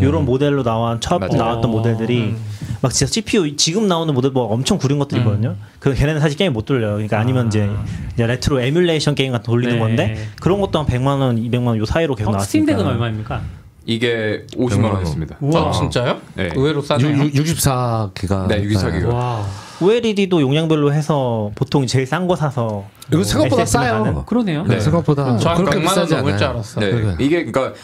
Speaker 5: 음.
Speaker 4: 이런 모델로 나온 처음
Speaker 7: 맞아요.
Speaker 4: 나왔던
Speaker 3: 어.
Speaker 4: 모델들이 막 진짜 CPU 지금 나오는 모델 뭐 엄청 구린
Speaker 3: 음.
Speaker 4: 것들이거든요. 그 걔네는 사실 게임 못 돌려요. 그러니까 아니면 이제 이제 레트로 에뮬레이션 게임 같은 거 돌리는
Speaker 3: 네.
Speaker 4: 건데 그런 것도 한 100만 원, 200만 원 요 사이로 계속
Speaker 3: 어, 스팀덱은
Speaker 4: 나왔으니까.
Speaker 3: 얼마입니까?
Speaker 7: 이게 50만
Speaker 5: 원.
Speaker 7: 원이었습니다.
Speaker 6: 아, 진짜요?
Speaker 7: 네.
Speaker 6: 의외로 싸네요.
Speaker 5: 64기가.
Speaker 7: 네, 64 기가.
Speaker 3: 와,
Speaker 4: OLED도 용량별로 해서 보통 제일 싼 거 사서
Speaker 5: 이거 생각보다
Speaker 4: SS 로 가는
Speaker 5: 싸요.
Speaker 3: 그러네요.
Speaker 5: 네, 생각보다
Speaker 6: 저한
Speaker 5: 그렇게
Speaker 6: 100만 원
Speaker 5: 비싸지
Speaker 6: 넘을 줄
Speaker 5: 않아요.
Speaker 6: 알았어.
Speaker 7: 네.
Speaker 5: 그러니까.
Speaker 7: 이게 그러니까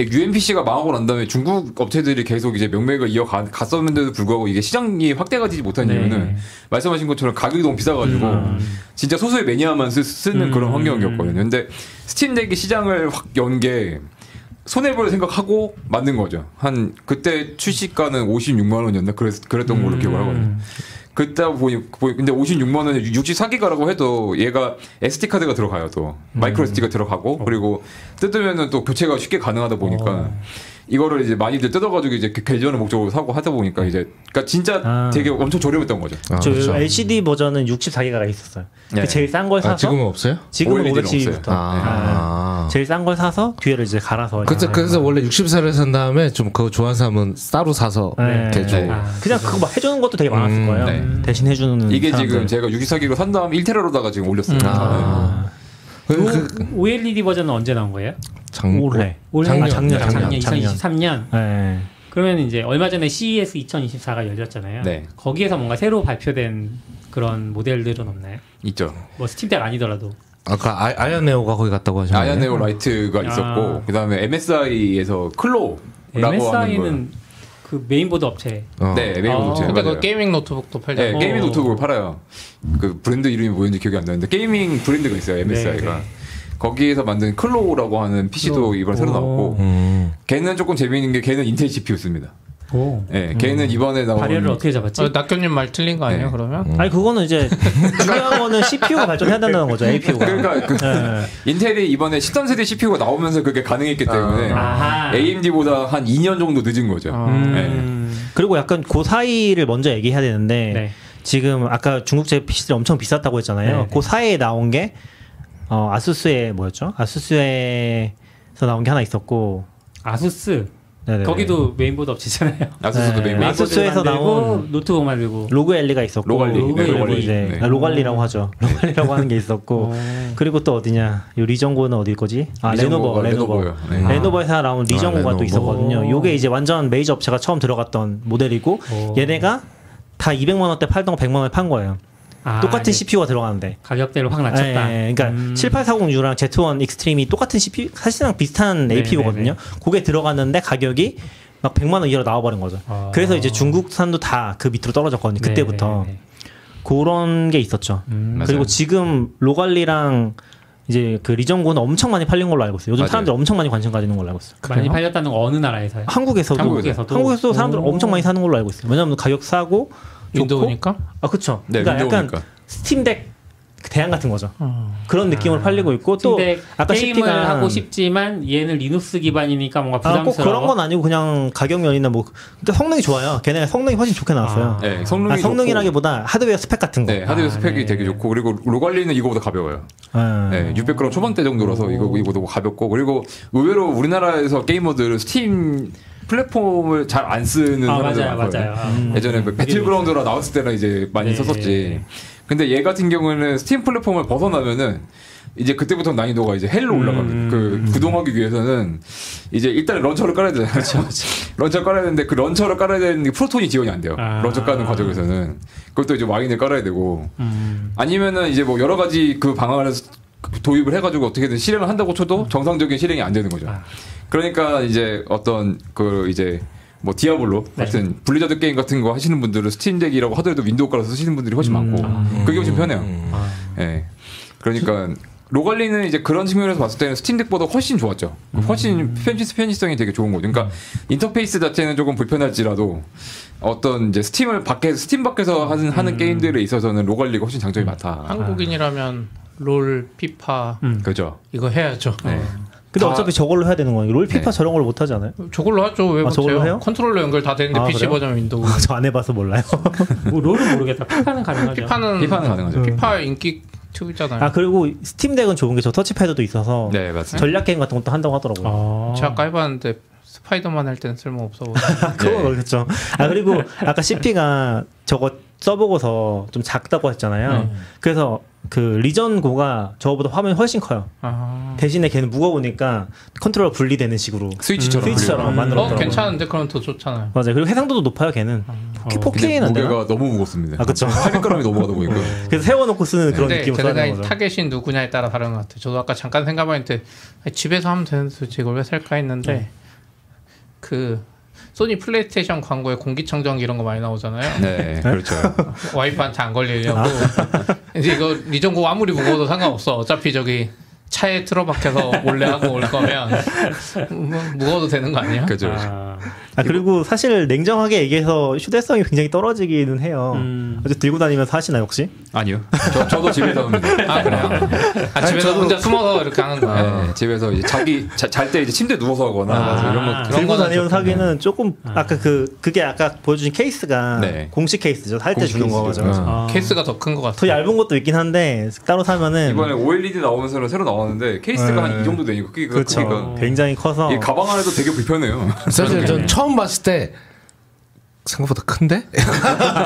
Speaker 7: UMPC가 망하고 난 다음에 중국 업체들이 계속 이제 명맥을 이어갔었는데도 불구하고 이게 시장이 확대가 되지 못한
Speaker 3: 네. 음.
Speaker 7: 이유는 말씀하신 것처럼 가격이 너무 비싸가지고 진짜 소수의 매니아만 쓰, 는 그런 환경이었거든요. 근데 스팀덱이 시장을 확 연 게 손해볼 생각하고 만든 거죠. 한 그때 출시가는 56만 원이었나 그랬, 그랬던
Speaker 3: 음.
Speaker 7: 걸로 기억을 하거든요. 그때 보니, 보니 근데 56만 원에 64기가라고 해도 얘가 SD 카드가 들어가요 또 마이크로 SD가 들어가고 그리고 뜯으면은 또 교체가 쉽게 가능하다 보니까 이거를 이제 많이들 뜯어가지고 이제 그 개선을 목적으로 사고 하다 보니까 이제 그러니까 진짜
Speaker 4: 아.
Speaker 7: 되게 엄청 저렴했던 거죠.
Speaker 5: 아,
Speaker 4: 저
Speaker 5: 그렇죠.
Speaker 4: LCD 버전은 64기가가 있었어요.
Speaker 7: 네.
Speaker 4: 그 제일 싼 걸 사서
Speaker 5: 아, 지금은 없어요?
Speaker 4: 지금은
Speaker 7: OLED 는
Speaker 5: 아,
Speaker 4: 500G부터
Speaker 5: 아.
Speaker 4: 제일 싼 걸 사서 뒤에를 이제 갈아서
Speaker 5: 그래서, 그래서 원래 60세를 산 다음에 좀 그거 좋아하는 사람은 따로 사서
Speaker 4: 네.
Speaker 5: 개조.
Speaker 7: 네.
Speaker 3: 아,
Speaker 4: 그냥 그거 막 해주는 것도 되게 많았을
Speaker 5: 음,
Speaker 4: 거예요.
Speaker 7: 네.
Speaker 4: 대신 해주는
Speaker 7: 이게
Speaker 4: 음, 사람들.
Speaker 7: 지금 제가 64기로 산 다음 1테라로다가 지금 올렸어요.
Speaker 5: 아. 그, 그
Speaker 3: OLED E 버전은 언제 나온 거예요?
Speaker 5: 장,
Speaker 4: 올해
Speaker 3: 올해
Speaker 5: 작년,
Speaker 3: 아,
Speaker 5: 작년,
Speaker 3: 작년,
Speaker 4: 작년, 작년.
Speaker 3: 2023년.
Speaker 4: 네.
Speaker 3: 그러면 이제 얼마 전에 CES 2024가 열렸잖아요.
Speaker 7: 네.
Speaker 3: 거기에서 뭔가 새로 발표된 그런 모델들은 없나요?
Speaker 7: 있죠.
Speaker 3: 뭐 스팀덱 아니더라도.
Speaker 5: 아까 아, 아야네오가 거기 갔다고 하셨나요?
Speaker 7: 아야네오 라이트가 있었고
Speaker 3: 아.
Speaker 7: 그다음에 MSI에서 클로라고 하는 거.
Speaker 3: MSI는 그 메인보드 업체.
Speaker 5: 어.
Speaker 7: 네, 메인
Speaker 3: 아.
Speaker 7: 업체.
Speaker 6: 근데
Speaker 7: 맞아요.
Speaker 6: 그 게이밍 노트북도 팔죠.
Speaker 7: 네,
Speaker 3: 어.
Speaker 7: 게이밍 노트북을 팔아요. 그 브랜드 이름이 뭐였는지 기억이 안 나는데 게이밍 브랜드가 있어요. MSI가.
Speaker 3: 네, 네.
Speaker 7: 거기에서 만든 클로우라고 하는 PC도 이번에 새로
Speaker 3: 오.
Speaker 7: 나왔고
Speaker 5: 음.
Speaker 7: 걔는 조금 재미있는 게 걔는 인텔 GPU 씁니다.
Speaker 3: 오.
Speaker 7: 예, 걔는 이번에
Speaker 3: 음.
Speaker 7: 나온
Speaker 3: 발열을 어떻게 잡았지?
Speaker 6: 어, 낙교님 말 틀린 거 아니에요?
Speaker 7: 네.
Speaker 6: 그러면?
Speaker 4: 아니 그거는 이제 중요한 거는 CPU가 발전해야 된다는 거죠. APU가. 예,
Speaker 7: 그러니까 그 인텔이 이번에 13세대 CPU가 나오면서 그게 가능했기 때문에
Speaker 3: 아하.
Speaker 7: AMD보다 한 2년 정도 늦은 거죠.
Speaker 4: 아,
Speaker 7: 예.
Speaker 3: 음.
Speaker 4: 그리고 약간 그 사이를 먼저 얘기해야 되는데
Speaker 3: 네.
Speaker 4: 지금 아까 중국제 PC들이 엄청 비쌌다고 했잖아요.
Speaker 3: 네, 네.
Speaker 4: 그 사이에 나온 게 어, 아수스의 뭐였죠? 아수스에서 나온 게 하나 있었고
Speaker 3: 아수스.
Speaker 4: 네네네.
Speaker 3: 거기도 메인보드 업체잖아요.
Speaker 7: 아수스도
Speaker 4: 네.
Speaker 7: 메인
Speaker 4: 아수-
Speaker 7: 아수...
Speaker 4: 아수스에서
Speaker 3: 만들고,
Speaker 4: 나온
Speaker 3: 노트북 만들고.
Speaker 4: 로그엘리가 있었고
Speaker 7: 로갈리.
Speaker 3: 네,
Speaker 4: 로그엘리
Speaker 3: 로갈리.
Speaker 4: 이제
Speaker 7: 네.
Speaker 4: 아, 로갈리라고 하죠. 로갈리라고 하는 게 있었고 그리고 또 어디냐? 요 리정고는 어디 거지? 아
Speaker 7: 리정고가
Speaker 4: 레노버 레노버 그러니까 아.
Speaker 7: 레노버예요. 네.
Speaker 4: 레노버에서 나온 리정고가
Speaker 5: 레노버.
Speaker 4: 또 있었거든요. 요게 이제 완전 메이저 업체가 처음 들어갔던 모델이고
Speaker 3: 오.
Speaker 4: 얘네가 다 200만 원대 팔던 거 100만 원에 판 거예요.
Speaker 3: 아,
Speaker 4: 똑같은
Speaker 3: 이제
Speaker 4: CPU가 들어가는데.
Speaker 3: 가격대를 확 낮췄다.
Speaker 4: 예, 예, 그러니까
Speaker 3: 음.
Speaker 4: 7840U랑 Z1 익스트림이 똑같은 CPU 사실상 비슷한
Speaker 3: 네,
Speaker 4: APU거든요. 그게 들어갔는데 가격이 막 100만 원 이하로 나와버린 거죠.
Speaker 3: 아.
Speaker 4: 그래서 이제 중국산도 다 그 밑으로 떨어졌거든요.
Speaker 3: 네,
Speaker 4: 그때부터
Speaker 3: 네, 네, 네. 음.
Speaker 4: 그런 게 있었죠. 그리고
Speaker 7: 맞아요.
Speaker 4: 지금 로갈리랑 이제 그 리전고는 엄청 많이 팔린 걸로 알고 있어요. 요즘
Speaker 7: 맞아요.
Speaker 4: 사람들 엄청 많이 관심 가지는 걸로 알고 있어요.
Speaker 3: 많이 팔렸다는 거 어느 나라에서요?
Speaker 4: 한국에서도
Speaker 3: 한국에서도?
Speaker 4: 한국에서도 사람들
Speaker 3: 오.
Speaker 4: 엄청 많이 사는 걸로 알고 있어요. 왜냐하면 가격 싸고 좋고
Speaker 6: 윈도우니까?
Speaker 4: 아 그렇죠.
Speaker 7: 네,
Speaker 4: 그러니까 약간
Speaker 7: 윈도우니까.
Speaker 4: 스팀덱 그 대안 같은 거죠.
Speaker 3: 어.
Speaker 4: 그런 느낌으로
Speaker 3: 아.
Speaker 4: 팔리고 있고 또
Speaker 3: 근데
Speaker 4: 아까
Speaker 3: 게임을
Speaker 4: CP가
Speaker 3: 하고 싶지만 얘는 리눅스 기반이니까 뭔가
Speaker 4: 아, 꼭
Speaker 3: 부담스러워.
Speaker 4: 그런 건 아니고 그냥 가격면이나 뭐 근데 성능이 좋아요. 걔네 성능이 훨씬 좋게 나왔어요.
Speaker 3: 아.
Speaker 7: 네,
Speaker 4: 아,
Speaker 7: 성능이 좋고,
Speaker 4: 성능이라기보다 하드웨어 스펙 같은 거.
Speaker 7: 네, 하드웨어
Speaker 3: 아,
Speaker 7: 스펙이
Speaker 3: 네.
Speaker 7: 되게 좋고 그리고 로갈리는 이거보다 가벼워요.
Speaker 4: 아.
Speaker 7: 네, 600g 초반대 정도라서 이거 이거도 가볍고 그리고 의외로 우리나라에서 게이머들은 스팀 플랫폼을 잘 안 쓰는
Speaker 3: 아
Speaker 7: 사람들
Speaker 3: 맞아요,
Speaker 7: 많거든요.
Speaker 3: 맞아요. 아,
Speaker 4: 음. 네.
Speaker 7: 예전에 뭐 배틀그라운드로 나왔을 때는 이제 많이
Speaker 3: 네.
Speaker 7: 썼었지. 근데 얘 같은 경우는 스팀 플랫폼을 벗어나면은 이제 그때부터 난이도가 이제
Speaker 3: 음.
Speaker 7: 헬로 올라갑니다. 그 구동하기 위해서는 이제 일단 런처를 깔아야 되잖아요. 런처를 깔아야 되는데 그 런처를 깔아야 되는 게 프로톤이 지원이 안 돼요.
Speaker 3: 아.
Speaker 7: 런처 까는 과정에서는 그것도 이제 와인을 깔아야 되고
Speaker 3: 음.
Speaker 7: 아니면은 이제 뭐 여러 가지 그 방안을 도입을 해가지고 어떻게든 실행을 한다고 쳐도 정상적인 실행이 안 되는 거죠.
Speaker 3: 아.
Speaker 7: 그러니까 이제 어떤 그 이제 뭐 디아블로
Speaker 3: 네.
Speaker 7: 같은 블리자드 게임 같은 거 하시는 분들은 스팀덱이라고 하더라도 윈도우 깔아서 쓰시는 분들이 훨씬 많고
Speaker 3: 음.
Speaker 7: 그게 훨씬 편해요.
Speaker 3: 아.
Speaker 7: 예. 그러니까 로갈리는 이제 그런 측면에서 봤을 때는 스팀덱보다 훨씬 좋았죠. 훨씬 편집 편의성이 되게 좋은 거죠. 그러니까 인터페이스 자체는 조금 불편할지라도 어떤 이제 스팀을 밖에 스팀 밖에서 하는 하는 게임들에 있어서는 로갈리가 훨씬 장점이
Speaker 6: 아.
Speaker 7: 많다.
Speaker 6: 한국인이라면 롤, 피파
Speaker 7: 그죠.
Speaker 6: 이거 해야죠.
Speaker 7: 네.
Speaker 4: 근데
Speaker 7: 다-
Speaker 4: 어차피 저걸로 해야 되는 거예요. 롤 피파
Speaker 7: 네.
Speaker 4: 저런 걸 못 하지 않아요?
Speaker 6: 저걸로 하죠. 왜
Speaker 4: 아, 저걸로
Speaker 6: 못해요?
Speaker 4: 해요?
Speaker 6: 컨트롤러 연결 다 되는데
Speaker 4: 아,
Speaker 6: PC
Speaker 4: 그래요?
Speaker 6: 버전 윈도우.
Speaker 4: 저 안 해봐서 몰라요.
Speaker 3: 뭐 롤은 모르겠다. 피파는 가능하죠.
Speaker 6: 피파는 네.
Speaker 7: 비판은 가능하죠.
Speaker 6: 피파 인기 투기잖아요.
Speaker 4: 네. 아 그리고 스팀덱은 좋은 게 저 터치패드도 있어서
Speaker 7: 네 맞습니다.
Speaker 4: 전략 게임 같은 것도 한다고 하더라고요.
Speaker 3: 아.
Speaker 4: 어.
Speaker 6: 제가 아까 해봤는데 스파이더만 할 때는 쓸모 없어.
Speaker 4: 그건
Speaker 7: 네.
Speaker 4: 그렇겠죠. 아 그리고 아까 CP가 저거 써보고서 좀 작다고 했잖아요.
Speaker 7: 네.
Speaker 4: 그래서 그 리전고가 저거보다 화면이 훨씬 커요.
Speaker 6: 아.
Speaker 4: 대신에 걔는 무거우니까 컨트롤러 분리되는 식으로
Speaker 7: 스위치처럼
Speaker 4: 스위치처럼
Speaker 7: 불리는.
Speaker 6: 어
Speaker 4: 만들었더라고요.
Speaker 6: 괜찮은데 그럼 더 좋잖아요.
Speaker 4: 맞아요. 그리고 해상도도 높아요. 걔는 그
Speaker 7: 근데
Speaker 4: 4K는 안 되나?
Speaker 7: 무게가 너무 무겁습니다.
Speaker 4: 아, 그쵸. 음.
Speaker 7: 800g이 넘어가다 보니까.
Speaker 4: 그래서 세워놓고 쓰는 그런
Speaker 6: 근데
Speaker 4: 느낌으로 써야 되는
Speaker 6: 제가
Speaker 4: 거죠.
Speaker 6: 타겟이 누구냐에 따라 다른 것 같아요. 저도 아까 잠깐 생각하는데 집에서 하면 되는데 도대체 이걸 왜 살까 했는데
Speaker 4: 네.
Speaker 6: 그 소니 플레이스테이션 광고에 공기청정기 이런 거 많이 나오잖아요.
Speaker 7: 네 그렇죠.
Speaker 6: 와이프한테 안 걸리려고. 이제 이거 리전고 아무리 무거워도 상관없어. 어차피 저기 차에 틀어박혀서 몰래 하고 올 거면 뭐, 무거워도 되는 거 아니야?
Speaker 7: 그죠.
Speaker 3: 아,
Speaker 4: 아 그리고 사실 냉정하게 얘기해서 휴대성이 굉장히 떨어지기는 해요.
Speaker 3: 음.
Speaker 4: 어제 들고 다니면서 하시나 혹시?
Speaker 7: 아니요. 저, 저도 집에서 합니다.
Speaker 6: 아 그래요? 아
Speaker 5: 아니,
Speaker 6: 집에서
Speaker 5: 저도-
Speaker 6: 혼자 숨어서 이렇게 하는
Speaker 7: 네,
Speaker 6: 거예요?
Speaker 7: 집에서 이제 자기 잘 때 이제 침대 누워서 하거나 맞아, 이런 거
Speaker 6: 그런
Speaker 4: 들고
Speaker 6: 거는
Speaker 4: 다니는
Speaker 6: 좋겠네.
Speaker 4: 사기는 조금 아까 그 그게 아까 보여주신 케이스가
Speaker 7: 네.
Speaker 4: 공식 케이스죠. 살 때
Speaker 7: 공식
Speaker 4: 주는
Speaker 7: 케이스죠.
Speaker 4: 거죠.
Speaker 5: 아.
Speaker 3: 아.
Speaker 6: 케이스가 더 큰 것
Speaker 4: 더
Speaker 6: 같아요.
Speaker 4: 얇은 것도 있긴 한데 따로 사면은
Speaker 7: 이번에 OLED 나오면서 새로 나왔는데 케이스가
Speaker 4: 네. 어.
Speaker 7: 한 이 정도 되니까 그게
Speaker 4: 그렇죠.
Speaker 7: 그러니까
Speaker 4: 굉장히 커서
Speaker 7: 이 가방 안에도 되게 불편해요.
Speaker 5: 사실 전 처음 봤을 때 생각보다 큰데?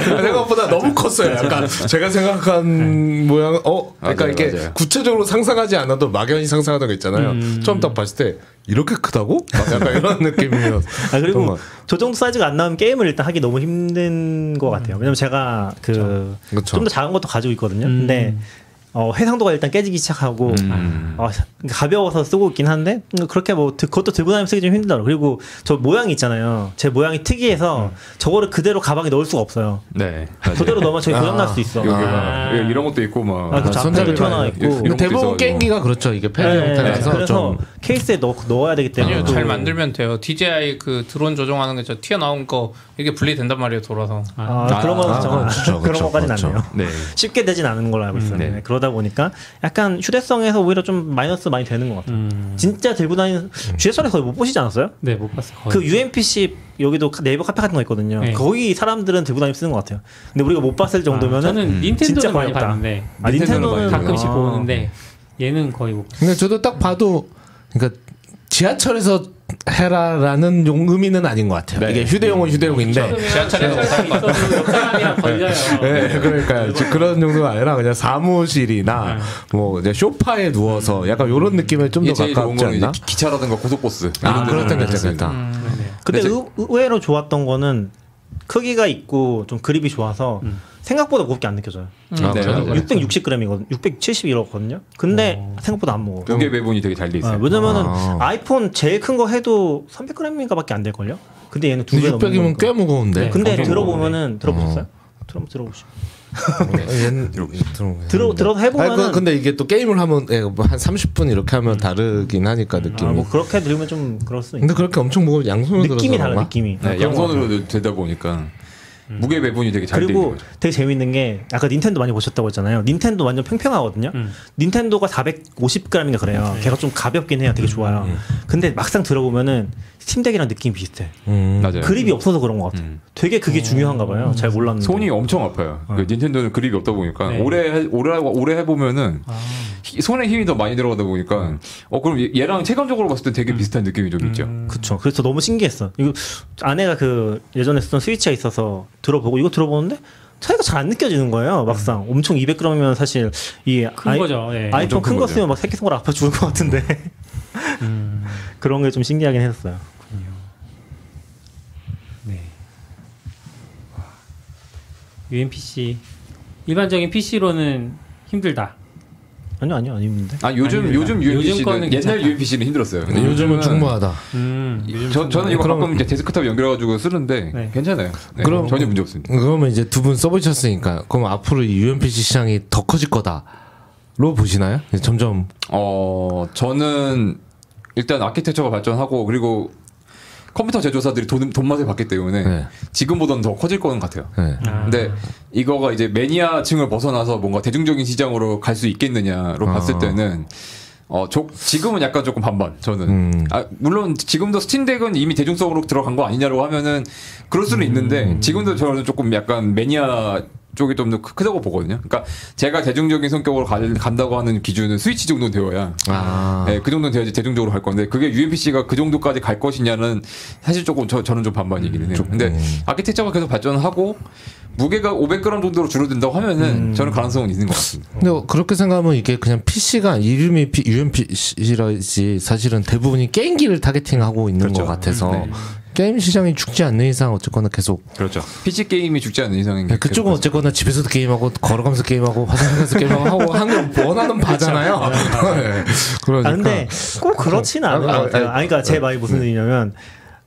Speaker 5: 생각보다 너무 컸어요. 약간 제가 생각한 모양, 어, 그러니까
Speaker 7: 맞아요,
Speaker 5: 이렇게
Speaker 7: 맞아요.
Speaker 5: 구체적으로 상상하지 않아도 막연히 상상하던 거 있잖아요. 처음 딱 봤을 때 이렇게 크다고? 막 약간 이런 느낌이었어요.
Speaker 4: 아
Speaker 5: 어떤
Speaker 4: 그리고
Speaker 5: 거?
Speaker 4: 저 정도 사이즈가 안 나오면 게임을 일단 하기 너무 힘든 것 같아요. 왜냐면 제가 그 좀
Speaker 5: 그쵸.
Speaker 4: 더 작은 것도 가지고 있거든요. 근데 어, 해상도가 일단 깨지기 시작하고 어, 가벼워서 쓰고 있긴 한데 음, 그렇게 뭐 드- 그것도 들고 다니면 쓰기 좀 힘들더라고. 요 그리고 저 모양이 있잖아요. 제 모양이 특이해서 저거를 그대로 가방에 넣을 수가 없어요.
Speaker 7: 네.
Speaker 4: 그대로 넣으면 저기
Speaker 5: 아,
Speaker 4: 고장 날수 있어.
Speaker 7: 여기
Speaker 3: 네. 아.
Speaker 7: 막 예, 이런 것도 있고 막
Speaker 4: 아, 그쵸. 앞에도 튀어나와 있고.
Speaker 5: 근데 대부분 게임기가 그렇죠. 이게 패드
Speaker 4: 네,
Speaker 5: 형태라서
Speaker 4: 그래서
Speaker 5: 좀
Speaker 4: 케이스에 넣, 넣어야 되기 때문에
Speaker 6: 아니요
Speaker 4: 또-
Speaker 6: 잘 만들면 돼요. DJI 그 드론 조종하는 게저 튀어나온 거 이게 분리된단 말이에요 돌아서.
Speaker 4: 아,
Speaker 7: 아,
Speaker 4: 그런 거
Speaker 5: 아, 그렇죠,
Speaker 4: 그런
Speaker 5: 그렇죠,
Speaker 4: 것까지는 안
Speaker 5: 그렇죠.
Speaker 4: 돼요.
Speaker 7: 네.
Speaker 4: 쉽게 되진 않은 걸로 알고 있어요.
Speaker 7: 네.
Speaker 4: 네, 그러다 보니까 약간 휴대성에서 오히려 좀 마이너스 많이 되는 것 같아요.
Speaker 3: 음.
Speaker 4: 진짜 들고 다니는
Speaker 5: 음.
Speaker 4: GSR에 거의 못 보시지 않았어요?
Speaker 3: 네, 못 봤어. 거의.
Speaker 4: 그 UMPC 여기도 카- 네이버 카페 같은 거 있거든요.
Speaker 3: 네.
Speaker 4: 거기 사람들은 들고 다니면 쓰는 것 같아요. 근데 우리가 못 봤을 정도면은 음,
Speaker 3: 아, 저는 닌텐도는
Speaker 4: 진짜
Speaker 3: 많이
Speaker 4: 어렵다.
Speaker 3: 봤는데
Speaker 4: 아, 닌텐도는
Speaker 3: 가끔씩
Speaker 4: 아.
Speaker 3: 보는데 얘는 거의 못.
Speaker 5: 근데 저도 딱 봐도 그러니까 지하철에서 해라라는 용 의미는 아닌 것 같아요.
Speaker 7: 네.
Speaker 5: 이게 휴대용은 휴대용인데.
Speaker 6: 지하철에서
Speaker 3: 사람이 있어도 옆 사람이랑 걸려요.
Speaker 5: 네, 그러니까 그런 정도가 아니라 그냥 사무실이나 뭐 이제 쇼파에 누워서 약간 이런 느낌에 좀 더
Speaker 7: 이게 제일 좋은
Speaker 5: 가깝지
Speaker 7: 거는 이제
Speaker 5: 않나?
Speaker 7: 기- 기차라든가 고속버스
Speaker 5: 아, 그렇다,
Speaker 7: 데는
Speaker 5: 그렇다,
Speaker 7: 있습니다.
Speaker 5: 그렇다.
Speaker 3: 음. 네.
Speaker 4: 근데
Speaker 7: 근데
Speaker 4: 의, 외로 좋았던 거는 크기가 있고 좀 그립이 좋아서
Speaker 3: 음.
Speaker 4: 생각보다 무겁게 안 느껴져요.
Speaker 5: 아,
Speaker 7: 네,
Speaker 5: 그래요?
Speaker 7: 맞아요.
Speaker 4: 660g이거든, 670이거든요. 근데
Speaker 3: 어.
Speaker 4: 생각보다 안 무거워.
Speaker 7: 무게 배분이 되게 잘
Speaker 4: 아,
Speaker 7: 돼 있어요.
Speaker 4: 왜냐면은
Speaker 5: 아.
Speaker 4: 아. 이폰 제일 큰 거 해도 300g인가밖에 안 될 걸요. 근데 얘는 두배 넘는
Speaker 5: 600이면
Speaker 4: 거니까.
Speaker 5: 꽤 무거운데.
Speaker 4: 근데
Speaker 3: 엄청
Speaker 4: 들어보면은 들어보셨어요? 들어 들어보시.
Speaker 5: 얘는
Speaker 4: 예, 들어 들어서 해보면은
Speaker 5: 네. 아니, 그- 근데 이게 또 게임을 하면 예, 뭐한 30분 이렇게 하면 다르긴 하니까 느낌이.
Speaker 4: 아, 뭐 그렇게 들으면 좀 그럴 수 있는.
Speaker 5: 근데 그렇게 엄청 무거운 양손으로
Speaker 4: 느낌이
Speaker 5: 들어서
Speaker 4: 달라
Speaker 5: 그런가?
Speaker 4: 느낌이.
Speaker 7: 네, 양손으로 되다 보니까
Speaker 3: 음.
Speaker 7: 무게 배분이 되게 잘돼 있는
Speaker 4: 그리고
Speaker 7: 거죠.
Speaker 4: 되게 재밌는 게 아까 닌텐도 많이 보셨다고 했잖아요. 닌텐도 완전 팽팽하거든요. 닌텐도가 450g인가 그래요. 걔가 좀 가볍긴 해요. 되게 좋아요. 근데 막상 들어보면은 스팀덱이랑 느낌이 비슷해.
Speaker 5: 음.
Speaker 7: 맞아요.
Speaker 4: 그립이 없어서 그런 것 같아. 요
Speaker 7: 음.
Speaker 4: 되게 그게 중요한가 봐요. 잘 몰랐는데.
Speaker 7: 손이 엄청 아파요. 그 닌텐도는 그립이 없다 보니까
Speaker 3: 네. 아.
Speaker 7: 오래 해- 오래 하고- 오래 해보면은 히- 손에 힘이 더 많이 들어가다 보니까 어 그럼 얘- 얘랑 체감적으로 봤을 때 되게 비슷한 느낌이 좀 있죠.
Speaker 3: 음.
Speaker 4: 그쵸. 그래서 너무 신기했어. 이거 아내가 그 예전에 쓰던 스위치가 있어서 들어보고 이거 들어보는데 차이가 잘 안 느껴지는 거예요. 막상 엄청 200g이면 사실 이
Speaker 3: 큰 거죠. 예.
Speaker 4: 아이폰
Speaker 7: 엄청 큰
Speaker 4: 큰 거
Speaker 7: 거죠.
Speaker 4: 쓰면 막 새끼손가락 아파 죽을 것 같은데
Speaker 3: 음.
Speaker 4: 그런 게 좀 신기하긴 했어요.
Speaker 3: 네. UM PC 일반적인 PC로는 힘들다.
Speaker 4: 아니요 아니요 아닙니다.
Speaker 7: 아 요즘
Speaker 3: 아닙니다.
Speaker 7: 요즘
Speaker 3: 요즘 거는
Speaker 7: UMPC는 옛날
Speaker 3: 괜찮다.
Speaker 7: UMPC는 힘들었어요.
Speaker 5: 근데 요즘은 음. 충분하다.
Speaker 3: 음.
Speaker 7: 저, 저는 이거
Speaker 5: 그럼-
Speaker 7: 가끔 이제 데스크탑 연결해가지고 쓰는데
Speaker 3: 네.
Speaker 7: 괜찮아요. 네,
Speaker 5: 그럼-
Speaker 7: 전혀 문제 없습니다.
Speaker 5: 그러면 이제 두 분 써보셨으니까 그럼 앞으로 이 UMPC 시장이 더 커질 거다로 보시나요? 이제 점점
Speaker 7: 어 저는 일단 아키텍처가 발전하고 그리고 컴퓨터 제조사들이 돈, 돈 맛을 봤기 때문에
Speaker 5: 네.
Speaker 7: 지금보다는 더 커질 거는 같아요.
Speaker 5: 예.
Speaker 7: 근데 이거가 이제 매니아층을 벗어나서 뭔가 대중적인 시장으로 갈 수 있겠느냐로 봤을
Speaker 5: 아.
Speaker 7: 때는 어, 조- 지금은 약간 조금 반반 저는
Speaker 5: 음.
Speaker 7: 아, 물론 지금도 스팀덱은 이미 대중성으로 들어간 거 아니냐고 하면은 그럴
Speaker 5: 음.
Speaker 7: 수는 있는데 지금도 저는 조금 약간 매니아 쪽이 좀 더 크다고 보거든요. 그러니까 제가 대중적인 성격으로 갈- 간다고 하는 기준은 스위치 정도 되어야
Speaker 5: 아.
Speaker 7: 예, 그 정도는 돼야지 대중적으로 갈 건데 그게 UMPC가 그 정도까지 갈 것이냐는 사실 조금 저, 저는 좀
Speaker 5: 음,
Speaker 7: 반반이기는 해요. 근데
Speaker 5: 네.
Speaker 7: 아키텍처가 계속 발전하고 무게가 500g 정도로 줄어든다고
Speaker 5: 음.
Speaker 7: 하면은 저는 가능성은 있는 것 같습니다.
Speaker 5: 근데 그렇게 생각하면 이게 그냥 PC가 이름이 피- UMPC라지 사실은 대부분이 게임기를 타겟팅하고 있는
Speaker 7: 그렇죠.
Speaker 5: 것 같아서
Speaker 7: 네.
Speaker 5: 게임 시장이 죽지 않는 이상 어쨌거나 계속
Speaker 7: 그렇죠. PC 게임이 죽지 않는 이상인 게
Speaker 5: 네, 그쪽은 어쨌거나 집에서도 게임하고 걸어가면서 게임하고 화장실에서 게임하고 하고 하는 거 원하는 바잖아요. 네. 그러니까
Speaker 4: 아 근데 꼭 그렇진 않은 것
Speaker 5: 아, 아,
Speaker 4: 같아요.
Speaker 5: 아,
Speaker 4: 아 그러니까 제 말이 무슨 의미냐면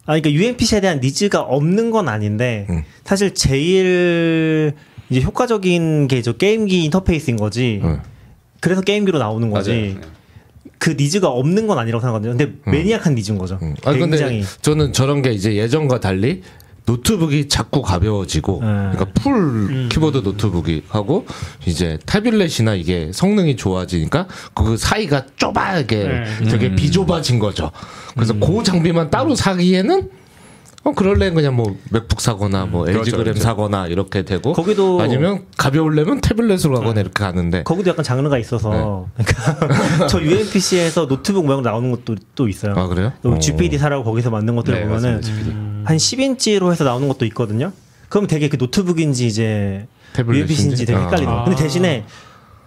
Speaker 4: 아 그러니까 UMPC에 대한 니즈가 없는 건 아닌데
Speaker 5: 음.
Speaker 4: 사실 제일 이제 효과적인 게 저 게임기 인터페이스인 거지.
Speaker 5: 네.
Speaker 4: 그래서 게임기로 나오는 거지.
Speaker 7: 맞아요.
Speaker 4: 그 니즈가 없는 건 아니라고 생각하거든요. 근데 매니악한 니즈인 거죠.
Speaker 5: 음. 아
Speaker 4: 굉장히
Speaker 5: 근데 저는 저런 게 이제 예전과 달리 노트북이 자꾸 가벼워지고
Speaker 4: 음.
Speaker 5: 그러니까 풀 키보드 노트북이 하고 이제 태블릿이나 이게 성능이 좋아지니까 그 사이가 좁아게
Speaker 3: 네.
Speaker 5: 되게
Speaker 7: 음.
Speaker 5: 비좁아진 거죠.
Speaker 4: 음.
Speaker 5: 그래서 그 장비만 따로 사기에는 어 그럴래 그냥 뭐 맥북 사거나 뭐 LG
Speaker 7: 그렇죠,
Speaker 5: 그램
Speaker 7: 그렇죠.
Speaker 5: 사거나 이렇게 되고
Speaker 4: 거기도-
Speaker 5: 아니면 가벼우려면 태블릿으로 가거나
Speaker 4: 네.
Speaker 5: 이렇게 가는데
Speaker 4: 거기도 약간 장르가 있어서
Speaker 5: 네.
Speaker 4: 그러니까 저 UMPC에서 노트북 모양 나오는 것도 또 있어요.
Speaker 5: 아 그래요?
Speaker 4: 요
Speaker 5: 어.
Speaker 4: GPD 사라고 거기서 만든 것들
Speaker 7: 네,
Speaker 4: 보면은
Speaker 7: 맞습니다, GPD.
Speaker 4: 한 10인치로 해서 나오는 것도 있거든요. 그럼 되게 그 노트북인지 이제
Speaker 5: 태블릿인지?
Speaker 4: UMPC인지 되게
Speaker 5: 아.
Speaker 4: 헷갈리는. 요 근데 대신에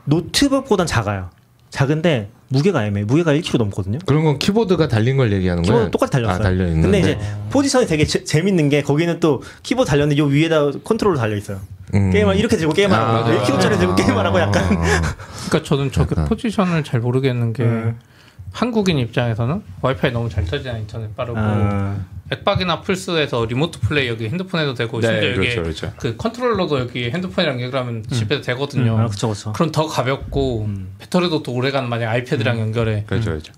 Speaker 4: 노트북보단 작아요. 작은데 무게가 애매해. 무게가 1kg 넘거든요.
Speaker 5: 그런 건 키보드가 달린 걸 얘기하는 거예요?
Speaker 4: 키보드 똑같이 달렸어요.
Speaker 5: 아, 달려 있는.
Speaker 4: 근데 이제 포지션이 되게 재, 재밌는 게 거기는 또 키보드 달렸는데 요 위에다 컨트롤 달려 있어요.
Speaker 5: 음.
Speaker 4: 게임을 이렇게 들고 게임하라고.
Speaker 5: 맞아요.
Speaker 4: 1kg짜리 들고 게임하라고 약간.
Speaker 6: 그러니까 저는 저게 포지션을 잘 모르겠는 게 한국인 입장에서는 와이파이 너무 잘 터지나 인터넷 빠르고
Speaker 4: 아.
Speaker 6: 액박이나 플스에서 리모트 플레이 여기 핸드폰에도 되고
Speaker 7: 네,
Speaker 6: 심지어 여기
Speaker 7: 그렇죠, 그렇죠.
Speaker 6: 그 컨트롤러도 여기 핸드폰이랑 연결하면 집에서 되거든요.
Speaker 4: 아, 그쵸, 그쵸.
Speaker 6: 그럼 더 가볍고 배터리도 더 오래간 만약 아이패드랑 연결해. 음.
Speaker 7: 그렇죠, 그렇죠.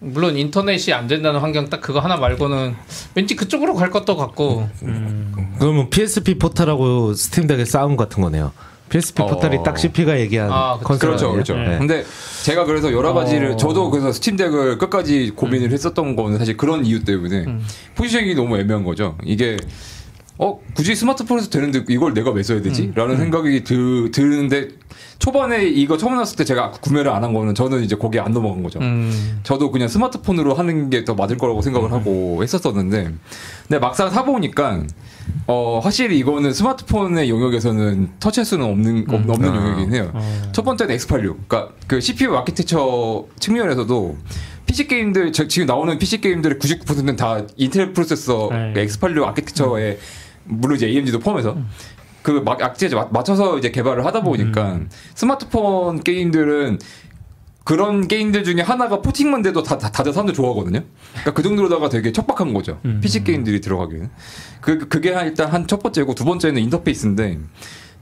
Speaker 6: 물론 인터넷이 안 된다는 환경 딱 그거 하나 말고는 왠지 그쪽으로 갈 것도 같고
Speaker 5: 음. 그러면 PSP 포탈하고 스팀덱의 싸움 같은 거네요. PSP
Speaker 7: 어.
Speaker 5: 포탈이 딱 CP가 얘기한
Speaker 6: 아, 그쵸.
Speaker 5: 컨셉
Speaker 7: 그렇죠,
Speaker 5: 아니에요?
Speaker 7: 그렇죠.
Speaker 5: 네. 어.
Speaker 7: 근데 제가 그래서 여러 가지를 저도 그래서 스팀덱을 끝까지 고민을 했었던 거는 사실 그런 이유 때문에
Speaker 5: 음.
Speaker 7: 포지션이 너무 애매한 거죠. 이게 어 굳이 스마트폰에서 되는데 이걸 내가 왜 써야
Speaker 5: 음.
Speaker 7: 되지?라는 생각이 드, 드는데 초반에 이거 처음 나왔을 때 제가 구매를 안 한 거는 저는 이제 거기에 안 넘어간 거죠.
Speaker 6: 음,
Speaker 7: 저도 그냥 스마트폰으로 하는 게 더 맞을 거라고
Speaker 5: 음.
Speaker 7: 생각을 하고 했었었는데 근데 네, 막상 사보니까 어 확실히 이거는 스마트폰의 영역에서는 터치할 수는 없는 없- 없는 영역이긴 해요. 첫 번째는 X86. 그러니까 그 CPU 아키텍처 측면에서도 PC 게임들 저- 지금 나오는 PC 게임들의 99%는 다 인텔 프로세서
Speaker 3: 네.
Speaker 7: X86 아키텍처에 물론 이제 AMD도 포함해서 그막 악재에 맞춰서 이제 개발을 하다 보니까 스마트폰 게임들은 그런 게임들 중에 하나가 포팅만 돼도 다, 다 다들 사람들 좋아하거든요. 그러니까 그 정도로다가 되게 척박한 거죠.
Speaker 6: 음.
Speaker 7: PC 게임들이 들어가기는. 그 그게 한- 일단 한 첫 번째고 두 번째는 인터페이스인데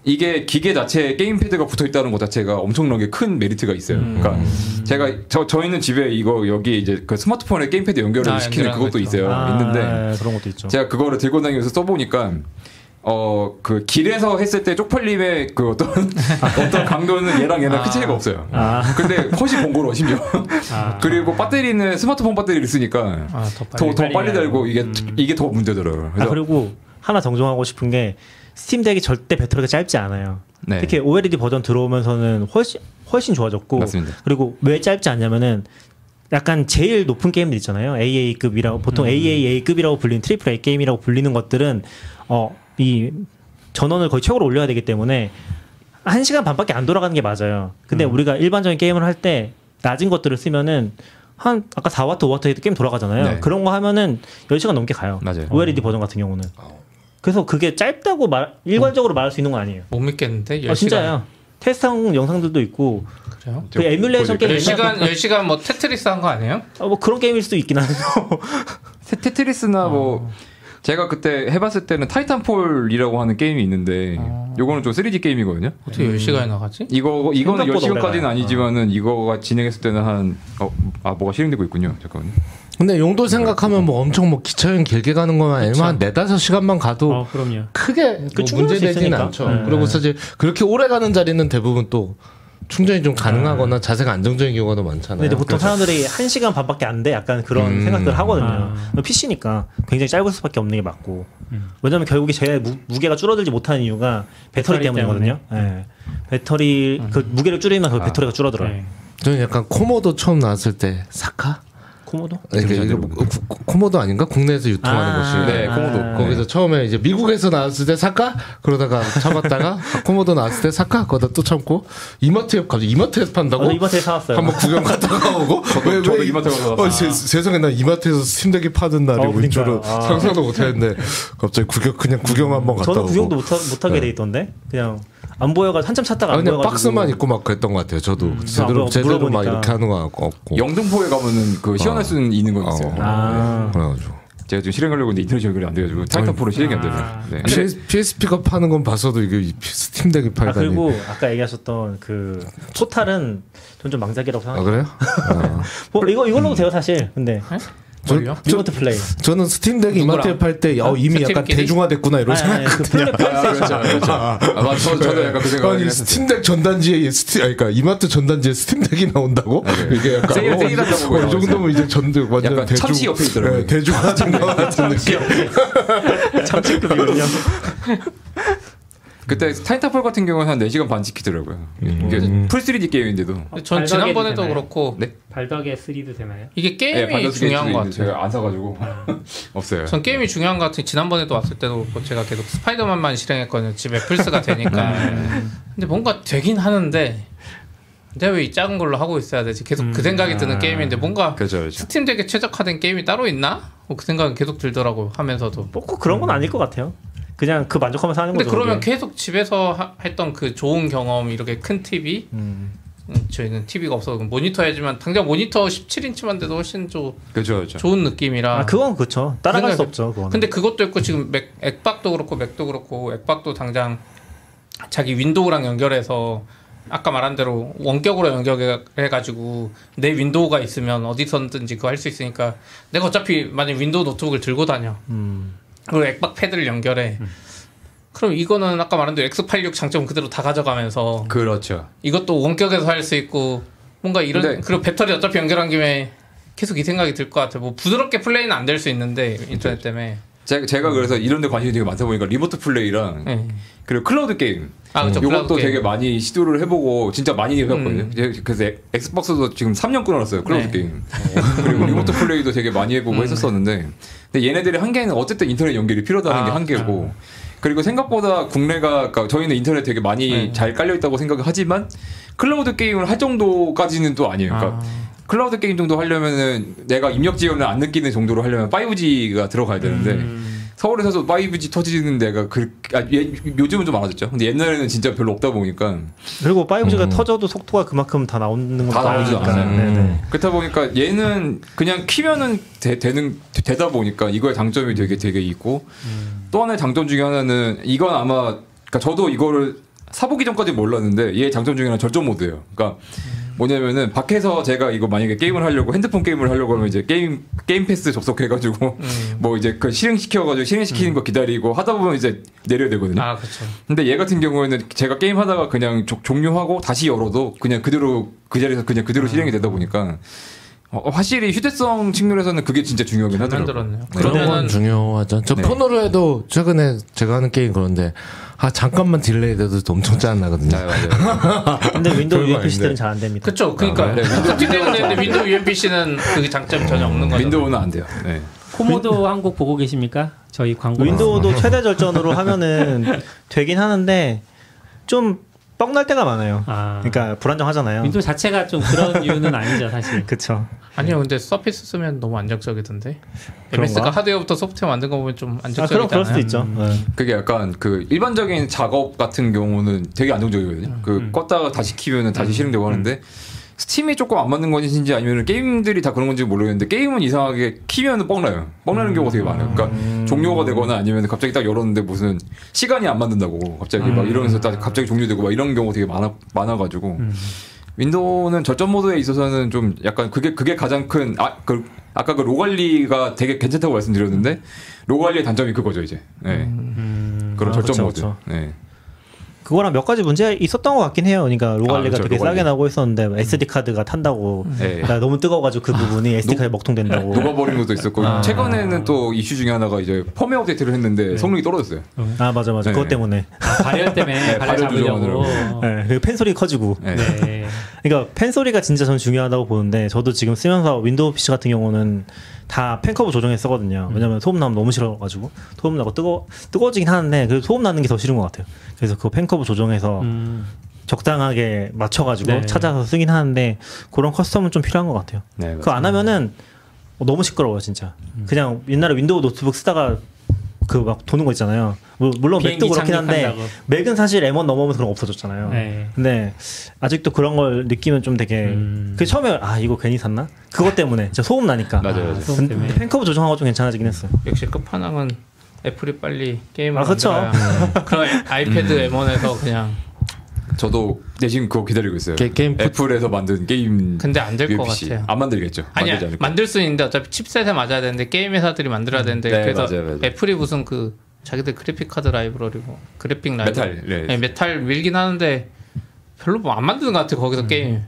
Speaker 7: 이게 기계 자체에 게임 패드가 붙어 있다는 것 자체가 엄청나게 큰 메리트가 있어요.
Speaker 6: 음.
Speaker 7: 그러니까 제가 저 저희는 집에 이거 여기 이제 그 스마트폰에 게임 패드 연결을
Speaker 6: 아,
Speaker 7: 시키는
Speaker 6: 연결하는
Speaker 7: 그것도
Speaker 6: 거 있죠.
Speaker 7: 있어요. 있는데
Speaker 4: 아, 그런 것도 있죠.
Speaker 7: 제가 그거를 들고 다니면서 써보니까 어 그 길에서 했을 때 쪽팔림의 그 어떤 어떤 강도는 얘랑 얘랑 큰
Speaker 4: 아.
Speaker 7: 차이가 없어요. 근데 컷이 번거로워 심지어.
Speaker 3: 아.
Speaker 7: 그리고 배터리는 스마트폰 배터리를 쓰니까
Speaker 6: 아, 더 빨리.
Speaker 7: 더 더 빨리,
Speaker 3: 빨리
Speaker 7: 달고 이게 이게 더 문제더라고요.
Speaker 4: 음. 아
Speaker 7: 그래서
Speaker 4: 그리고 하나 정정하고 싶은 게 스팀덱이 절대 배터리가 짧지 않아요.
Speaker 7: 네.
Speaker 4: 특히 OLED 버전 들어오면서는 훨씬 훨씬 좋아졌고
Speaker 7: 맞습니다.
Speaker 4: 그리고 왜 짧지 않냐면은 약간 제일 높은 게임들 있잖아요. AA급이라고 보통
Speaker 7: 음.
Speaker 4: AAA급이라고 불리는 트리플 A 게임이라고 불리는 것들은 어 이 전원을 거의 최고로 올려야 되기 때문에 한 시간 반밖에 안 돌아가는 게 맞아요. 근데
Speaker 7: 음.
Speaker 4: 우리가 일반적인 게임을 할 때 낮은 것들을 쓰면은 한 아까 4와트, 5와트에도 게임 돌아가잖아요.
Speaker 7: 네.
Speaker 4: 그런 거 하면은 10시간 넘게 가요.
Speaker 7: 맞아요.
Speaker 4: OLED 버전 같은 경우는. 그래서 그게 짧다고 말 일괄적으로 말할 수 있는 건 아니에요.
Speaker 6: 못 믿겠는데
Speaker 5: 예,
Speaker 6: 10시간
Speaker 4: 아, 진짜요. 테스트한 영상들도 있고
Speaker 6: 그래요?
Speaker 4: 그 에뮬레이션 게임
Speaker 6: 10시간 10시간 뭐 테트리스 한 거 아니에요?
Speaker 4: 아, 뭐 그런 게임일 수도 있긴 한데
Speaker 7: 테-
Speaker 4: 아.
Speaker 7: 테트리스나 뭐 제가 그때 해봤을 때는 타이탄폴이라고 하는 게임이 있는데
Speaker 4: 아.
Speaker 7: 요거는 좀 3D 게임이거든요.
Speaker 6: 어떻게 10시간이나 가지?
Speaker 7: 이거 이거는
Speaker 4: 생각보다
Speaker 7: 10시간까지는
Speaker 4: 오래가요.
Speaker 7: 아니지만은 이거가 진행했을 때는 한어아 뭐가 실행되고 있군요. 잠깐만요.
Speaker 5: 근데 용도 생각하면 뭐 엄청 뭐 기차여행 길게 가는 거만 아니면 한 네다섯 시간만 가도
Speaker 3: 어, 그럼요.
Speaker 5: 크게 뭐
Speaker 4: 충분할 수
Speaker 5: 문제되지는
Speaker 4: 있으니까.
Speaker 5: 않죠.
Speaker 4: 네.
Speaker 5: 그리고 사실 그렇게 오래 가는 자리는 대부분 또 충전이 좀 가능하거나 자세가 안정적인 경우가 더 많잖아요.
Speaker 4: 네. 근데 이제 보통 사람들이 한 시간 반밖에 안 돼 약간 그런
Speaker 5: 그렇죠. 음.
Speaker 4: 생각들을 하거든요.
Speaker 3: 아.
Speaker 4: PC니까 굉장히 짧을 수밖에 없는 게 맞고
Speaker 5: 음.
Speaker 4: 왜냐면 결국에 제 무, 무게가 줄어들지 못하는 이유가 배터리,
Speaker 3: 배터리
Speaker 4: 때문이거든요. 예. 배터리
Speaker 5: 음.
Speaker 4: 그 무게를 줄이면
Speaker 5: 아.
Speaker 4: 결국 배터리가 줄어들어요.
Speaker 3: 네.
Speaker 5: 저는 약간 코모도 처음 나왔을 때 사카
Speaker 4: 코모도?
Speaker 5: 이게 이거 뭐- 구- 구- 코모도 아닌가 국내에서 유통하는
Speaker 4: 아.
Speaker 5: 것이
Speaker 7: 네, 코모도.
Speaker 4: 아.
Speaker 5: 거기서 처음에 이제 미국에서 나왔을 때 사까 그러다가 참았다가 코모도 나왔을 때 사까 그러다 또 참고 이마트에 갑자기 이마트에서 판다고
Speaker 4: 어, 이마트에 사왔어요.
Speaker 5: 한번 구경 갔다가 오고
Speaker 7: 저도- 저도 이마트 가서
Speaker 5: 어,
Speaker 7: 샀어요.
Speaker 5: 세- 세상에 나 이마트에서 스팀덱이 파는 날이
Speaker 4: 어,
Speaker 5: 올 줄은
Speaker 4: 그러니까요. 아.
Speaker 5: 상상도 못했는데 갑자기 구경 그냥 구경 한번 갔다
Speaker 4: 저는
Speaker 5: 오고 네.
Speaker 4: 구경도 못, 못하게 돼 있던데 그냥 안 보여가 한참 찾다가
Speaker 5: 아,
Speaker 4: 안
Speaker 5: 그냥
Speaker 4: 보여가지고
Speaker 5: 박스만 입고 막 그랬던 것 같아요 저도 제대로
Speaker 4: 아,
Speaker 5: 제대로 막
Speaker 4: 물어보니까.
Speaker 5: 이렇게 하는 거 없고
Speaker 7: 영등포에 가면은 그 시연할 수 있는 건 있어요.
Speaker 5: 어.
Speaker 4: 아.
Speaker 5: 그래가지고
Speaker 7: 제가 지금 실행하려고 했는데 인터넷 연결이 안 돼가지고 타이탄 프로 실행이 안
Speaker 3: 아.
Speaker 7: 되네요. 네.
Speaker 5: PS, PSP가 파는 건 봤어도 이게 이 스팀덱이
Speaker 4: 아,
Speaker 5: 팔다니.
Speaker 4: 그리고 아까 얘기하셨던 그 토탈은 전 좀 망작이라고
Speaker 5: 아,
Speaker 4: 생각해요.
Speaker 5: 그래요? 아.
Speaker 4: 뭐 이거 이걸로 돼요 사실. 근데
Speaker 5: 저-
Speaker 6: 뭘요?
Speaker 4: 리모트 플레이.
Speaker 5: 저는 스팀덱 이마트에
Speaker 6: 누구랑?
Speaker 5: 팔 때 어, 이미 약간
Speaker 6: 스팀끼리?
Speaker 5: 대중화됐구나 이런
Speaker 4: 아니, 아니,
Speaker 5: 생각.
Speaker 4: 그 플레-
Speaker 7: 아,
Speaker 4: 플레이스테이션.
Speaker 7: 그렇죠, 그렇죠. 아, 맞죠. 저도 약간 그 생각을
Speaker 5: 아니
Speaker 7: 했어요.
Speaker 5: 스팀덱 전단지에 스팀 아니, 그러니까 이마트 전단지에 스팀덱이 나온다고
Speaker 7: 아,
Speaker 5: 이게 약간
Speaker 7: 세일,
Speaker 5: 어,
Speaker 7: 세일한다고
Speaker 5: 어, 이 정도면 이제 전들 완전
Speaker 7: 약간
Speaker 5: 대중
Speaker 7: 참치 옆에 있더라고요.
Speaker 5: 예, 대중화된 것 같은 느낌.
Speaker 4: 참치급이거든요.
Speaker 7: 그때 타이탄폴 같은 경우는 한 4시간 반 지키더라고요. 이게 풀 3D 게임인데도.
Speaker 6: 전
Speaker 3: 어, 발각이
Speaker 6: 지난번에도
Speaker 3: 되나요?
Speaker 6: 그렇고
Speaker 7: 네?
Speaker 3: 발덕에 3도 되나요?
Speaker 6: 이게
Speaker 7: 예,
Speaker 6: 게임이 중요한
Speaker 7: 반전 스케줄이
Speaker 6: 것
Speaker 7: 있는데
Speaker 6: 같아요.
Speaker 7: 제가 안 사가지고 없어요.
Speaker 6: 전 게임이 중요한 것 같은 지난번에도 왔을 때도 그렇고 제가 계속 스파이더만만 실행했거든요. 집에 플스가 되니까.
Speaker 7: 네.
Speaker 6: 근데 뭔가 되긴 하는데 내가 왜 이 작은 걸로 하고 있어야 되지? 계속 그 생각이 드는 게임인데 뭔가
Speaker 7: 음, 아, 그렇죠, 그렇죠.
Speaker 6: 스팀덱에 최적화된 게임이 따로 있나? 뭐그 생각은 계속 들더라고 하면서도.
Speaker 4: 뭐꼭 그런 건 아닐 것 같아요. 그냥 그 만족하면서 하는
Speaker 6: 근데
Speaker 4: 거죠.
Speaker 6: 그러면
Speaker 4: 그게.
Speaker 6: 계속 집에서 하- 했던 그 좋은 경험 이렇게 큰 TV 음, 저희는 TV가 없어서 모니터 해지만 당장 모니터 17인치만 돼도 훨씬 좀
Speaker 7: 그렇죠, 그렇죠.
Speaker 6: 좋은 느낌이라
Speaker 4: 아 그건 그렇죠. 따라갈 수 없죠. 그건.
Speaker 6: 근데 그것도 있고 지금 맥, 액박도 그렇고 맥도 그렇고 액박도 당장 자기 윈도우랑 연결해서 아까 말한 대로 원격으로 연결해가지고 내 윈도우가 있으면 어디서든지 그거 할 수 있으니까 내가 어차피 만약 윈도우 노트북을 들고 다녀 그리고 액박 패드를 연결해 그럼 이거는 아까 말한 대로 X86 장점 그대로 다 가져가면서
Speaker 7: 그렇죠.
Speaker 6: 이것도 원격에서 할 수 있고 뭔가 이런
Speaker 7: 근데-
Speaker 6: 그리고 배터리 어차피 연결한 김에 계속 이 생각이 들 것 같아. 뭐 부드럽게 플레이는 안 될 수 있는데 인터넷 때문에.
Speaker 7: 제가, 제가 그래서 이런 데 관심이 되게 많다 보니까 리모트 플레이랑
Speaker 6: 예.
Speaker 7: 그리고 클라우드 게임.
Speaker 6: 아, 그쵸,
Speaker 7: 요것도
Speaker 6: 클라우드 게임.
Speaker 7: 되게 많이 시도를 해보고 진짜 많이 해봤거든요.
Speaker 6: 음.
Speaker 7: 제- 그래서 엑- 엑스박스도 지금 3년 끊어놨어요. 클라우드
Speaker 6: 네. 음.
Speaker 7: 게임. 그리고 리모트 플레이도 되게 많이 해보고 했었었는데 근데 얘네들의 한계는 어쨌든 인터넷 연결이 필요하다는
Speaker 6: 아,
Speaker 7: 게 한계고 그리고 생각보다 국내가 그러니까 저희는 인터넷 되게 많이
Speaker 6: 네.
Speaker 7: 잘 깔려 있다고 생각을 하지만 클라우드 게임을 할 정도까지는 또 아니에요. 그러니까 클라우드 게임 정도 하려면은 내가 입력 지연을 안 느끼는 정도로 하려면 5G가 들어가야 되는데 서울에서도 5G 터지는 데가 그 아, 예, 요즘은 좀 많아졌죠. 근데 옛날에는 진짜 별로 없다 보니까
Speaker 4: 그리고 5G가
Speaker 5: 음.
Speaker 4: 터져도 속도가 그만큼 다 나오는
Speaker 7: 다
Speaker 4: 것도
Speaker 7: 나오지도
Speaker 4: 아니니까.
Speaker 7: 않아요.
Speaker 4: 네네.
Speaker 7: 그렇다 보니까 얘는 그냥 키면은 되, 되는 되다 보니까 이거의 장점이 되게 되게 있고 또 하나의 장점 중에 하나는 이건 아마 그러니까 저도 이거를 사보기 전까지 몰랐는데 얘의 장점 중에 하나는 절전 모드예요. 그러니까 뭐냐면은 밖에서 제가 이거 만약에 게임을 하려고 핸드폰 게임을 하려고 하면 이제 게임 게임 패스 접속해가지고 뭐 이제 그 실행시켜가지고 실행시키는 거 기다리고 하다 보면 이제 내려야 되거든요.
Speaker 6: 아 그렇죠.
Speaker 7: 근데 얘 같은 경우에는 제가 게임 하다가 그냥 조- 종료하고 다시 열어도 그냥 그대로 그 자리에서 그냥 그대로
Speaker 6: 아.
Speaker 7: 실행이 되다 보니까 어, 확실히 휴대성 측면에서는 그게 진짜 중요하긴
Speaker 6: 잘
Speaker 7: 하더라고요.
Speaker 6: 만들었네요.
Speaker 5: 그런 건
Speaker 6: 그러면은
Speaker 5: 중요하죠. 저
Speaker 7: 네.
Speaker 5: 폰으로 해도 최근에 제가 하는 게임 그런데 아 잠깐만 딜레이 돼도 엄청 짜증나거든요.
Speaker 7: 아, 맞아요.
Speaker 4: 네. 근데 윈도우
Speaker 5: 별거
Speaker 4: UMP 시대는
Speaker 5: 아닌데.
Speaker 4: 잘 안 됩니다.
Speaker 6: 그쵸. 그러니까
Speaker 7: 네, 윈도우-
Speaker 6: 스팀덱은 되는데 윈도우 UMPC는 그 장점 이 전혀 없는 거죠.
Speaker 7: 윈도우는 안 돼요. 네.
Speaker 3: 코모도 한국 보고 계십니까? 저희
Speaker 6: 그
Speaker 5: 아,
Speaker 3: 광고.
Speaker 4: 윈도우도
Speaker 5: 네.
Speaker 4: 최대 절전으로 하면은 되긴 하는데 좀 뻥날 때가 많아요.
Speaker 3: 아.
Speaker 4: 그러니까 불안정하잖아요.
Speaker 3: 윈도우 자체가 좀 그런 이유는 아니죠, 사실.
Speaker 4: 그쵸.
Speaker 6: 아니요, 근데 서피스 쓰면 너무 안정적이던데.
Speaker 4: 그런가?
Speaker 6: MS가 하드웨어부터 소프트웨어 만든 거 보면 좀
Speaker 4: 아, 그럼
Speaker 6: 안정적이잖아요.
Speaker 4: 그럴 수도 있죠.
Speaker 5: 음.
Speaker 4: 네.
Speaker 7: 그게 약간 그 일반적인 작업 같은 경우는 되게 안정적이거든요.
Speaker 6: 음.
Speaker 7: 그 껐다가 다시 키면은 다시 실행되고 하는데 스팀이 조금 안 맞는 건지 아니면 게임들이 다 그런 건지 모르겠는데 게임은 이상하게 키면은 뻥나요.
Speaker 4: 음.
Speaker 7: 뻥나는 경우가 되게 많아요. 그러니까 종료가 되거나 아니면 갑자기 딱 열었는데 무슨 시간이 안 맞는다고 갑자기 막
Speaker 4: 음.
Speaker 7: 이러면서 딱 갑자기 종료되고 막 이런 경우 되게 많아 많아가지고
Speaker 4: 음.
Speaker 7: 윈도우는 절전 모드에 있어서는 좀 약간 그게 그게 가장 큰 아 그 아까 그 로갈리가 되게 괜찮다고 말씀드렸는데 로갈리의 단점이 그거죠 이제. 네. 그런
Speaker 4: 아,
Speaker 7: 절전
Speaker 4: 그쵸,
Speaker 7: 모드.
Speaker 4: 그쵸.
Speaker 7: 네.
Speaker 4: 그거랑 몇 가지 문제 있었던 것 같긴 해요. 그러니까 로갈리가
Speaker 7: 그렇죠,
Speaker 4: 되게
Speaker 7: 로갈리. 음.
Speaker 4: 싸게 나오고 있었는데 SD 카드가 탄다고 네.
Speaker 7: 예.
Speaker 4: 나 너무 뜨거워가지고 그 부분이 SD 카드 먹통된다고.
Speaker 7: 녹아버린 것도 있었고
Speaker 4: 네. 아.
Speaker 7: 최근에는 또 이슈 중에 하나가 이제 펌웨어 업데이트를 했는데 성능이 떨어졌어요.
Speaker 4: 아 맞아 맞아
Speaker 7: 네.
Speaker 4: 그것 때문에
Speaker 3: 아, 발열 때문에
Speaker 7: 네,
Speaker 3: 발열
Speaker 7: 발열
Speaker 3: 잡으려고.
Speaker 4: 네, 그리고 팬 소리 커지고
Speaker 7: 네.
Speaker 3: 네.
Speaker 4: 그러니까 팬 소리가 진짜 전 중요하다고 보는데 저도 지금 쓰면서 윈도우 PC 같은 경우는 다 팬커버 조정해 쓰거든요. 왜냐면 소음 나면 너무 싫어가지고 소음 나고 뜨거 뜨거워지긴 하는데 그래도 소음 나는 게 더 싫은 것 같아요. 그래서 그 팬커버 조정해서
Speaker 3: 음,
Speaker 4: 적당하게 맞춰가지고
Speaker 3: 네.
Speaker 4: 찾아서 쓰긴 하는데 그런 커스텀은 좀 필요한 것 같아요.
Speaker 7: 네,
Speaker 4: 어,
Speaker 3: 음.
Speaker 4: 그거 안 하면은 너무 시끄러워요 진짜. 그냥 옛날에 윈도우 노트북 쓰다가 그 막 도는 거 있잖아요. 뭐, 물- 물론
Speaker 3: 비행기
Speaker 4: 맥도 그렇긴 한데
Speaker 3: 착륙한다고.
Speaker 4: 맥은 사실 M1 넘어오면서 그런 거 없어졌잖아요.
Speaker 3: 네.
Speaker 4: 근데 아직도 그런 걸 느끼면 좀 되게
Speaker 3: 음.
Speaker 4: 그 처음에 아 이거 괜히 샀나? 그것 때문에 진짜 소음 나니까.
Speaker 7: 맞아요, 맞아요.
Speaker 3: 아, 소음
Speaker 4: 근데
Speaker 3: 때문에.
Speaker 4: 팬커브 조정하고 좀 괜찮아지긴 했어요.
Speaker 6: 역시 끝판왕은 애플이 빨리 게임을
Speaker 4: 아, 그쵸.
Speaker 6: 만들어야 그런 아이패드 M1에서 그냥
Speaker 7: 저도 내심 그거 기다리고 있어요.
Speaker 5: 게- 게임 푸-
Speaker 7: 애플에서 만든 게임.
Speaker 6: 근데 안될것
Speaker 7: UFC.
Speaker 6: 같아요.
Speaker 7: 안 만들겠죠.
Speaker 6: 아니야
Speaker 7: 만들지 않을 거예요.
Speaker 6: 만들 수 있는데 어차피 칩셋에 맞아야 되는데 게임 회사들이 만들어야 되는데
Speaker 7: 네,
Speaker 6: 그래서
Speaker 7: 맞아요, 맞아요.
Speaker 6: 애플이 무슨 그 자기들 그래픽 카드 라이브러리고 뭐 그래픽 라이브
Speaker 7: 메탈, 네.
Speaker 6: 메탈 밀긴 하는데 별로 뭐 안 만드는 것 같아
Speaker 7: 음.
Speaker 6: 거기서 게임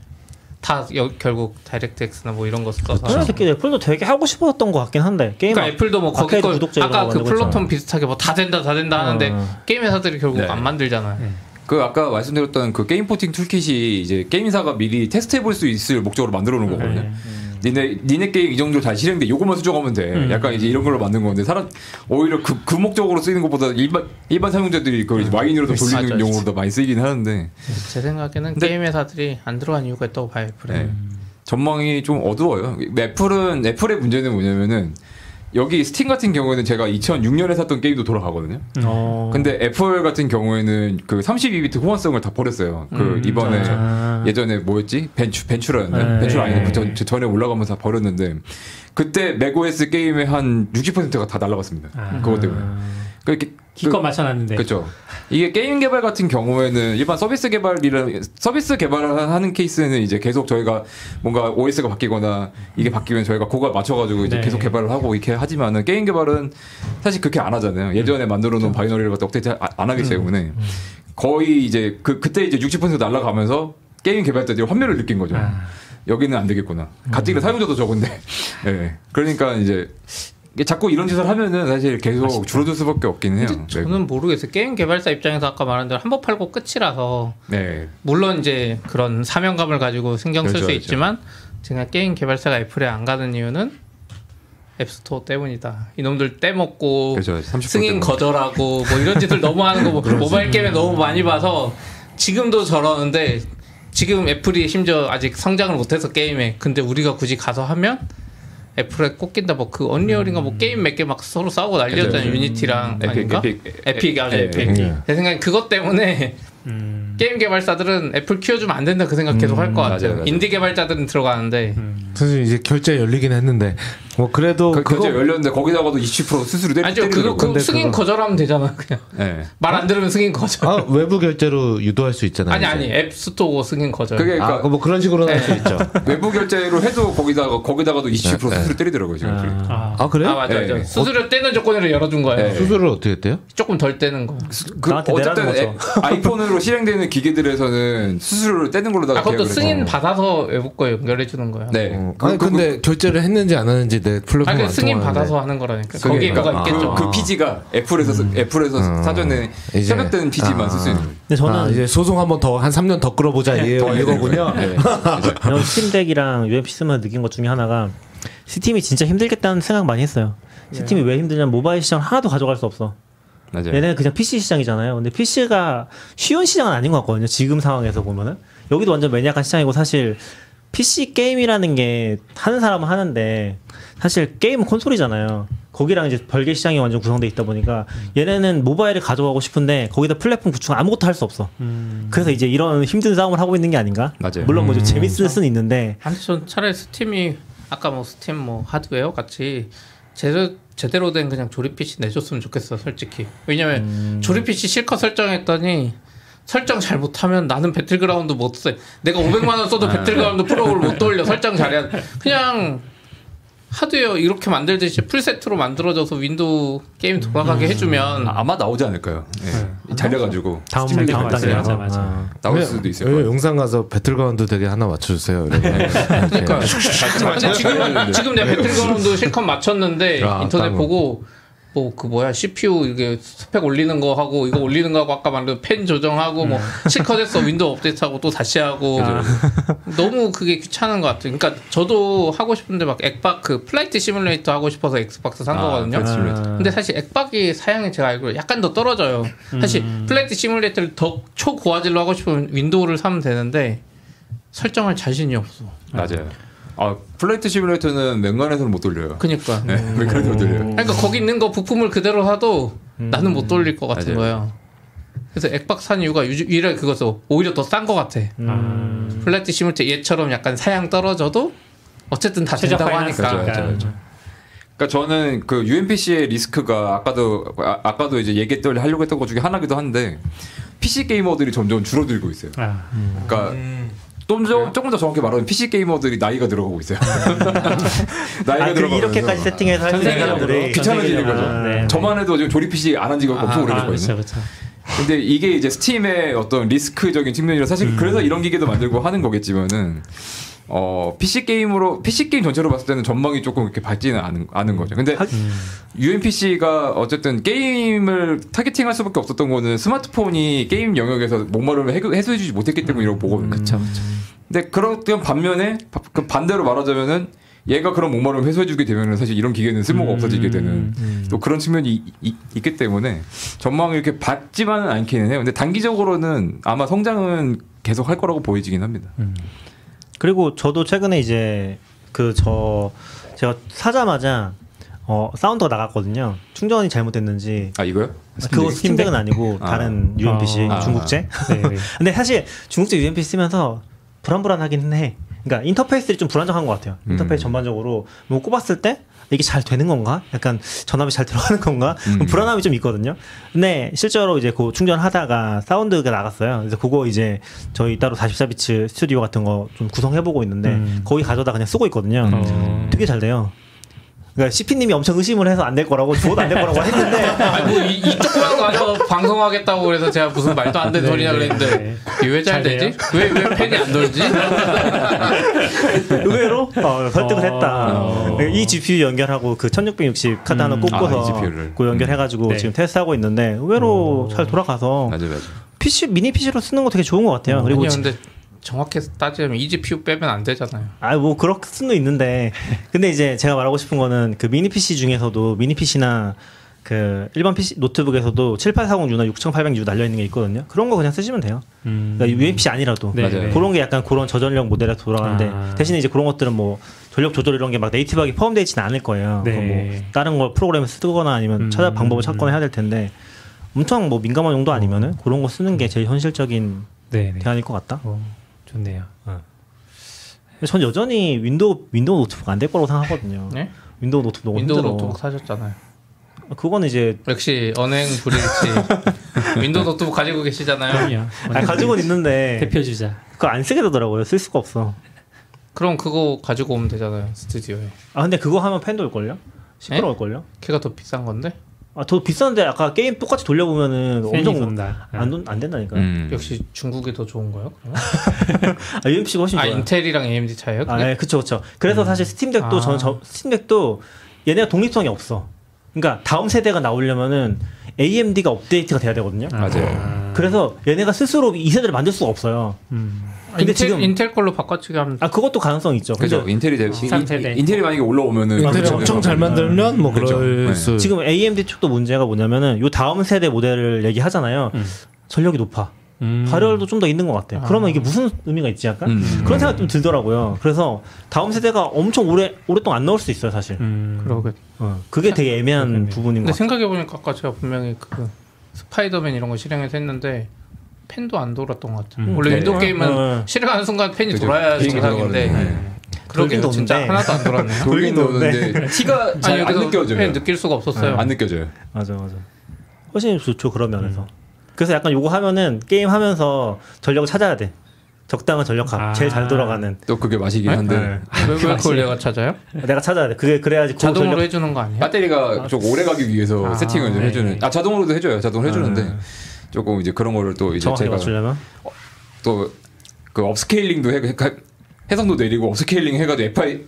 Speaker 6: 다 여- 결국 다이렉트엑스나 뭐 이런 거
Speaker 3: 아.
Speaker 6: 써서
Speaker 4: 그런 새끼 애플도 되게 하고 싶었던 것 같긴 한데 게임
Speaker 6: 그러니까 애플도 뭐 거기
Speaker 4: 아케이드
Speaker 6: 거
Speaker 4: 구독자 이런
Speaker 6: 아까
Speaker 4: 거
Speaker 6: 그
Speaker 4: 만들고
Speaker 6: 플로톤
Speaker 4: 있잖아요.
Speaker 6: 비슷하게 뭐 다 된다 다 된다 하는데
Speaker 4: 어.
Speaker 6: 게임 회사들이 결국
Speaker 7: 네.
Speaker 6: 안 만들잖아요.
Speaker 7: 그 아까 말씀드렸던 그 게임 포팅 툴킷이 이제 게임사가 미리 테스트해 볼 수 있을 목적으로 만들어
Speaker 6: 음,
Speaker 7: 놓은 거거든요. 니네 니네 게임 이 정도 잘 실행돼 요것만 수정하면 돼.
Speaker 6: 음,
Speaker 7: 약간 이제 이런 걸로 만든 건데 사람 오히려 그, 그 목적으로 쓰이는 것보다 일반 일반 사용자들이 그걸 이제 와인으로 더 돌리는
Speaker 6: 맞아,
Speaker 7: 용으로 더 많이 쓰이긴 하는데
Speaker 6: 제 생각에는
Speaker 7: 근데-
Speaker 6: 게임 회사들이 안 들어간 이유가 있다고 봐요. 애플은.
Speaker 7: 네. 전망이 좀 어두워요. 애플은 애플의 문제는 뭐냐면은 여기 스팀 같은 경우에는 제가 2006년에 샀던 게임도 돌아가거든요. 네.
Speaker 3: 어.
Speaker 4: 어.
Speaker 7: 근데 애플 같은 경우에는 그 32비트 호환성을 다 버렸어요. 그 이번에
Speaker 3: 음, 아.
Speaker 7: 예전에 뭐였지? 벤츄 벤츄라였나?
Speaker 3: 네.
Speaker 7: 요 벤츄 라인에 전, 전에 올라가면서 다 버렸는데 그때 맥OS 게임의 한 60%가 다 날라갔습니다. 그것 때문에. 그 이렇게
Speaker 3: 아. 기껏
Speaker 7: 그-
Speaker 3: 맞춰놨는데.
Speaker 7: 그렇죠. 이게 게임 개발 같은 경우에는 일반 서비스 개발이라 서비스 개발하는 케이스는 이제 계속 저희가 뭔가 OS가 바뀌거나 이게 바뀌면 저희가 그걸 맞춰가지고 이제
Speaker 3: 네.
Speaker 7: 계속 개발을 하고 이렇게 하지만은 게임 개발은 사실 그렇게 안 하잖아요. 예전에 만들어놓은 바이너리를 갖다 업데이트 아- 안 하기 때문에 거의 이제 그 그때 이제 60% 날라가면서 게임 개발자들이 환멸을 느낀 거죠. 여기는 안 되겠구나. 가뜩이나 사용자도 적은데. 예. 그러니까 이제 이게 자꾸 이런 짓을 하면은 사실 계속 줄어들 수밖에 없긴 해요. 네,
Speaker 6: 저는 모르겠어요. 게임 개발사 입장에서 아까 말한 대로 한 번 팔고 끝이라서
Speaker 7: 네.
Speaker 6: 물론 이제 그런 사명감을 가지고 신경 쓸 수
Speaker 7: 그렇죠,
Speaker 6: 있지만 제가 게임 개발사가 애플에 안 가는 이유는 앱스토어 때문이다. 이놈들 떼먹고
Speaker 7: 그렇죠. 30%
Speaker 6: 승인
Speaker 7: 때문에.
Speaker 6: 거절하고 뭐 이런 짓들 너무 하는 거 뭐 모바일 게임에 너무 많이 봐서 지금도 저러는데 지금 애플이 심지어 아직 성장을 못해서 게임에 근데 우리가 굳이 가서 하면 애플에 꽂긴다 뭐 그 언리얼인가 뭐 게임 몇 개 막 서로 싸우고 난리였잖아요
Speaker 7: 음. 그렇죠.
Speaker 6: 유니티랑
Speaker 7: 에픽,
Speaker 6: 아닌가
Speaker 7: 에픽.
Speaker 6: 에픽 아
Speaker 7: 예,
Speaker 6: 에픽
Speaker 5: 예.
Speaker 6: 제 생각엔 그것 때문에 게임 개발사들은 애플 키워주면 안 된다 그 생각 계속 할 것 같아요.
Speaker 7: 맞아요, 맞아요.
Speaker 6: 인디 개발자들은 들어가는데
Speaker 5: 사실 이제 결제 열리긴 했는데 뭐 그래도
Speaker 7: 그,
Speaker 5: 그거
Speaker 7: 거 열렸는데 거기다가도 20% 수수료 때리,
Speaker 6: 아니죠 그거
Speaker 7: 때리더라고요.
Speaker 6: 그
Speaker 5: 근데
Speaker 6: 승인
Speaker 5: 그거-
Speaker 6: 거절하면 되잖아 그냥
Speaker 7: 예.
Speaker 6: 말 안 들으면 승인 거절.
Speaker 5: 아, 외부 결제로 유도할 수 있잖아요.
Speaker 6: 아니
Speaker 5: 이제.
Speaker 6: 아니 앱스토어 승인 거절.
Speaker 7: 그게
Speaker 5: 아,
Speaker 7: 그러니까
Speaker 5: 네, 그뭐 그런 식으로는 할 수 있죠.
Speaker 7: 외부 결제로 해도 거기다가 거기다가도
Speaker 5: 네,
Speaker 7: 20% 수수료 때리더라고요 지금.
Speaker 3: 네.
Speaker 7: 그래서.
Speaker 5: 아, 그래요?
Speaker 6: 아 맞아 맞아
Speaker 7: 예.
Speaker 6: 수수료 떼는 조건으로 열어준 거예요.
Speaker 7: 예.
Speaker 5: 수수료를 어떻게 했대요?
Speaker 6: 조금 덜 떼는 거.
Speaker 7: 그
Speaker 4: 나한테 내라는
Speaker 7: 어쨌든 애,
Speaker 4: 거죠.
Speaker 7: 아이폰으로 실행되는 기기들에서는 수수료를 떼는 걸로다가
Speaker 6: 아 그것도
Speaker 7: 계약을
Speaker 6: 승인
Speaker 7: 했죠.
Speaker 6: 받아서 외국 거 연결해 주는 거야.
Speaker 7: 네.
Speaker 5: 어,
Speaker 7: 그-
Speaker 5: 아니
Speaker 7: 그-
Speaker 5: 근데 결제를 했는지 안 했는지 내 플랫폼
Speaker 6: 아,
Speaker 5: 안
Speaker 6: 그 승인
Speaker 5: 통하는데.
Speaker 6: 받아서 하는 거라니까.
Speaker 7: 그게
Speaker 6: 거기에
Speaker 7: 그러니까
Speaker 6: 뭐가 있겠죠.
Speaker 7: 그, 그 PG가 애플에서 쓰- 애플에서 사전에
Speaker 5: 음. 이제-
Speaker 7: 협약된 PG만
Speaker 5: 아.
Speaker 7: 쓸 수 있는 거예요.
Speaker 4: 근데 저는
Speaker 5: 아, 이제 소송 한 번 더 한 3년 더 끌어보자 뭐 이
Speaker 7: 네, 더 해야 되는
Speaker 5: 이거군요.
Speaker 7: 거예요. 예.
Speaker 4: 여기 스팀덱이랑 UFC 쓰면서 느낀 것 중에 하나가 스팀이 진짜 힘들겠다는 생각 많이 했어요. 스팀이 왜 힘드냐면 모바일 시장 하나도 가져갈 수 없어.
Speaker 7: 맞아요.
Speaker 4: 얘네는 그냥 PC 시장이잖아요. 근데 PC가 쉬운 시장은 아닌 것 같거든요. 지금 상황에서 보면은 여기도 완전 매니악한 시장이고 사실 PC 게임이라는 게 하는 사람은 하는데 사실 게임은 콘솔이잖아요. 거기랑 이제 별개 시장이 완전 구성돼 있다 보니까 얘네는 모바일을 가져가고 싶은데 거기다 플랫폼 구축 아무것도 할 수 없어. 그래서 이제 이런 힘든 싸움을 하고 있는 게 아닌가?
Speaker 7: 맞아요.
Speaker 4: 물론 뭐좀 재밌을 수는 있는데
Speaker 6: 아니 전 차라리 스팀이 아까 뭐 스팀 뭐 하드웨어 같이 제대로 제대로 된 그냥 조립 PC 내줬으면 좋겠어 솔직히. 왜냐면 조립 PC 실컷 설정했더니 설정 잘 못하면 나는 배틀그라운드 못 써. 내가 500만 원 써도 배틀그라운드 프로를 못 돌려 설정 잘해야. 돼. 그냥 하드웨어 이렇게 만들듯이 풀세트로 만들어져서 윈도우 게임 돌아가게 해주면
Speaker 7: 아, 아마 나오지 않을까요? 예. 잘려가지고
Speaker 4: 다음
Speaker 7: 스팀
Speaker 4: 다음
Speaker 7: 리그가 있어요.
Speaker 4: 달에
Speaker 3: 맞아 맞아.
Speaker 7: 나올 수도 있을
Speaker 5: 여기
Speaker 7: 거예요. 네.
Speaker 5: 영상 가서 배틀그라운드 되게 하나 맞춰주세요. 이러고.
Speaker 6: 그러니까 근데 지금 지금 내 배틀그라운드 실컷 맞췄는데
Speaker 5: 네. 아,
Speaker 6: 인터넷
Speaker 5: 다음.
Speaker 6: 보고 뭐 그 뭐야 CPU 이게 스펙 올리는 거 하고 이거 올리는 거 하고 아까 말한 펜 조정하고 뭐
Speaker 5: 음.
Speaker 6: 실컷 했어 윈도우 업데이트하고 또 다시 하고
Speaker 5: 아.
Speaker 6: 너무 그게 귀찮은 것 같아요. 그러니까 저도 하고 싶은데 막 액박 그 플라이트 시뮬레이터 하고 싶어서 엑스박스 산
Speaker 7: 아,
Speaker 6: 거거든요.
Speaker 5: 그렇죠.
Speaker 7: 플라이트 시뮬레이터.
Speaker 6: 근데 사실 액박이 사양이 제가 알기로 약간 더 떨어져요. 사실
Speaker 5: 음.
Speaker 6: 플라이트 시뮬레이터를 더 초고화질로 하고 싶으면 윈도우를 사면 되는데 설정할 자신이 없어.
Speaker 7: 맞아요. 아 플라이트 시뮬레이터는 맹간에서는 못 돌려요.
Speaker 6: 그니까.
Speaker 7: 네,
Speaker 4: 음.
Speaker 7: 맹간에서 못 돌려요.
Speaker 6: 그러니까 거기 있는 거 부품을 그대로 사도
Speaker 3: 음.
Speaker 6: 나는 못 돌릴 것 같은
Speaker 7: 맞아요.
Speaker 6: 거예요. 그래서 액박 산 이유가 유- 유일하게 그거죠. 오히려 더 싼 것 같아.
Speaker 3: 음.
Speaker 6: 플래티 시뮬레이터 얘처럼 약간 사양 떨어져도 어쨌든 다 된다고
Speaker 3: 최적화해놨으니까.
Speaker 6: 하니까.
Speaker 7: 그죠, 그죠, 그죠. 그러니까 저는 그 UMPC의 리스크가 아까도 아, 까도 이제 얘기했던 하려고 했던 것 중에 하나기도 한데 PC 게이머들이 점점 줄어들고 있어요.
Speaker 3: 아,
Speaker 7: 그러니까
Speaker 4: 음.
Speaker 7: 좀, 더- 조금 더 정확히 말하면 PC 게이머들이 나이가 들어가고 있어요. 나이가
Speaker 4: 아, 그
Speaker 7: 들어가면서.
Speaker 4: 이렇게까지 세팅해서 할 수 있는
Speaker 6: 전세계적으로.
Speaker 4: 사람들이
Speaker 7: 귀찮아지는 거죠.
Speaker 3: 네.
Speaker 7: 저만 해도 지금 조립 PC 안 한 지가 엄청
Speaker 3: 아
Speaker 7: 오래됐거든요.
Speaker 3: 그렇죠 그렇죠.
Speaker 7: 근데 이게 이제 스팀의 어떤 리스크적인 측면이라 사실 그래서 이런 기계도 만들고 하는 거겠지만은 어 PC 게임으로 PC 게임 전체로 봤을 때는 전망이 조금 이렇게 밝지는 않은, 않은 거죠. 근데
Speaker 4: 하긴.
Speaker 7: UMPC가 어쨌든 게임을 타겟팅할 수밖에 없었던 거는 스마트폰이 게임 영역에서 목마름을 해소- 해소해주지 못했기 때문이라고 보거든요. 근데 그런 반면에 바- 그 반대로 말하자면은 얘가 그런 목마름을 해소해주게 되면은 사실 이런 기계는 쓸모가 없어지게 되는 또 그런 측면이 이- 이- 있기 때문에 전망을 이렇게 받지만은 않기는 해요. 근데 단기적으로는 아마 성장은 계속 할 거라고 보이지긴 합니다.
Speaker 4: 그리고 저도 최근에 이제 그 저 제가 사자마자 어 사운드가 나갔거든요. 충전이 잘못됐는지
Speaker 7: 아 이거요?
Speaker 4: 그거 스팀덱은 아니고
Speaker 7: 아.
Speaker 4: 다른 UMPC
Speaker 7: 아.
Speaker 4: 중국제.
Speaker 3: 네, 네.
Speaker 4: 근데 사실 중국제 UMP 쓰면서 불안불안하긴 해. 그러니까 인터페이스들이 좀 불안정한 것 같아요.
Speaker 3: 음.
Speaker 4: 인터페이스 전반적으로 뭐 꼽았을 때 이게 잘 되는 건가? 약간 전압이 잘 들어가는 건가?
Speaker 7: 음.
Speaker 4: 불안함이 좀 있거든요. 근데 실제로 이제 그 충전하다가 사운드가 나갔어요. 그래서 그거 이제 저희 따로 44비트 스튜디오 같은 거 좀 구성해보고 있는데
Speaker 3: 음.
Speaker 4: 거의 가져다 그냥 쓰고 있거든요.
Speaker 3: 어.
Speaker 4: 되게 잘 돼요. 그러니까 CP님이 엄청 의심을 해서 안 될 거라고 저도 안 될 거라고 했는데
Speaker 6: 아니 뭐 이, 이쪽 고랑 가서 방송하겠다고 그래서 제가 무슨 말도 안 되는 소리냐 그랬는데
Speaker 3: 네.
Speaker 6: 왜
Speaker 3: 잘
Speaker 6: 잘 되지? 왜 왜 팬이 안 돌지?
Speaker 4: 의외로 어, 설득을
Speaker 3: 어.
Speaker 4: 했다. 네,
Speaker 3: 어.
Speaker 4: 이 GPU 연결하고 그 1660 카드 하나
Speaker 7: 아, 이
Speaker 4: 꽂고서
Speaker 7: GPU 를.
Speaker 4: 그 연결해가지고
Speaker 3: 네.
Speaker 4: 지금 테스트하고 있는데 의외로 잘 돌아가서
Speaker 7: 맞아 맞아.
Speaker 4: PC 미니 PC로 쓰는 거 되게 좋은 것 같아요. 그리고
Speaker 6: 아니 근데 정확히 따지면 이지피우 빼면 안 되잖아요.
Speaker 4: 아 뭐 그럴 수는 있는데 근데 이제 제가 말하고 싶은 거는 그 미니 PC 중에서도 미니 PC나 그 일반 PC 노트북에서도 7840U나 6800U 날려 있는 게 있거든요. 그런 거 그냥 쓰시면 돼요.
Speaker 3: 음.
Speaker 4: 그러니까 UMPC 아니라도
Speaker 3: 네,
Speaker 7: 맞아요.
Speaker 3: 네.
Speaker 4: 그런 게 약간 그런 저전력 모델에 돌아가는데
Speaker 3: 아.
Speaker 4: 대신에 이제 그런 것들은 뭐 전력 조절 이런 게 막 네이티브하게 포함되어 있지는 않을 거예요.
Speaker 3: 네.
Speaker 4: 그거 뭐 다른 걸 프로그램에 쓰거나 아니면
Speaker 3: 음.
Speaker 4: 찾아 방법을 찾거나 해야 될 텐데 엄청 뭐 민감한 용도 아니면은 그런 거 쓰는 게 제일 현실적인
Speaker 3: 네, 네.
Speaker 4: 대안일 것 같다.
Speaker 3: 어, 좋네요.
Speaker 4: 근데 전 여전히 윈도우 윈도우 노트북 안 될 거라고 생각하거든요.
Speaker 6: 네?
Speaker 4: 윈도우 노트북 너무
Speaker 6: 윈도우
Speaker 4: 힘들어.
Speaker 6: 노트북 사셨잖아요.
Speaker 4: 그거는 이제
Speaker 6: 역시 언행 불일치. 윈도우 노트북 가지고 계시잖아요.
Speaker 3: 그럼요.
Speaker 4: 아, 가지고는 있는데
Speaker 3: 대표 주자.
Speaker 4: 그거 안 쓰게 되더라고요. 쓸 수가 없어.
Speaker 6: 그럼 그거 가지고 오면 되잖아요 스튜디오에.
Speaker 4: 아 근데 그거 하면 팬도 올걸요?
Speaker 6: 네?
Speaker 4: 시끄러울걸요?
Speaker 6: 걔가 더 비싼 건데
Speaker 4: 아, 더 비싼데 아까 게임 똑같이 돌려보면은
Speaker 3: 팬이
Speaker 4: 네. 엄청
Speaker 3: 돈다.
Speaker 6: 네.
Speaker 3: 아.
Speaker 4: 안, 돈- 안 된다니까요.
Speaker 7: 음.
Speaker 6: 역시 중국이 더 좋은 거예요? 그러면?
Speaker 4: 아, UMC가 훨씬
Speaker 6: 아
Speaker 4: 좋아요.
Speaker 6: 인텔이랑 AMD 차예요?
Speaker 4: 아,
Speaker 6: 그게?
Speaker 4: 네, 그쵸, 그쵸. 그래서 사실 스팀덱도,
Speaker 6: 아.
Speaker 4: 저는 저, 스팀덱도 얘네가 독립성이 없어. 그러니까 다음 세대가 나오려면은 AMD가 업데이트가 돼야 되거든요.
Speaker 7: 맞아요.
Speaker 4: 그래서 얘네가 스스로 이 세대를 만들 수가 없어요.
Speaker 6: 아,
Speaker 4: 근데
Speaker 6: 인텔,
Speaker 4: 지금-
Speaker 6: 인텔 걸로 바꿔치기 하면
Speaker 4: 아, 그것도 가능성이 있죠. 근데
Speaker 7: 그죠. 인텔이 되-
Speaker 3: 삼세대.
Speaker 7: 인- 인텔이 만약에 올라오면은
Speaker 5: 인텔이
Speaker 7: 그렇죠.
Speaker 5: 엄청 잘 만들면 뭐
Speaker 7: 그렇죠.
Speaker 5: 그럴
Speaker 7: 네.
Speaker 5: 수.
Speaker 4: 지금 AMD 쪽도 문제가 뭐냐면은 요 다음 세대 모델을 얘기하잖아요. 전력이 높아. 발열도 좀 더 있는 것 같아요. 그러면 이게 무슨 의미가 있지 약간?
Speaker 7: 음.
Speaker 4: 그런 생각 좀 들더라고요. 그래서 다음 세대가 엄청 오래 오랫동안 안 나올 수 있어요, 사실.
Speaker 7: 음.
Speaker 6: 그러게.
Speaker 4: 어, 그게 되게 애매한 부분인 것
Speaker 6: 근데
Speaker 4: 같아요.
Speaker 6: 생각해 보니까 아까 제가 분명히 그 스파이더맨 이런 거 실행해서 했는데 팬도 안 돌았던 것 같아요. 원래
Speaker 7: 네.
Speaker 6: 윈도우 게임은
Speaker 4: 네.
Speaker 6: 실행하는 순간 팬이
Speaker 7: 그죠.
Speaker 6: 돌아야
Speaker 7: 빙
Speaker 6: 정상인데
Speaker 7: 돌아가는 거. 네.
Speaker 6: 그러게요.
Speaker 4: 돌긴
Speaker 6: 진짜
Speaker 4: 도는데.
Speaker 6: 하나도 안 돌았네요.
Speaker 7: 돌긴 도는데 티가 잘 안
Speaker 6: 그래서 팬
Speaker 7: 느껴져요. 네.
Speaker 6: 느낄 수가 없었어요.
Speaker 7: 안 느껴져요.
Speaker 4: 맞아, 맞아. 훨씬 좋죠 그런 면에서. 그래서 약간 요거 하면은 게임 하면서 전력을 찾아야 돼. 적당한 전력값,
Speaker 3: 아.
Speaker 4: 제일 잘 돌아가는.
Speaker 7: 또 그게 맛이긴 한데
Speaker 6: 왜, 왜 그걸 내가 찾아요?
Speaker 4: 내가 찾아야 돼. 그게 그래야지 그
Speaker 6: 자동으로
Speaker 4: 전력.
Speaker 6: 해주는 거 아니에요?
Speaker 7: 배터리가 좀 오래 가기 위해서 세팅을 좀
Speaker 3: 네.
Speaker 7: 해주는 아 자동으로도 해줘요 자동 으로 해주는데
Speaker 4: 네.
Speaker 7: 조금 이제 그런 거를 또 이제
Speaker 4: 정확하게
Speaker 7: 제가
Speaker 4: 맞추려면
Speaker 7: 또 그 업스케일링도 해, 해- 해상도 내리고 업스케일링 해가지고 FI,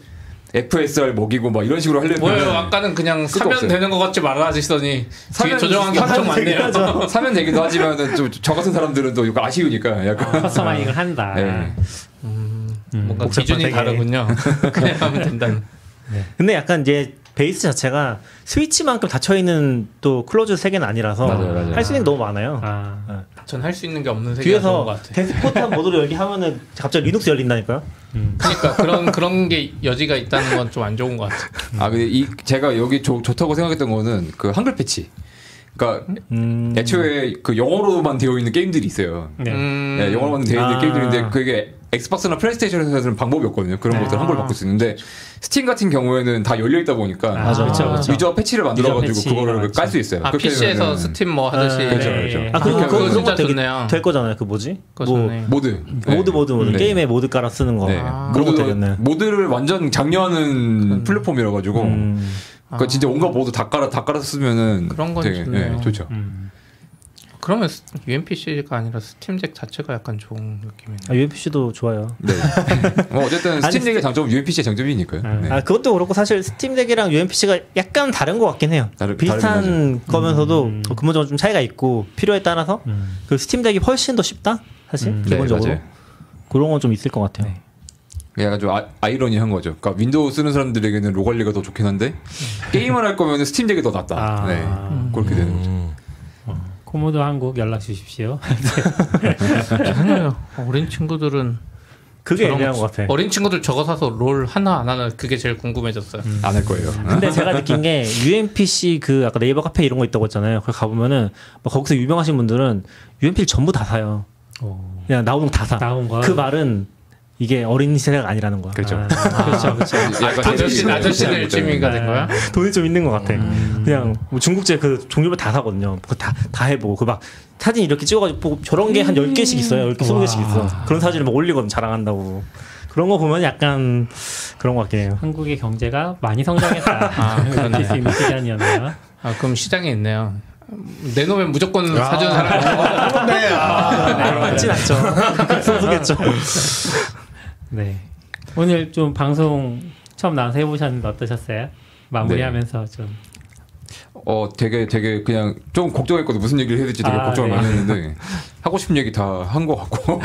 Speaker 7: FSR 먹이고 막 이런 식으로 하려면
Speaker 6: 뭐예요? 아까는 그냥 사면
Speaker 7: 없어요.
Speaker 6: 되는 것 같지 말아지더니 뒤에
Speaker 7: 사면-
Speaker 6: 조정한 게 엄청
Speaker 7: 사면
Speaker 6: 많네요.
Speaker 7: 사면 되기도 하지만은 좀 저 같은 사람들은 또 이거 아쉬우니까 약간
Speaker 3: 커스터마이징을 한다.
Speaker 7: 네.
Speaker 6: 뭔가
Speaker 4: 복잡한
Speaker 6: 기준이
Speaker 4: 세계.
Speaker 6: 다르군요. 그냥 하면 된다는.
Speaker 4: 근데 약간 이제 베이스 자체가 스위치만큼 닫혀 있는 또 클로즈 세계는 아니라서
Speaker 7: 맞아요, 맞아요.
Speaker 4: 할 수 있는 게 너무 많아요.
Speaker 3: 아,
Speaker 6: 전 할 수 있는 게 없는 세계였던
Speaker 4: 뒤에서
Speaker 6: 것 같아.
Speaker 4: 데스포탑 모드로 열기 하면은 갑자기 리눅스 열린다니까요.
Speaker 6: 그러니까 그런 그런 게 여지가 있다는 건 좀 안 좋은 것 같아.
Speaker 7: 아 근데 이 제가 여기 좋, 좋다고 생각했던 거는 그 한글 패치. 그러니까
Speaker 4: 음.
Speaker 7: 애초에 그 영어로만 되어 있는 게임들이 있어요.
Speaker 3: 네.
Speaker 6: 음,
Speaker 7: 예, 영어로만 되어 있는
Speaker 4: 아.
Speaker 7: 게임들인데 그게 엑스박스나 플레이스테이션에서는 방법이 없거든요. 그런 것들 한글 바꿀 수 있는데 스팀 같은 경우에는 다 열려 있다 보니까
Speaker 3: 아, 맞아, 그쵸, 그쵸.
Speaker 7: 유저 패치를 만들어 가지고
Speaker 3: 유저 패치,
Speaker 7: 그거를
Speaker 3: 맞아.
Speaker 7: 깔 수 있어요.
Speaker 6: 아
Speaker 7: 네. 그렇게
Speaker 6: PC에서
Speaker 7: 되면은
Speaker 6: 스팀 뭐 하듯이
Speaker 3: 네.
Speaker 7: 그렇죠,
Speaker 3: 네.
Speaker 7: 그렇죠.
Speaker 4: 아 그리고
Speaker 6: 아,
Speaker 4: 그거
Speaker 6: 그거
Speaker 4: 그런 거
Speaker 6: 진짜
Speaker 4: 되게
Speaker 6: 좋네요.
Speaker 4: 될 거잖아요. 그 뭐지?
Speaker 6: 그거
Speaker 4: 뭐
Speaker 6: 좋네.
Speaker 7: 모드, 네.
Speaker 4: 모드 모드 모드
Speaker 7: 네.
Speaker 4: 게임에 모드 깔아 쓰는 거
Speaker 7: 네.
Speaker 4: 그런 거
Speaker 7: 모드도-
Speaker 4: 되겠네.
Speaker 7: 모드를 완전 장려하는 플랫폼이라 가지고
Speaker 4: 음.
Speaker 7: 그 진짜 온갖 모드 다 깔아 다 깔아 쓰면은
Speaker 6: 그런 건
Speaker 7: 되게
Speaker 6: 좋네요.
Speaker 7: 예, 좋죠.
Speaker 3: 음.
Speaker 6: 그러면 스- UMPC가 아니라 스팀잭 자체가 약간 좋은 느낌이네.
Speaker 4: 아, UMPC도 좋아요.
Speaker 7: 네. 뭐 어쨌든
Speaker 4: 아니,
Speaker 7: 스팀 덱의 장점은 UMPC의 장점이니까요. 네.
Speaker 4: 아 그것도 그렇고 사실 스팀 덱이랑 UMPC가 약간 다른 것 같긴 해요.
Speaker 7: 다르-
Speaker 4: 비슷한
Speaker 7: 다르긴
Speaker 4: 거면서도
Speaker 6: 음.
Speaker 4: 어, 근본적으로 좀 차이가 있고 필요에 따라서
Speaker 3: 음.
Speaker 4: 그 스팀 덱이 훨씬 더 쉽다 사실
Speaker 3: 음.
Speaker 4: 기본적으로
Speaker 7: 네, 맞아요.
Speaker 4: 그런 건 좀 있을 것 같아요.
Speaker 7: 약간 좀 아, 아이러니한 거죠. 그러니까 윈도우 쓰는 사람들에게는 로갈리가 더 좋긴 한데 게임을 할 거면 스팀 덱이 더 낫다.
Speaker 3: 아.
Speaker 7: 네. 그렇게 되는 거죠.
Speaker 3: 코모도 한국 연락 주십시오.
Speaker 6: 이상해요. 어린 친구들은
Speaker 4: 그게
Speaker 6: 저런
Speaker 4: 네. 애매한
Speaker 6: 거-
Speaker 4: 것 같아.
Speaker 6: 어린 친구들 저거 사서 롤 하나 안 하나 그게 제일 궁금해졌어요.
Speaker 4: 음.
Speaker 7: 안 할 거예요.
Speaker 4: 근데 제가 느낀 게 UMPC 그 아까 네이버 카페 이런 거 있다고 했잖아요. 거기 가보면은 막 거기서 유명하신 분들은 UMPC 전부 다 사요.
Speaker 3: 어.
Speaker 4: 그냥 나오는 거 다 사.
Speaker 3: 나온 거.
Speaker 4: 그 말은 이게 어린 세대가 아니라는 거야.
Speaker 7: 그렇죠.
Speaker 3: 아, 그렇죠, 그렇죠. 네.
Speaker 7: 약간
Speaker 6: 그러니까 아저씨
Speaker 7: 재밌는
Speaker 6: 아저씨들
Speaker 7: 거죠.
Speaker 6: 취미가 된 거야?
Speaker 4: 돈이 좀 있는 것 같아. 그냥 뭐 중국제 그 종류별 다 사거든요. 그다다 해보고 그 막 사진 이렇게 찍어가지고 보고 저런 게 한 10개씩 있어요. 10개, 20개씩 있어. 그런 사진을 막 올리거든 자랑한다고. 그런 거 보면 약간 그런 것 같긴 해요.
Speaker 3: 한국의 경제가 많이 성장했다.
Speaker 6: 아, 그러네요.
Speaker 3: 느낄 수 있는 시간이었네요.
Speaker 6: 아 그럼 시장에 있네요. 내놓으면 무조건 사주는 사람. 어?
Speaker 5: 네.
Speaker 4: 아, 맞진 않죠. 소소겠죠.
Speaker 3: 네. 오늘 좀 방송 처음 나와서 해보셨는데 어떠셨어요? 마무리하면서 좀.
Speaker 7: 어, 되게 되게 그냥 좀 걱정했거든. 무슨 얘기를 해야 될지 되게
Speaker 3: 아,
Speaker 7: 걱정을
Speaker 3: 네. 아,
Speaker 7: 많이 했는데 하고 싶은 얘기 다 한 거 같고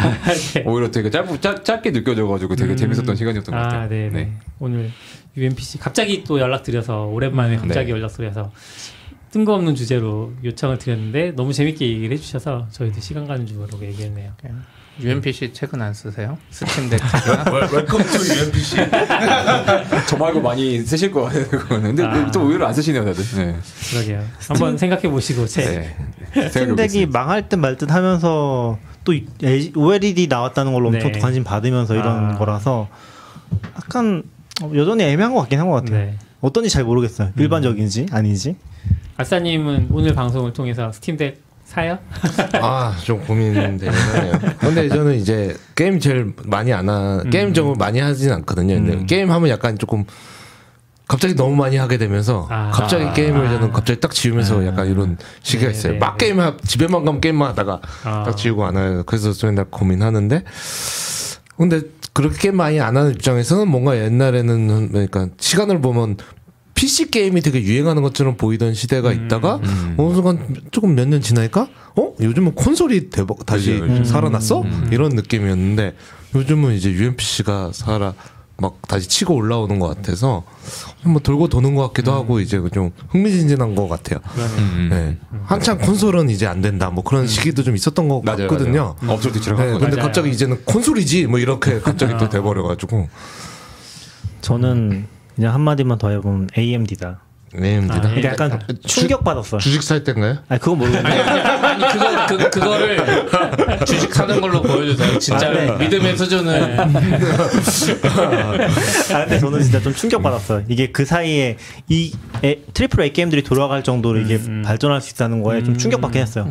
Speaker 3: 네.
Speaker 7: 오히려 되게 짧고 짧, 짧게 느껴져가지고 되게 재밌었던 시간이었던 것 같아요.
Speaker 3: 아, 네, 네. 오늘 UMPC 갑자기 또 연락 드려서 오랜만에 갑자기 연락 드려서 뜬금없는 주제로 요청을 드렸는데 너무 재밌게 얘기를 해주셔서 저희도 시간 가는 줄 모르고 얘기했네요.
Speaker 6: UMPC 책은 안 쓰세요? 스팀덱이나
Speaker 5: 웰컴 투 UMPC.
Speaker 7: 저 말고 많이 쓰실 거 같아요. 그거는. 근데
Speaker 3: 아.
Speaker 7: 또 의외로 안 쓰시네요, 다들. 네.
Speaker 3: 그러게요. 한번 생각해 보시고 제
Speaker 7: 네.
Speaker 4: 틴덱이 망할 듯 말 듯 하면서 또 이- 에- OLED 나왔다는 걸로 엄청
Speaker 3: 네.
Speaker 4: 관심 받으면서 이런
Speaker 3: 아.
Speaker 4: 거라서 약간 어, 여전히 애매한 것 같긴 한 것 같아요.
Speaker 3: 네.
Speaker 4: 어떤지 잘
Speaker 5: 음.
Speaker 4: 모르겠어요. 일반적인지 아닌지.
Speaker 3: 아싸님은 오늘 방송을 통해서 스팀덱 사요?
Speaker 5: 아, 좀 고민되긴 하네요. 근데 저는 이제 게임 제일 많이 안 하,
Speaker 7: 음.
Speaker 5: 게임 적으로 많이 하진 않거든요. 근데 게임 하면 약간 조금 갑자기 너무 많이 하게 되면서
Speaker 3: 아.
Speaker 5: 갑자기
Speaker 3: 아.
Speaker 5: 게임을 저는 갑자기 딱 지우면서
Speaker 7: 아.
Speaker 5: 약간 이런 시기가
Speaker 3: 네,
Speaker 5: 있어요.
Speaker 3: 네,
Speaker 5: 막
Speaker 3: 네.
Speaker 5: 게임 하, 집에만 가면 게임만 하다가
Speaker 3: 아.
Speaker 5: 딱 지우고 안 해요. 그래서 좀 맨날 고민하는데 근데 그렇게 많이 안 하는 입장에서는 뭔가 옛날에는 그러니까 시간을 보면 PC 게임이 되게 유행하는 것처럼 보이던 시대가
Speaker 7: 음,
Speaker 5: 있다가 어느 순간 조금 몇 년 지나니까 어 요즘은 콘솔이 대박 다시
Speaker 7: 그죠, 음, 그죠.
Speaker 5: 살아났어 이런 느낌이었는데 요즘은 이제 UMPC가 살아 막 다시 치고 올라오는 것 같아서 뭐 돌고 도는 것 같기도
Speaker 7: 음.
Speaker 5: 하고 이제 좀 흥미진진한 것 같아요. 네. 한창 콘솔은 이제 안 된다 뭐 그런 시기도 좀 있었던 것
Speaker 7: 음. 맞아요,
Speaker 5: 같거든요.
Speaker 7: 맞아요. 음. 업소 뒤치라고
Speaker 5: 네,
Speaker 7: 한
Speaker 5: 근데
Speaker 7: 거죠.
Speaker 5: 갑자기 이제는 콘솔이지 뭐 이렇게 갑자기 또 돼버려가지고
Speaker 4: 저는 그냥 한 마디만 더 해보면 AMD다.
Speaker 5: 네입니다.
Speaker 4: 근데 약간 충격 받았어요.
Speaker 5: 아, 주식 살 때인가요?
Speaker 4: 아 그건 모르겠는데
Speaker 6: 아니, 아니 그거 그, 그거를 주식 사는 걸로 보여주세요. 진짜
Speaker 4: 아, 네.
Speaker 6: 믿음의 수준을
Speaker 4: 아, 근데 저는 진짜 좀 충격 받았어요. 이게 그 사이에 이 에, 트리플 A 게임들이 돌아갈 정도로 이게 발전할 수 있다는 거에 좀 충격 받긴 했어요.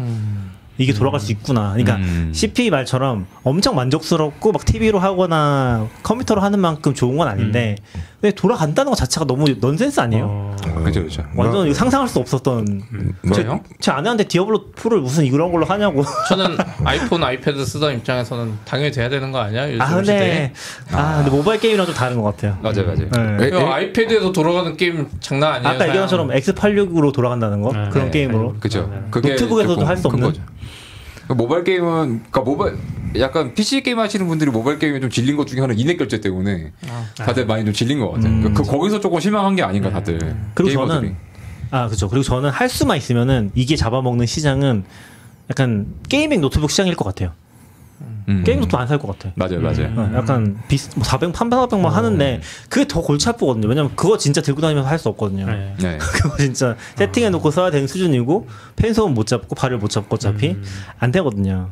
Speaker 4: 이게 돌아갈 수 있구나. 그러니까
Speaker 7: 음.
Speaker 4: CP 말처럼 엄청 만족스럽고 막 TV로 하거나 컴퓨터로 하는 만큼 좋은 건 아닌데 근데 돌아간다는 것 자체가 너무 넌센스 아니에요?
Speaker 3: 어,
Speaker 7: 그죠, 그죠.
Speaker 4: 완전
Speaker 5: 뭐,
Speaker 6: 뭐.
Speaker 4: 이거 상상할 수 없었던
Speaker 6: 음.
Speaker 7: 뭐예요?
Speaker 4: 제 아내한테 디아블로 4를 무슨 이런 걸로 하냐고
Speaker 6: 저는 아이폰 아이패드 쓰던 입장에서는 당연히 돼야 되는 거 아니야? 요즘
Speaker 4: 아
Speaker 6: 시대에.
Speaker 4: 근데 아 근데 모바일 게임이랑 좀 다른 것 같아요.
Speaker 7: 맞아요, 맞아요.
Speaker 4: 네.
Speaker 5: 에,
Speaker 6: 야,
Speaker 7: 예,
Speaker 5: 에?
Speaker 6: 어, 아이패드에서 돌아가는 게임 장난 아니에요.
Speaker 4: 아까 얘기한 것처럼 X86으로 돌아간다는 거
Speaker 3: 네,
Speaker 4: 그런
Speaker 3: 네.
Speaker 4: 게임으로
Speaker 7: 그죠.
Speaker 3: 네.
Speaker 7: 그게
Speaker 4: 노트북에서도
Speaker 7: 조금
Speaker 4: 할수
Speaker 7: 큰
Speaker 4: 없는?
Speaker 7: 거죠. 그러니까 모바일 게임은 그러니까 모바일 약간 PC 게임 하시는 분들이 모바일 게임에 좀 질린 것 중에 하나 인앱 결제 때문에
Speaker 4: 아, 네.
Speaker 7: 다들 많이 좀 질린 것 같아요. 그러니까 그 거기서 조금 실망한 게 아닌가 다들.
Speaker 4: 음. 그리고
Speaker 7: 게이머들이.
Speaker 4: 저는 아 그렇죠. 그리고 저는 할 수만 있으면은 이게 잡아먹는 시장은
Speaker 2: 약간 게이밍 노트북 시장일 것 같아요.
Speaker 7: 음.
Speaker 2: 게임 노트북 안 살 것 같아.
Speaker 7: 맞아요, 맞아요.
Speaker 5: 음.
Speaker 4: 음.
Speaker 2: 어, 약간 비슷 뭐 400, 800,
Speaker 5: 어.
Speaker 2: 만 하는데 그게 더 골치 아프거든요. 왜냐면 그거 진짜 들고 다니면서 할 수 없거든요.
Speaker 3: 네.
Speaker 7: 네.
Speaker 2: 그거 진짜 세팅해 놓고 써야 되는 수준이고 펜소음 못 잡고 발을 못 잡고 어차피 안 되거든요.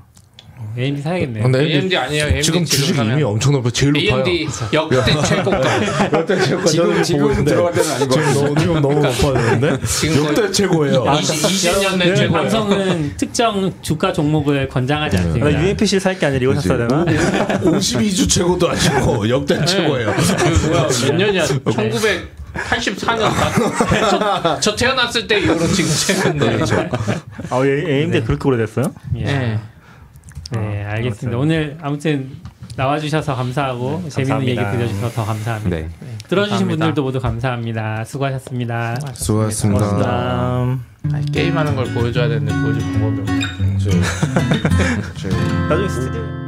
Speaker 3: AMD 사야겠네요.
Speaker 5: 근데
Speaker 6: AMD 아니에요. AMD
Speaker 5: 지금 주식이
Speaker 6: 사면.
Speaker 5: 이미 엄청 높아 제일 높아요.
Speaker 6: AMD 역대 최고가
Speaker 5: 역대 최고
Speaker 7: 지금 지금 들어갈 때는 아니고
Speaker 5: 지금 너무 지금 너무 높아졌는데
Speaker 6: 지금
Speaker 5: 역대 최고예요.
Speaker 7: 아,
Speaker 6: 20년 된
Speaker 3: 네,
Speaker 6: 최고예요. 네.
Speaker 3: 삼성은 특정 주가 종목을 권장하지 않습니다.
Speaker 2: 나 UMPC를 살 게 아니라 이걸
Speaker 5: 그치.
Speaker 2: 샀어야 되나?
Speaker 5: 52주 최고도 아니고 역대
Speaker 7: 네.
Speaker 5: 최고예요.
Speaker 6: 그 뭐야 몇 년이야? 1984년 저, 저 태어났을 때 이후로 지금 최고인데.
Speaker 2: 아, AMD 가 그렇게 오래됐어요?
Speaker 3: 예.
Speaker 6: 예. 아,
Speaker 3: 네, 알겠습니다. 오늘 아무튼 나와주셔서 감사하고 재밌는 얘기
Speaker 2: 감사합니다.
Speaker 3: 들려주셔서 더 감사합니다.
Speaker 7: 네.
Speaker 3: 들어주신
Speaker 6: 네, 감사합니다.
Speaker 3: 분들도 모두 감사합니다. 수고하셨습니다.
Speaker 5: 수고하셨습니다.
Speaker 2: 음,
Speaker 6: 아니, 게임하는 걸 보여줘야 되는데 보여줄 방법이 없네.
Speaker 5: 저- 저-
Speaker 2: 음, 나중에 스튜디오.